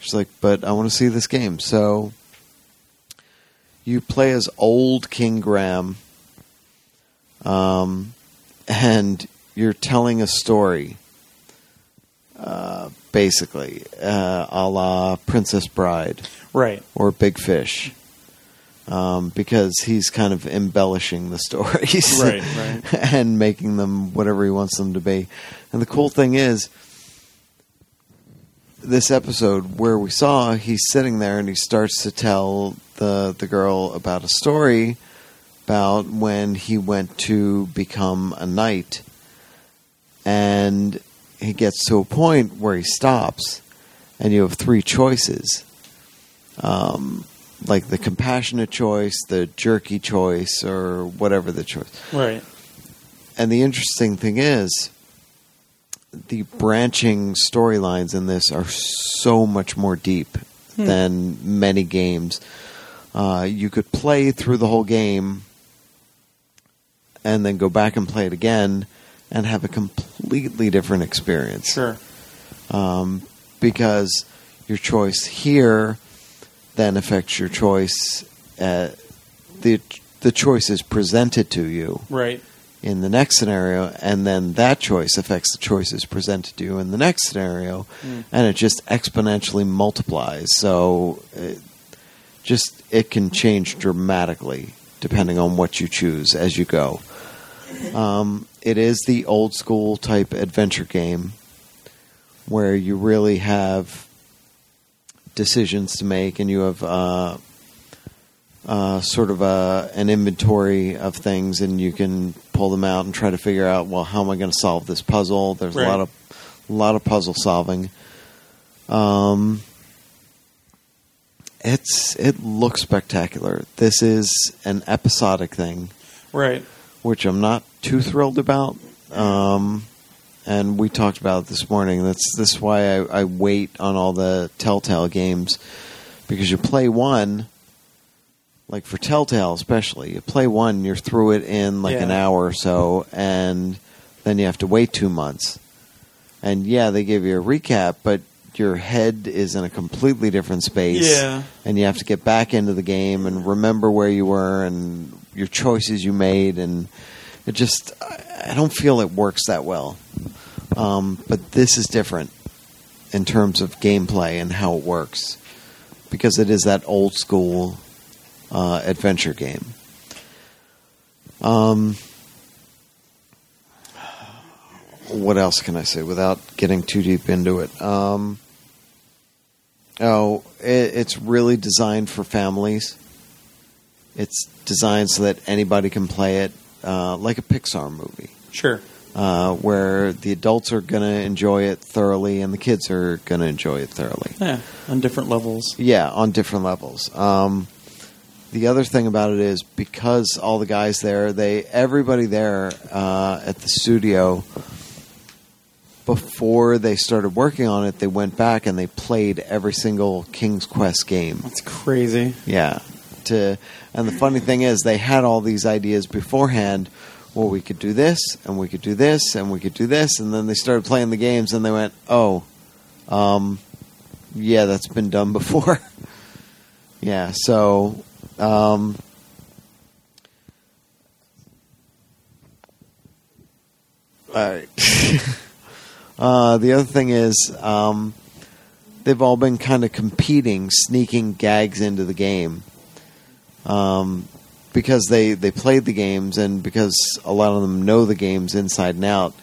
She's like, but I want to see this game. So you play as old King Graham, um, and you're telling a story, uh, basically, uh, a la Princess Bride
Right.
or Big Fish, um, because he's kind of embellishing the stories,
Right, right.
and making them whatever he wants them to be. And the cool thing is, this episode where we saw he's sitting there and he starts to tell the the girl about a story about when he went to become a knight, and he gets to a point where he stops, and you have three choices um, like the compassionate choice, the jerky choice, or whatever the choice.
Right.
And the interesting thing is, the branching storylines in this are so much more deep than many games. Uh, you could play through the whole game and then go back and play it again and have a completely different experience
Sure.
um, because your choice here then affects your choice. At the the choice is presented to you
Right.
in the next scenario, and then that choice affects the choices presented to you in the next scenario, and it just exponentially multiplies. So, it, just it can change dramatically depending on what you choose as you go. Um, it is the old school type adventure game where you really have decisions to make, and you have. Uh, uh, sort of a, an inventory of things, and you can pull them out and try to figure out, well, how am I going to solve this puzzle? There's
Right.
a lot of a lot of puzzle solving. Um, it's it looks spectacular. This is an episodic thing,
Right.
which I'm not too thrilled about. Um, and we talked about it this morning. That's that's why I, I wait on all the Telltale games because you play one, like for Telltale especially, you play one, you're through it in like an
Yeah.
hour or so, and then you have to wait two months. And yeah, they give you a recap, but your head is in a completely different space
Yeah.
and you have to get back into the game and remember where you were and your choices you made and it just I I don't feel it works that well. Um, but this is different in terms of gameplay and how it works because it is that old school uh, adventure game. Um, what else can I say without getting too deep into it? Um, Oh, it, it's really designed for families. It's designed so that anybody can play it, uh, like a Pixar movie,
Sure.
uh, where the adults are going to enjoy it thoroughly and the kids are going to enjoy it thoroughly.
Yeah. On different levels.
Yeah, on different levels. Um, the other thing about it is because all the guys there, they everybody there uh, at the studio, before they started working on it, they went back and they played every single King's Quest game.
That's crazy.
Yeah. To and the funny thing is they had all these ideas beforehand. Well, we could do this and we could do this and we could do this and then they started playing the games and they went, "Oh, um yeah, that's been done before." yeah, so um All right. uh, the other thing is, um, they've all been kind of competing, sneaking gags into the game. Um, because they, they played the games and because a lot of them know the games inside and out,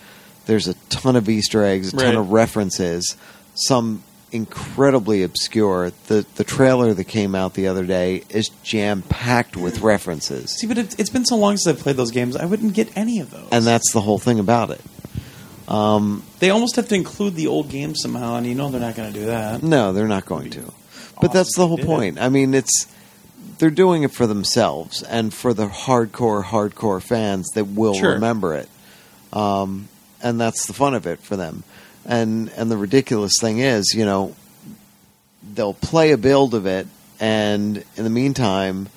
there's a ton of Easter eggs, a ton
Right.
of references, some incredibly obscure. The, the trailer that came out the other day is jam packed with references.
See, but it, it's been so long since I've played those games, I wouldn't get any of those.
And that's the whole thing about it. Um,
they almost have to include the old games somehow, and you know they're not going to do that.
No, they're not going to. But
awesome
that's
if
the
they
whole
did.
point. I mean, it's they're doing it for themselves and for the hardcore, hardcore fans that will
Sure.
remember it. Um, and that's the fun of it for them. And and the ridiculous thing is, you know, they'll play a build of it, and in the meantime,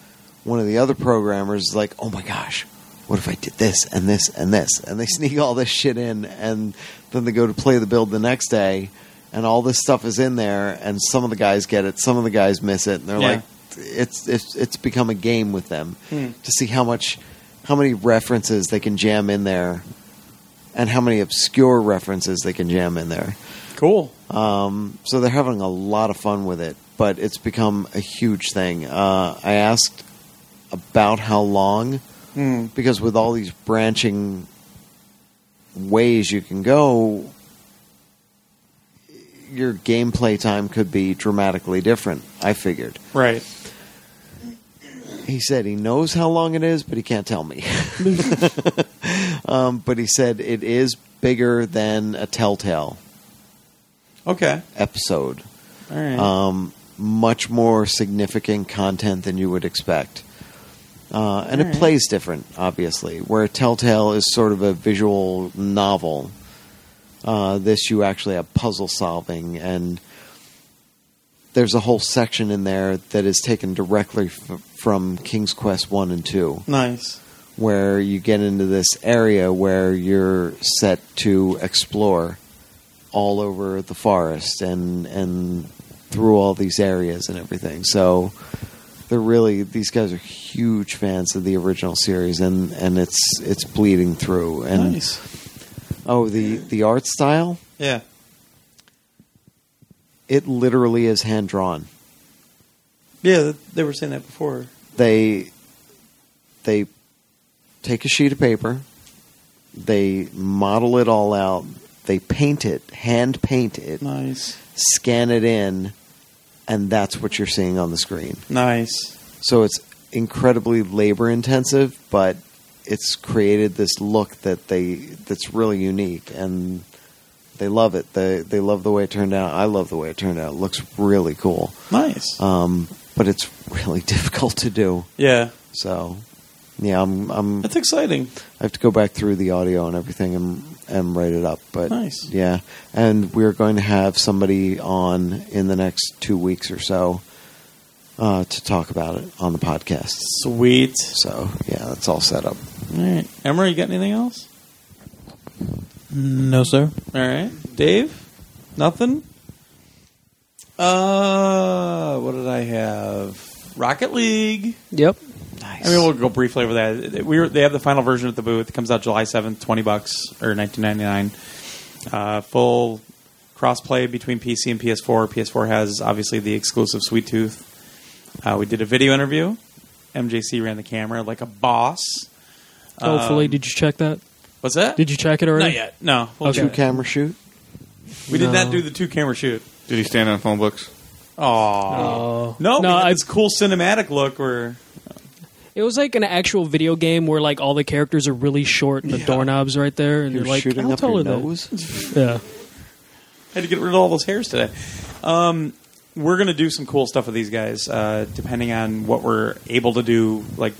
one of the other programmers is like, "Oh my gosh." What if I did this and this and this? And they sneak all this shit in, and then they go to play the build the next day, and all this stuff is in there and some of the guys get it some of the guys miss it and they're
Yeah.
like it's, it's it's become a game with them to see how much how many references they can jam in there and how many obscure references they can jam in there
Cool.
um, so they're having a lot of fun with it but it's become a huge thing uh, i asked about how long because with all these branching ways you can go, your gameplay time could be dramatically different. I figured.
Right.
He said he knows how long it is, but he can't tell me. um, but he said it is bigger than a Telltale
Okay.
episode.
All right.
Uh,
Um, much more significant content than you would expect. Uh, and it
Alright.
plays different, obviously. Where Telltale is sort of a visual novel, uh, this you actually have puzzle solving, and there's a whole section in there that is taken directly f- from King's Quest 1 and 2
nice.
where you get into this area where you're set to explore all over the forest and and through all these areas and everything. So they're really these guys are huge fans of the original series and and it's it's bleeding through and
nice.
oh the the art style
Yeah.
it literally is hand drawn.
Yeah, th- they were saying that before.
they they take a sheet of paper, they model it all out, they paint it, hand paint it,
Nice.
scan it in, and that's what you're seeing on the screen.
Nice.
So it's incredibly labor intensive, but it's created this look that they that's really unique and they love it. They they love the way it turned out. I love the way it turned out. It looks really cool.
Nice.
Um, but it's really difficult to do.
yeah.
So, yeah, I'm, I'm
That's exciting.
I have to go back through the audio and everything and and write it up. But
Nice.
yeah, and we're going to have somebody on in the next two weeks or so uh, to talk about it on the podcast.
Sweet.
So yeah, that's all set up.
All right. Emma, you got anything else?
No, sir.
All right. Dave? Nothing? Uh, what did I have? Rocket League.
Yep.
I mean, we'll go briefly over that. We were, they have the final version at the booth. It comes out July seventh, twenty bucks or nineteen ninety nine. Uh, full crossplay between PC and PS4. PS4 has obviously the exclusive Sweet Tooth. Uh, we did a video interview. MJC ran the camera like a boss.
Hopefully,
Um,
did you check that?
What's that?
Did you check it already?
Not yet. No. We'll
Okay.
Two
do that.
camera shoot.
We did not
No.
do the two camera shoot.
Did he stand on phone books?
Aww.
Oh
No,
no! I,
it's cool cinematic look where
it was like an actual video game where like all the characters are really short and the
Yeah.
doorknobs right there, and
You're
you're like,
shooting
how
up
tall
your
are they?
nose.
Yeah.
had to get rid of all those hairs today. Um, we're going to do some cool stuff with these guys, uh, depending on what we're able to do, like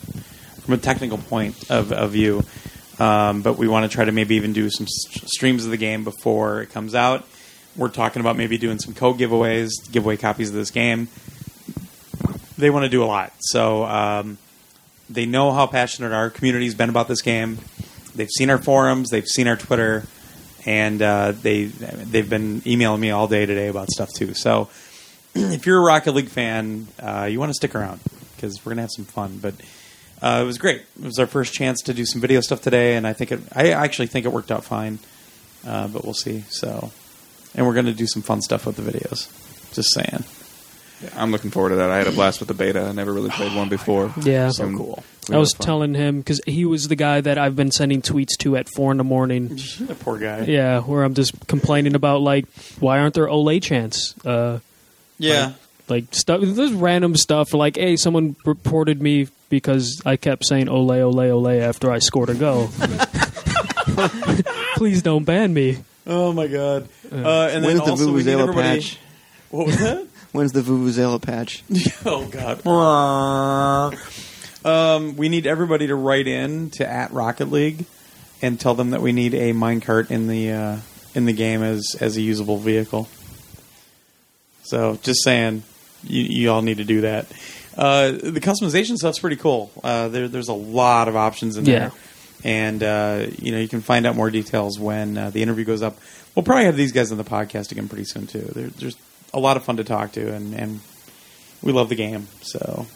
from a technical point of, of view. Um, but we want to try to maybe even do some s- streams of the game before it comes out. We're talking about maybe doing some code giveaways, giveaway copies of this game. They want to do a lot, so um, they know how passionate our community's been about this game. They've seen our forums, they've seen our Twitter, and uh, they they've been emailing me all day today about stuff too. So if you're a Rocket League fan, uh, you want to stick around because we're gonna have some fun. But uh, it was great. It was our first chance to do some video stuff today, and I think it. I actually think it worked out fine, uh, but we'll see. So, and we're gonna do some fun stuff with the videos. Just saying.
I'm looking forward to that. I had a blast with the beta. I never really played one before.
Yeah.
So
And
cool.
we
I
had
was
fun.
telling him because he was the guy that I've been sending tweets to at four in the morning.
The poor guy.
Yeah, where I'm just complaining about like why aren't there Olay chants? Uh,
Yeah.
like stuff, there's random stuff like hey, someone reported me because I kept saying Olay Olay Olay after I scored a goal. Please don't ban me.
Oh my god. Uh, and then
When's the
also we need
Vuvuzela
everybody.
patch?
What was that?
When's the Vuvuzela patch?
oh god. um, we need everybody to write in to at Rocket League and tell them that we need a minecart in the uh, in the game as as a usable vehicle. So just saying, you, you all need to do that. Uh, the customization stuff's pretty cool. Uh, there, there's a lot of options in
Yeah.
there, and uh, you know you can find out more details when uh, the interview goes up. We'll probably have these guys on the podcast again pretty soon too. They're just a lot of fun to talk to, and, and we love the game. So,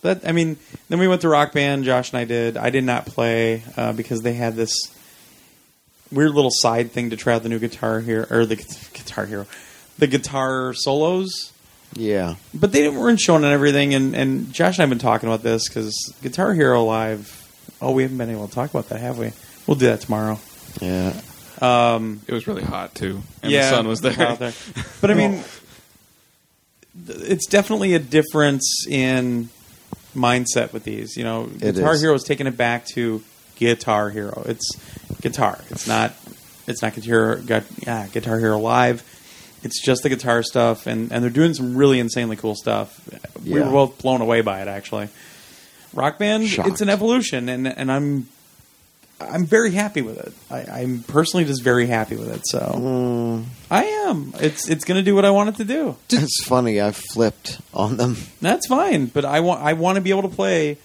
but I mean, then we went to Rock Band. Josh and I did. I did not play uh, because they had this weird little side thing to try out the new guitar here or the gu- guitar hero, the guitar solos.
Yeah.
But they didn't- weren't showing on everything, and, and Josh and I have been talking about this because Guitar Hero Live. Oh, we haven't been able to talk about that, have we? We'll do that tomorrow.
Yeah.
It was really hot too, and
yeah,
the sun was there.
out there. But I mean, th- it's definitely a difference in mindset with these. You know,
It
Guitar
is.
Hero is taking it back to Guitar Hero. It's guitar. It's not. It's not Guitar. Got, yeah, Guitar Hero Live. It's just the guitar stuff, and, and they're doing some really insanely cool stuff. We
Yeah.
were both blown away by it, actually. Rock Band, it's
Shocked.
an evolution, and and I'm I'm very happy with it. I, I'm personally just very happy with it. So I am. It's it's going to do what I want it to do.
Mm, It's funny. I flipped on them.
That's fine. But I want I want to be able to play,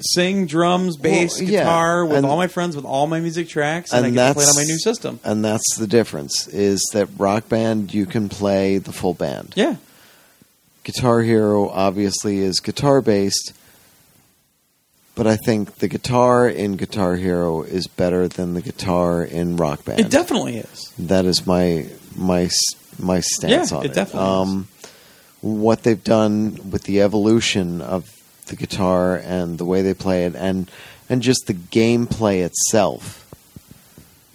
sing drums, bass,
Well, yeah,
guitar with
and-
all my friends with all my music tracks, and, I get to play it on my new system.
And that's the difference is that Rock Band you can play the full band.
Yeah,
Guitar Hero obviously is guitar based, but I think the guitar in Guitar Hero is better than the guitar in Rock Band.
it definitely is.
that is my my s- my stance
Yeah,
on
it
it.
definitely
um, what they've done with the evolution of the guitar and the way they play it, and and just the gameplay itself.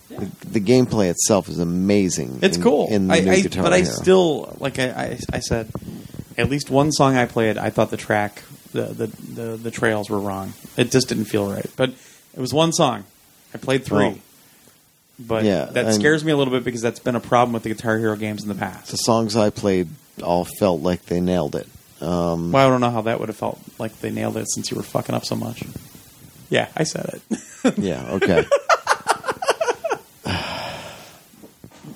The, the gameplay itself is amazing.
It's
in-
cool.
In the
I,
new
I,
Guitar
but I
Hero.
still like I, I, I said, at least one song I played, I thought the track, the, the the the trails were wrong. It just didn't feel right. But it was one song. I played three.
Well,
but
yeah,
that
and-
scares me a little bit because that's been a problem with the Guitar Hero games in the past.
the songs I played all felt like they nailed it. Um,
Well, I don't know how that would have felt like they nailed it since you were fucking up so much. Yeah, I said it.
yeah, okay.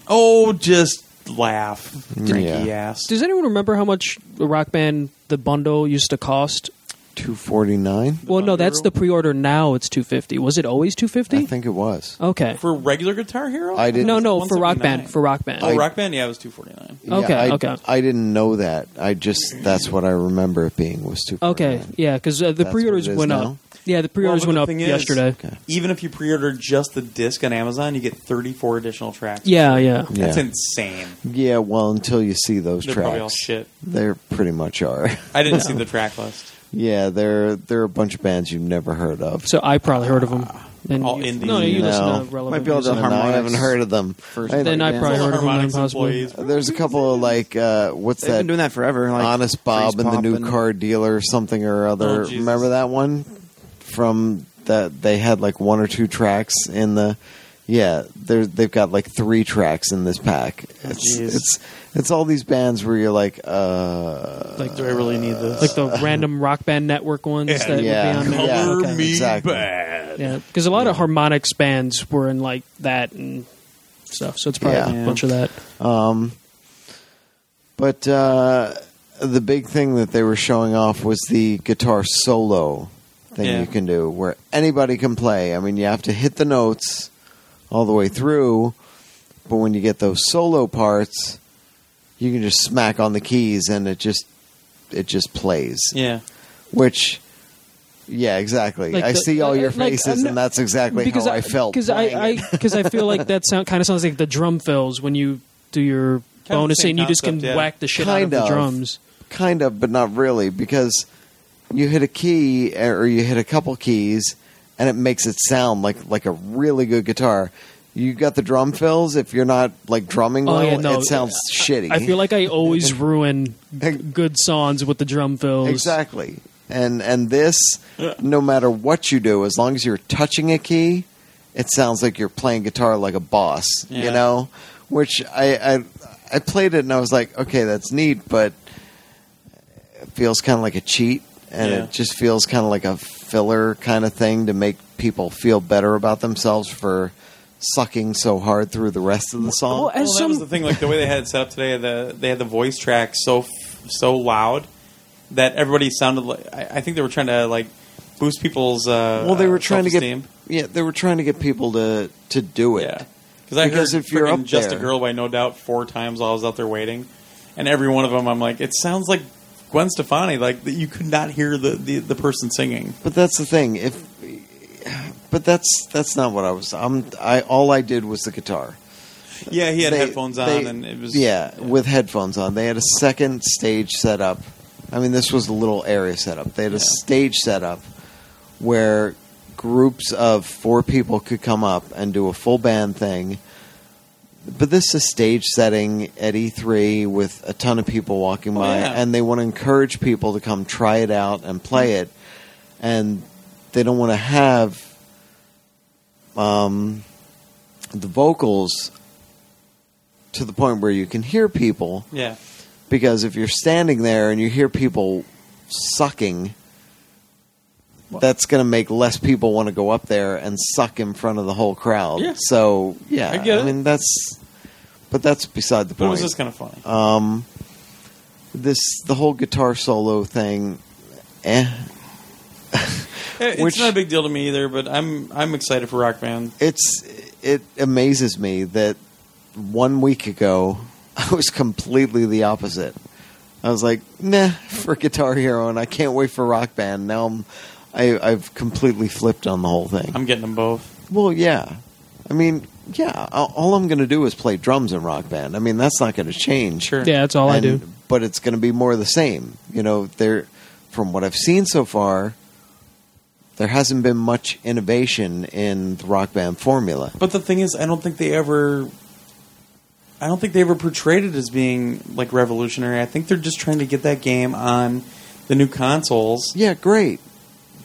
oh, just laugh, cranky
Mm, Yeah.
ass.
Does anyone remember how much the Rock Band the bundle used to cost?
Two forty nine.
well, no, that's
bundle?
the pre-order. Now it's two fifty. Was it always two
I
fifty?
think it was.
Okay.
for regular Guitar Hero,
I didn't-
no, no, for Rock
179.
Band. For Rock Band.
Oh, Rock Band, yeah, it was two forty nine.
Yeah,
Okay,
I,
okay.
I didn't know that. I just that's what I remember it being was two.
Okay, yeah, because uh, the
That's
pre-orders
what it is
went up.
now?
Yeah, the
Well,
pre-orders
but
went
the
up
thing is-
yesterday.
Okay.
Even if you pre-order just the disc on Amazon, you get 34 additional tracks.
Yeah, yeah.
Yeah.
That's insane.
Yeah, well, until you see those
They're
tracks,
probably all shit.
they're pretty much are.
I didn't see the track list.
yeah, they're they're a bunch of bands you've never heard of.
So I probably heard of them. And
all
you-
indies.
No, you
No.
listen to relevant.
Might be able to-
music.
And I
Harmonix.
haven't heard of them. I-
Then I probably heard of them.
Harmonix
possibly.
employees.
there's a couple of like uh, what's
They've
that?
been doing that forever. Like
Honest Bob
Freeze
and the
Pop
new
and-
car dealer or something or
Oh,
other.
Jesus.
Remember that one from that they had like one or two tracks in the yeah, they're, they've got like three tracks in this pack. It's
Oh, jeez.
it's it's all these bands where you're like, uh,
Like, do I really need this?
like the random rock band network ones that
yeah,
would be on there.
yeah,
Cover
okay.
me
exactly.
bad.
Yeah, because a lot of harmonic bands were in like that and stuff. So it's probably
Yeah.
a bunch of that.
But uh, the big thing that they were showing off was the guitar solo thing
Yeah.
you can do, where anybody can play. I mean, you have to hit the notes all the way through, but when you get those solo parts, you can just smack on the keys and it just it just plays.
Yeah.
Which, yeah, exactly.
Like
I
the-
see all your
like,
faces,
I'm not-
and that's exactly how I, felt.
Because I,
playing it.
I, cause I feel like that sound kind of sounds like the drum fills when you do your
the
bonus
same
and you just can
concept, yeah.
whack the shit
Kind
out of,
of.
the drums.
kind of, but not really, because you hit a key eh, or you hit a couple keys, and it makes it sound like like a really good guitar. You got the drum fills. If you're not like drumming
Oh,
well,
yeah, no.
it sounds shitty.
I feel like I always ruin g- good songs with the drum fills.
exactly. And and this, no matter what you do, as long as you're touching a key, it sounds like you're playing guitar like a boss. You
Yeah.
know, which I, I I played it and I was like, okay, that's neat, but it feels kind of like a cheat, and
Yeah.
it just feels kind of like a filler kind of thing to make people feel better about themselves for sucking so hard through the rest of the song.
Well, as
well, that
some,
was the thing. Like the way they had it set up today, the they had the voice track so f- so loud that everybody sounded like. I, I think they were trying to like boost people's. Uh,
well, they were
uh,
trying to get
self-esteem.
yeah, they were trying to get people to to do it.
Yeah, because I
Because
heard
if you're
frickin'
up
just
there-
a girl by No Doubt four times while I was out there waiting, and every one of them, I'm like, it sounds like Gwen Stefani. Like that you could not hear the, the, the person singing.
But that's the thing. If but that's that's not what I was. I'm I all I did was the guitar.
Yeah, he had
They-
headphones on,
they-
and it was
yeah, with headphones on. They had a second stage set up. I mean, this was a little area set up. They had a
Yeah.
stage set up where groups of four people could come up and do a full band thing. But this is a stage setting at E3 with a ton of people walking
Oh,
by,
yeah.
and they want to encourage people to come try it out and play it. And they don't want to have um, the vocals to the point where you can hear people
yeah.
because if you're standing there and you hear people sucking that's going to make less people want to go up there and suck in front of the whole crowd
Yeah.
so yeah
I get it.
mean that's but that's beside the
But it
point
was just kind of funny.
um this the whole guitar solo thing eh
Eh, it's
which-
not a big deal to me either, but I'm I'm excited for Rock Band.
it's it amazes me that one week ago I was completely the opposite. I was like, nah, for Guitar Hero, and I can't wait for Rock Band. Now I'm, I, I've completely flipped on the whole thing.
I'm getting them both.
well, yeah, I mean, yeah. a- All I'm going to do is play drums in Rock Band. I mean, that's not going to change.
Sure.
yeah, that's all I do.
And- But it's going to be more of the same. You know, there from what I've seen so far, there hasn't been much innovation in the rock band formula.
But the thing is, I don't think they ever. I don't think they ever portrayed it as being like revolutionary. I think they're just trying to get that game on the new consoles.
Yeah, great.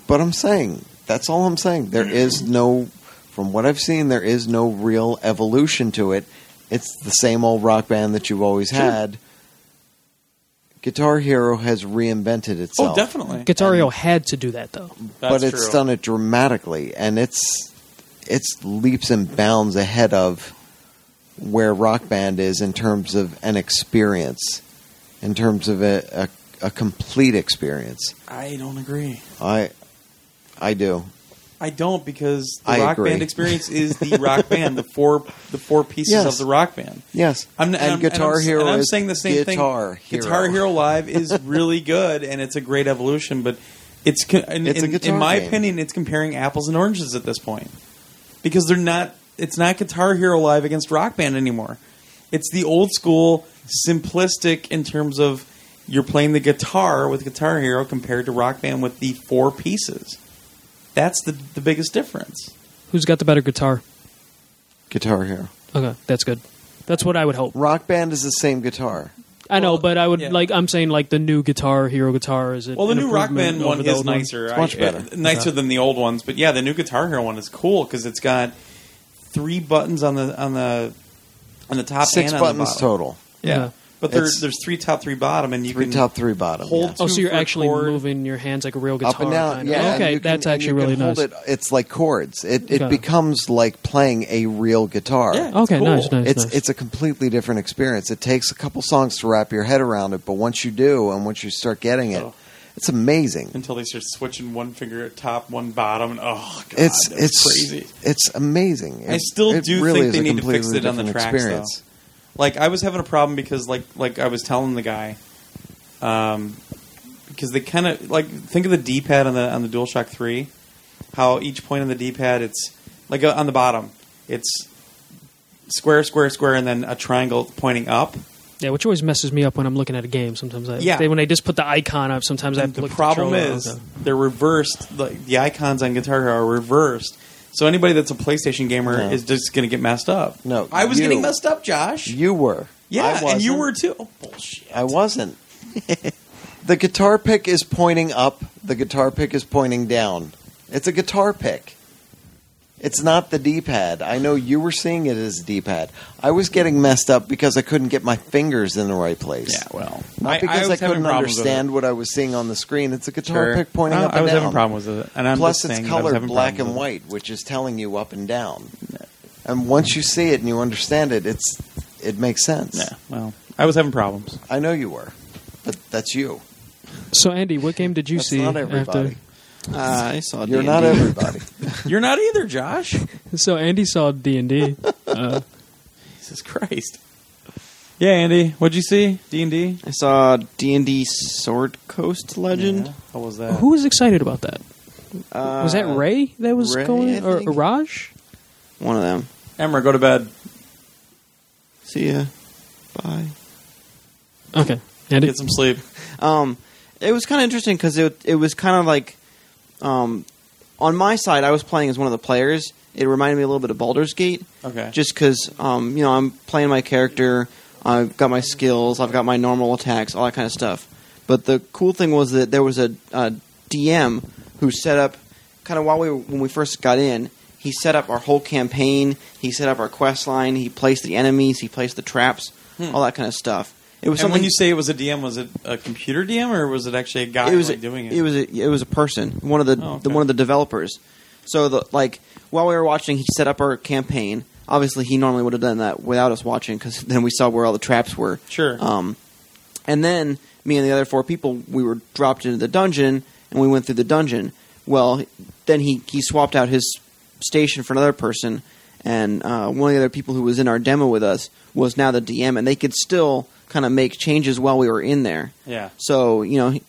But I'm saying that's all I'm saying. There is no, from what I've seen, there is no real evolution to it. It's the same old rock band that you've always had. Guitar Hero has reinvented itself.
Oh, definitely.
Guitar Hero had to do that though.
That's
but it's
true.
done it dramatically, and it's it's leaps and bounds ahead of where Rock Band is in terms of an experience, in terms of a, a, a complete experience.
I don't agree.
I I do.
I don't because the
I
Rock
agree.
Band experience is the Rock Band, the four the four pieces
Yes.
of the Rock Band.
Yes,
I'm,
and Guitar
I'm,
Hero
And I'm
is
saying the same
Guitar
thing.
Hero.
Guitar Hero Live is really good, and it's a great evolution. But it's co- in,
It's a
in,
guitar
in my
game.
opinion, it's comparing apples and oranges at this point because they're not. It's not Guitar Hero Live against Rock Band anymore. It's the old school, simplistic in terms of you're playing the guitar with Guitar Hero compared to Rock Band with the four pieces. That's the the biggest difference.
Who's got the better guitar?
Guitar Hero.
Okay, that's good. That's what I would hope.
Rock Band is the same guitar.
I know, but I would
yeah.
like. I'm saying like the new Guitar Hero guitar is. It
Well, the
an
new Rock
improvement
Band
over
one
the
is
old
nicer.
It's much
I-
better.
it- nicer than the old ones, but yeah, the new Guitar Hero one is cool because it's got three buttons on the on the on the top.
Six
and on the
buttons
bottom.
total.
Yeah.
Yeah.
But there,
It's-
there's three top, three bottom, and you
Three
can
top, three bottom.
hold
yeah.
Oh, so
Two
you're
for
actually
chord.
moving your hands like a real guitar.
up and down.
kind of.
Yeah, and
Okay,
you can-
that's
and
actually
you
really
can hold
nice.
It, it's like chords. It it
Got it.
becomes like playing a real guitar.
Yeah.
Okay,
It's
nice,
cool.
nice,
It's
nice.
it's a completely different experience. It takes a couple songs to wrap your head around it, but once you do, and once you start getting it,
Oh.
it's amazing.
until they start switching one finger at top, one bottom, and oh, God,
It's
that's
it's
crazy.
It's amazing.
I
It-
still
it
do
really
think
is
they
a
need to fix
completely
it on the
different
tracks,
experience.
though. Like I was having a problem because, like, like I was telling the guy, um, because they kind of like think of the D pad on the on the DualShock Three, how each point on the D pad it's like uh, on the bottom, it's square, square, square, and then a triangle pointing up.
yeah, which always messes me up when I'm looking at a game. Sometimes, I,
Yeah.
they, when they just put the icon up, sometimes I have to
the
look. at
problem
controller.
is
Okay.
they're reversed. Like the icons on Guitar Hero are reversed. So anybody that's a PlayStation gamer
No.
is just going to get messed up.
No,
I was
you.
getting messed up, Josh.
You were. I
yeah, and you
wasn't.
were too. Oh, bullshit.
I wasn't. the guitar pick is pointing up. The guitar pick is pointing down. It's a guitar pick. It's not the D pad. I know you were seeing it as D pad. I was getting messed up because I couldn't get my fingers in the right place.
Yeah, well,
Not because I,
was having
couldn't
problems with
understand
it.
what I was seeing on the screen. It's a guitar
Sure.
pick pointing
I,
up
I
and
was
down.
having problems with it, and I'm
Plus,
just
it's
saying that I was
colored
having
black
problems
and
with it.
white, which is telling you up and down. And once you see it and you understand it, it's it makes sense.
Yeah, well, I was having problems.
I know you were, but that's you.
So, Andy, what game did you
That's
see?
not everybody.
Uh, I saw.
You're
D&D.
not everybody.
You're not either, Josh.
After? So, Andy saw D and D. uh,
Jesus Christ. Yeah, Andy, what'd you see? D and D.
I saw D and D Sword Coast Legend.
How was that?
Who was excited about that?
Uh,
Was that Ray that was
Ray,
going,
I
or
think.
Raj?
One of them.
Emma, go to bed.
See ya. Bye.
Okay, Andy.
Get some sleep.
Um, it was kind of interesting because it it was kind of like, um, on my side, I was playing as one of the players. It reminded me a little bit of Baldur's Gate,
Okay.
just because um, you know I'm playing my character. I've got my skills. I've got my normal attacks, all that kind of stuff. But the cool thing was that there was a, a DM who set up kind of while we were, when we first got in. He set up our whole campaign. He set up our quest line. He placed the enemies. He placed the traps,
Hmm.
all that kind of stuff. It was
and
something
when you say it was a DM, was it a computer DM or was it actually a guy like, doing it?
was a, it was a person, one of the,
Oh, okay.
the one of the developers. So the like while we were watching, he set up our campaign. Obviously, he normally would have done that without us watching because then we saw where all the traps were.
Sure.
Um, and then me and the other four people, we were dropped into the dungeon and we went through the dungeon. Well, then he he swapped out his station for another person, and uh, one of the other people who was in our demo with us was now the DM, and they could still kind of make changes while we were in there.
yeah.
So you know, he,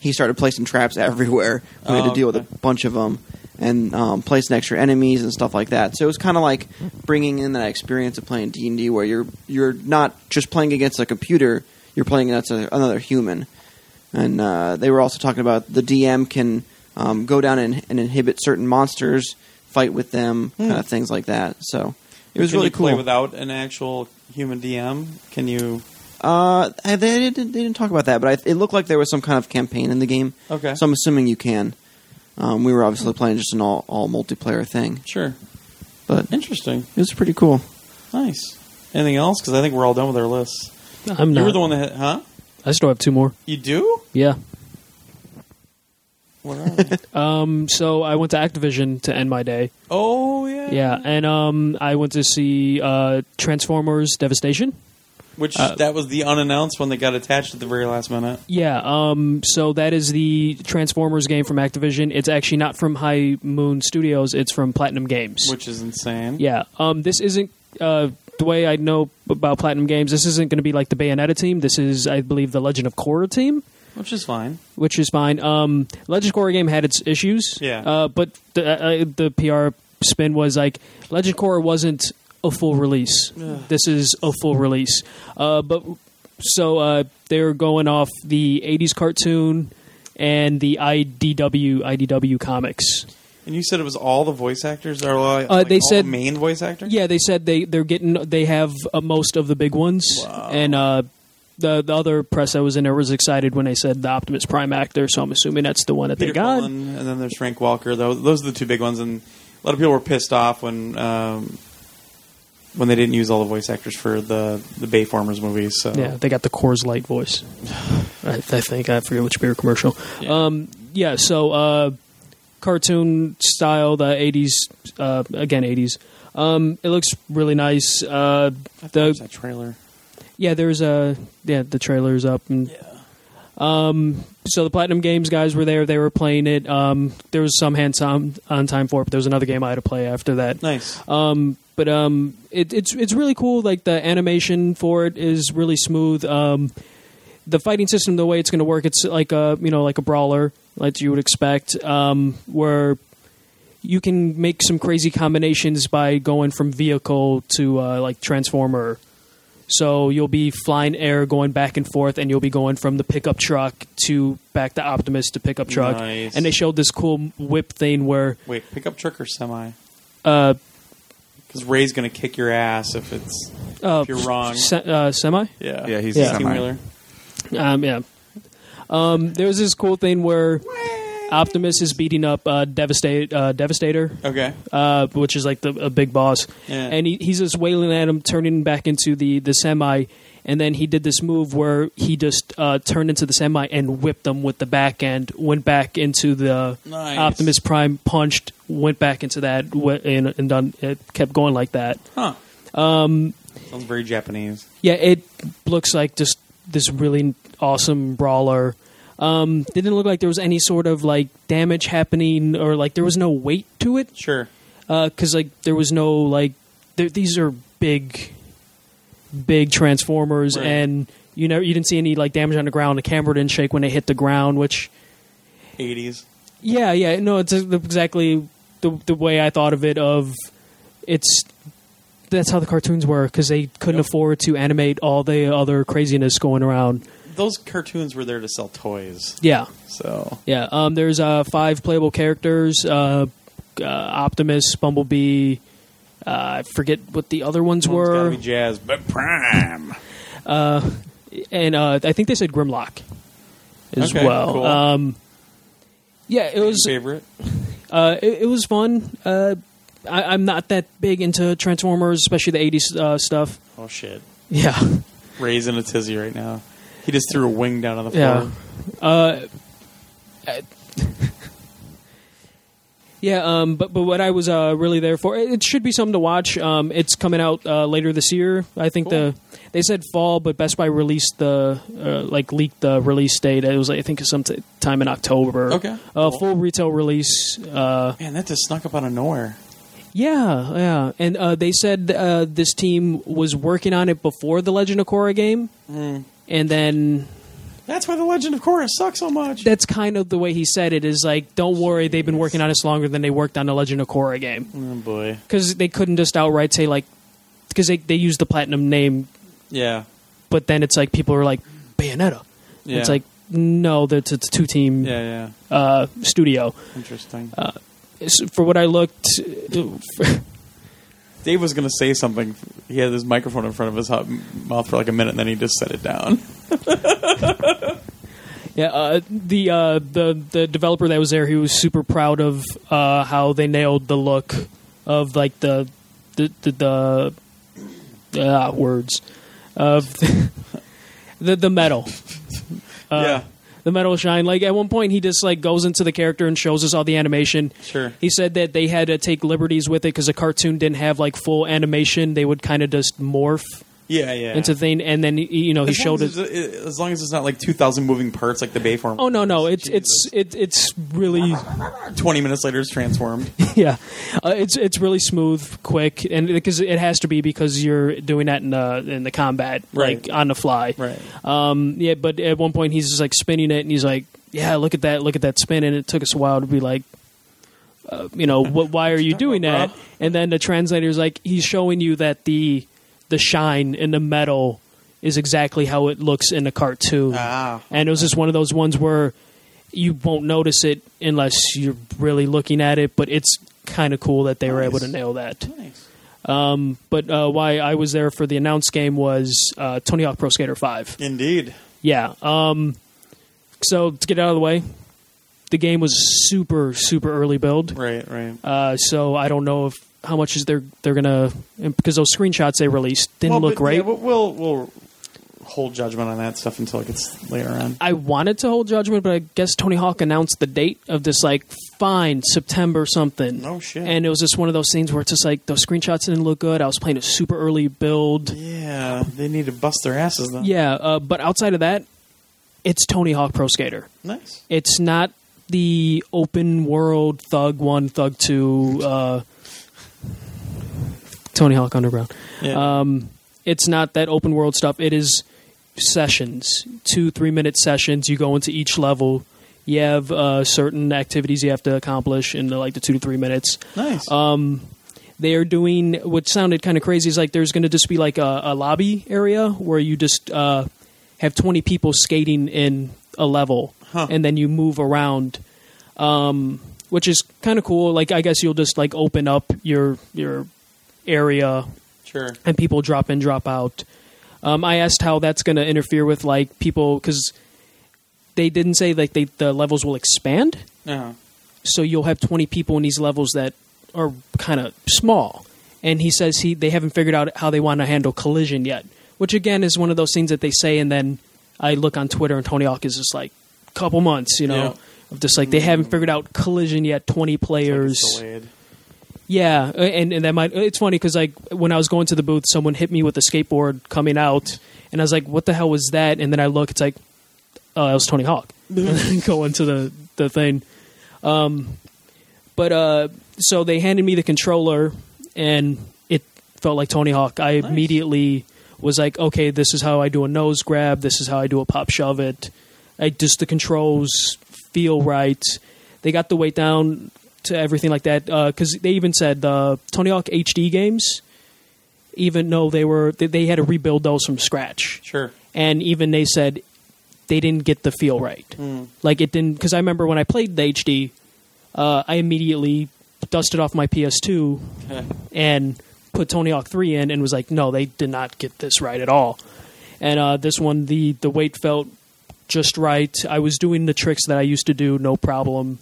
he started placing traps everywhere. We had
Oh,
to deal with
okay.
a bunch of them and um, placing extra enemies and stuff like that. So it was kind of like bringing in that experience of playing D anD D, where you're you're not just playing against a computer, you're playing against a, another human. And uh, they were also talking about the DM can um, go down and, and inhibit certain monsters, fight with them, kind of things like that. So it was
Hmm. Can
really
you play
cool.
without an actual human DM? Can you?
Uh, I- they didn't, they didn't talk about that, but I, it looked like there was some kind of campaign in the game.
Okay.
So I'm assuming you can. Um, we were obviously playing just an all, all multiplayer thing,
Sure.
but it
Interesting.
was pretty cool.
Nice. Anything else? Because I think we're all done with our lists.
I'm
You
not.
were the one that, had, huh?
I still have two more.
You do?
Yeah.
What are they?
Um. So I went to Activision to end my day.
oh yeah.
Yeah, and um, I went to see uh, Transformers: Devastation.
Which
Uh,
that was the unannounced one that got attached at the very last minute.
Yeah, um, so that is the Transformers game from Activision. It's actually not from High Moon Studios. It's from Platinum Games.
Which is insane.
yeah, um, this isn't uh, the way I know about Platinum Games. This isn't going to be like the Bayonetta team. This is, I believe, the Legend of Korra team.
Which is fine.
which is fine. Um, Legend Core game had its issues.
Yeah.
Uh, but the, uh, the PR spin was like Legend Core wasn't a full release. This is a full release. Uh, but so uh, they're going off the '80s cartoon and the IDW IDW comics.
And you said it was all the voice actors are like,
Uh,
like
they
all
said-
the main voice actor.
Yeah, they said they they're getting they have uh, most of the big ones, and uh, the the other press I was in there was excited when they said the Optimus Prime actor. So I'm assuming that's the one that
Peter
they got.
Cullen, and then there's Frank Walker. Those, those are the two big ones, and a lot of people were pissed off when um, when they didn't use all the voice actors for the the Bayformers movies. So
Yeah, they got the Coors Light voice. I, I think I forget which beer commercial. Yeah. Um, yeah. So uh, cartoon style, the eighties uh, again eighties. Um, it looks really nice. Uh,
There's
the
that trailer.
yeah, there's a yeah the trailer's up and um, so the Platinum Games guys were there. They were playing it. Um, there was some hands on, on time for it, but there was another game I had to play after that.
Nice.
Um, but um, it, it's it's really cool. Like the animation for it is really smooth. Um, the fighting system, the way it's going to work, it's like a you know like a brawler, like you would expect, um, where you can make some crazy combinations by going from vehicle to uh, like transformer. So you'll be flying air, going back and forth, and you'll be going from the pickup truck to back to Optimus to pickup truck.
Nice.
And they showed this cool whip thing where
Wait, pickup truck or semi?
uh,
Because Ray's gonna kick your ass if it's
uh,
if you're wrong.
se- uh, semi.
Yeah,
Yeah, he's
a
a
semi.
two wheeler.
Um, yeah. Um, there was this cool thing where Optimus is beating up uh, Devastate, uh, Devastator,
Okay,
uh, which is like the, a big boss,
Yeah.
and he, he's just wailing at him, turning back into the the semi, and then he did this move where he just uh, turned into the semi and whipped them with the back end, went back into the
Nice.
Optimus Prime, punched, went back into that, wh- and, and done. It kept going like that.
huh? Um, sounds very Japanese.
Yeah, it looks like just this really awesome brawler. Um, it didn't look like there was any sort of like damage happening or like there was no weight to it
Sure.
because like there was no like there, these are big, big transformers
Right.
and you know you didn't see any like damage on the ground. The camera didn't shake when they hit the ground, which
Eighties.
yeah, yeah. No, it's uh, exactly the the way I thought of it. Of it's that's how the cartoons were because they couldn't afford to animate all the other craziness going around.
Those cartoons were there to sell toys.
Yeah,
So
yeah. Um, there's uh, five playable characters: uh, uh, Optimus, Bumblebee. Uh, I forget what the other ones
One's gotta
were,
be jazz, but prime.
and uh, I think they said Grimlock as
Okay,
well.
cool.
Um, yeah, it was
Favorite.
Uh, it, it was fun. Uh, I, I'm not that big into Transformers, especially the '80s uh, stuff.
Oh shit.
Yeah,
Ray's in a tizzy right now. He just threw a wing down on the floor.
yeah, uh, I- yeah. Um, but but what I was uh, really there for, it, it should be something to watch. Um, it's coming out uh, later this year. I think the they said fall, but Best Buy released the uh, like leaked the release date. It was I think sometime in October.
Okay,
uh,
cool.
full retail release. Uh,
Man, that just snuck up out of nowhere.
Yeah, yeah. And uh, they said uh, this team was working on it before the Legend of Korra game.
Mm.
And then
That's why the Legend of Korra sucks so much.
that's kind of the way he said it is like, don't worry, they've been working on this longer than they worked on the Legend of Korra game.
oh boy.
Because they couldn't just outright say, like, because they, they used the Platinum name,
Yeah.
but then it's like people are like, Bayonetta.
Yeah.
It's like, no, that's it's a two team
Yeah, yeah.
uh, studio.
Interesting.
Uh, So for what I looked, uh,
Dave was going to say something. He had his microphone in front of his hot m- mouth for like a minute, and then he just set it down.
Yeah, uh, the uh, the the developer that was there, he was super proud of uh, how they nailed the look of like the the the, the uh, words of the the, metal. Uh, The metal shine. Like at one point, he just like goes into the character and shows us all the animation.
Sure.
He said that they had to take liberties with it because the cartoon didn't have like full animation. They would kind of just morph
Yeah, yeah.
into thing, and then you know he
as long
showed
as
us.
it's- uh, As long as it's not like 2,000 moving parts like the Bayform.
Oh no no! It's it's it, it's really
20 minutes later, it's transformed.
yeah, uh, it's it's really smooth, quick, and because it has to be because you're doing that in the in the combat,
Right.
like on the fly. Um. Yeah. But at one point, he's just like spinning it, and he's like, "Yeah, look at that! Look at that spin!" And it took us a while to be like. Uh, you know what? Why are you doing
about,
that?
bro?
And then the translator's like, he's showing you that the the shine in the metal is exactly how it looks in the cartoon.
Ah.
And it was just one of those ones where you won't notice it unless you're really looking at it. But it's kind of cool that they were able to nail that.
Nice.
Um, but uh, why I was there for the announced game was uh, Tony Hawk Pro Skater Five.
Indeed.
Yeah. Um, so to get out of the way, the game was super super early build.
Right, right.
Uh, so I don't know if how much is they're they're gonna because those screenshots they released didn't
Well,
look
but,
great.
yeah, we'll, we'll we'll hold judgment on that stuff until it gets later on.
I wanted to hold judgment, but I guess Tony Hawk announced the date of this like fine September something.
Oh, shit.
And it was just one of those things where it's just like those screenshots didn't look good. I was playing a super early build.
Yeah, they need to bust their asses then.
Yeah, uh, but outside of that, it's Tony Hawk Pro Skater.
nice.
It's not the open world Thug One, Thug Two, uh, Tony Hawk Underground.
Yeah.
Um, it's not that open world stuff. It is sessions, two three minute sessions. You go into each level. You have uh, certain activities you have to accomplish in the, like the two to three minutes.
nice.
um, They are doing what sounded kind of crazy is like there's going to just be like a, a lobby area where you just uh, have 20 people skating in a level, and then you move around, um, which is kind of cool. Like I guess you'll just like open up your your area
sure.
and people drop in, drop out. Um, I asked how that's going to interfere with like people because they didn't say like they the levels will expand,
Uh-huh.
so you'll have twenty people in these levels that are kind of small. And he says he they haven't figured out how they want to handle collision yet, which again is one of those things that they say, and then I look on Twitter and Tony Hawk is just like couple months, you know.
Yeah.
Of just like they haven't figured out collision yet. Twenty players, yeah, uh, and and that might. It's funny because like when I was going to the booth, someone hit me with a skateboard coming out, and I was like, "What the hell was that?" And then I look, it's like, "Oh, that was Tony Hawk." going to the the thing, um, but uh, so they handed me the controller, and it felt like Tony Hawk. I immediately was like, "Okay, this is how I do a nose grab. This is how I do a pop shove it." I just the controls feel right. They got the weight down to everything like that because they even said the Tony Hawk HD games, even though they were they, they had to rebuild those from scratch,
Sure.
and even they said they didn't get the feel right. Like it didn't because I remember when I played the HD, uh, I immediately dusted off my PS2 and put Tony Hawk 3 in and was like, no, they did not get this right at all. And uh, this one, the the weight felt just right. I was doing the tricks that I used to do, no problem.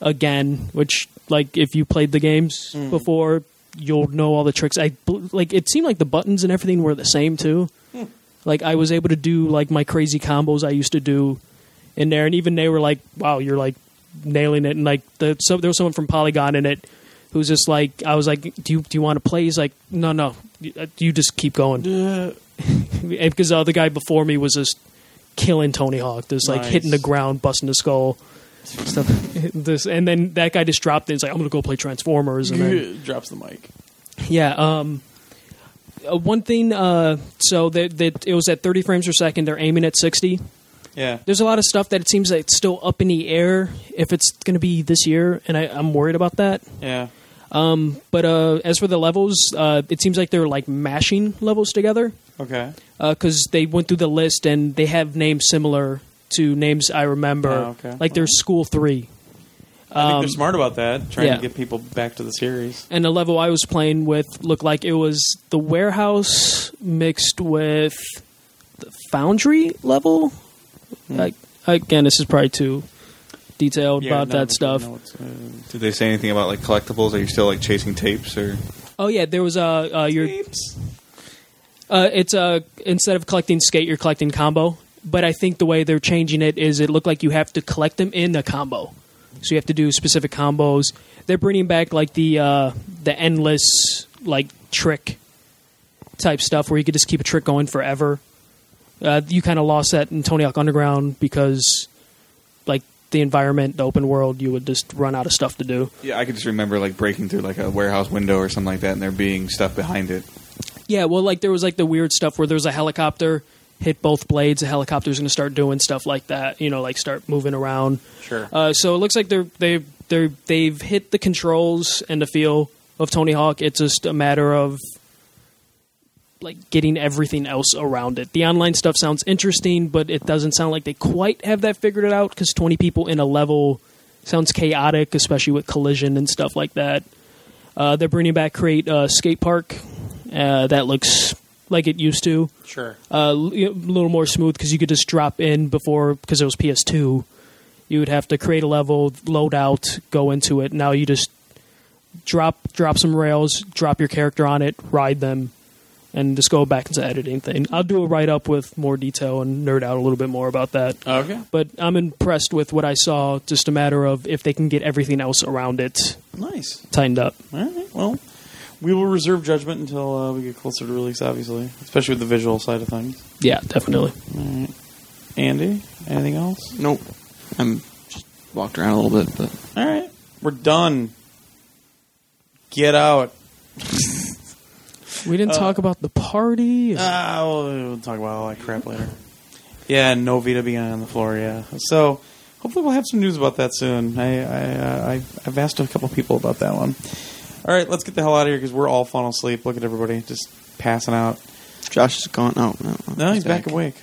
Again, which like if you played the games before, you'll know all the tricks. I bl- like it seemed like the buttons and everything were the same too. Like I was able to do like my crazy combos I used to do in there, and even they were like, "Wow, you're like nailing it!" And like the so there was someone from Polygon in it who's just like, "I was like, do you do you want to play?" He's like, "No, no, you, uh, you just keep going." because uh, the guy before me was just killing Tony Hawk, just like
Nice.
hitting the ground, busting the skull, stuff. this, and then that guy just dropped it. He's like, "I'm gonna go play Transformers." And then,
Drops the mic.
yeah. Um, uh, one thing. Uh, so that that it was at 30 frames per second. They're aiming at 60.
Yeah.
There's a lot of stuff that it seems like it's still up in the air if it's going to be this year, and I, I'm worried about that.
Yeah.
But uh, as for the levels, uh, it seems like they're like mashing levels together
Okay.
because they went through the list and they have names similar to names I remember.
Oh, okay.
Like there's School Three,
I think they're smart about that, trying
Um, yeah.
to get people back to the series.
and the level I was playing with looked like it was the warehouse mixed with the foundry level. Like again, this is probably too detailed about that stuff.
uh,
Did they say anything about like collectibles? Are you still like chasing tapes or?
Oh yeah, there was a uh, uh, your. Uh, it's uh, instead of collecting skate, you're collecting combo. But I think the way they're changing it is it looked like you have to collect them in the combo, so you have to do specific combos. They're bringing back like the uh, the endless like trick type stuff where you could just keep a trick going forever. Uh, you kind of lost that in Tony Hawk Underground because like the environment, the open world, you would just run out of stuff to do.
Yeah, I could just remember like breaking through like a warehouse window or something like that, and there being stuff behind it.
Yeah, well, like there was like the weird stuff where there's a helicopter hit both blades. The helicopter's going to start doing stuff like that. You know, like start moving around.
Sure.
Uh, so it looks like they're they they they've hit the controls and the feel of Tony Hawk. It's just a matter of like getting everything else around it. The online stuff sounds interesting, but it doesn't sound like they quite have that figured it out because 20 people in a level sounds chaotic, especially with collision and stuff like that. Uh, they're bringing back create uh, skate park uh, that looks like it used to Uh,
sure.
a little more smooth because you could just drop in before because it was PS2. You would have to create a level, load out, go into it. Now you just drop drop some rails, drop your character on it, ride them, and just go back into editing thing. I'll do a write up with more detail and nerd out a little bit more about that.
Okay.
But I'm impressed with what I saw. Just a matter of if they can get everything else around it
Nice.
tightened up.
All right. Well, we will reserve judgment until uh, we get closer to release, obviously, especially with the visual side of things.
Yeah, definitely.
Andy, anything else?
Nope. I'm just walked around a little bit, but
All right. We're done. Get out.
We didn't talk about the party.
Ah, well, we'll talk about all that crap later. Yeah, and Novita being on the floor. Yeah, so hopefully we'll have some news about that soon. I, I, uh, I I've asked a couple people about that one. All right, let's get the hell out of here because we're all falling asleep. Look at everybody just passing out.
Josh is gone. Oh no,
No, he's back awake.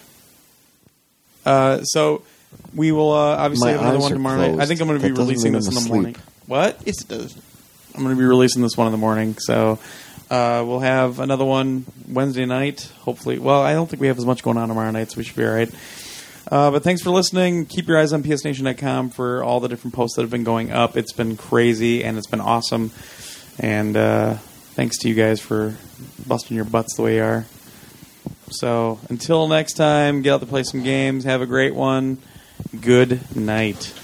Uh, so we will uh, obviously
My
have another
eyes
one
are
tomorrow night. I
closed.
think I'm going to be
That doesn't
releasing
mean
this in
I'm
the
asleep.
morning. What?
Yes, it does.
I'm going to be releasing this one in the morning, so uh, we'll have another one Wednesday night. Hopefully, well, I don't think we have as much going on tomorrow night, so we should be all right. Uh, but thanks for listening. Keep your eyes on psnation.com for all the different posts that have been going up. It's been crazy and it's been awesome. And uh, thanks to you guys for busting your butts the way you are. So until next time, get out to play some games. Have a great one. Good night.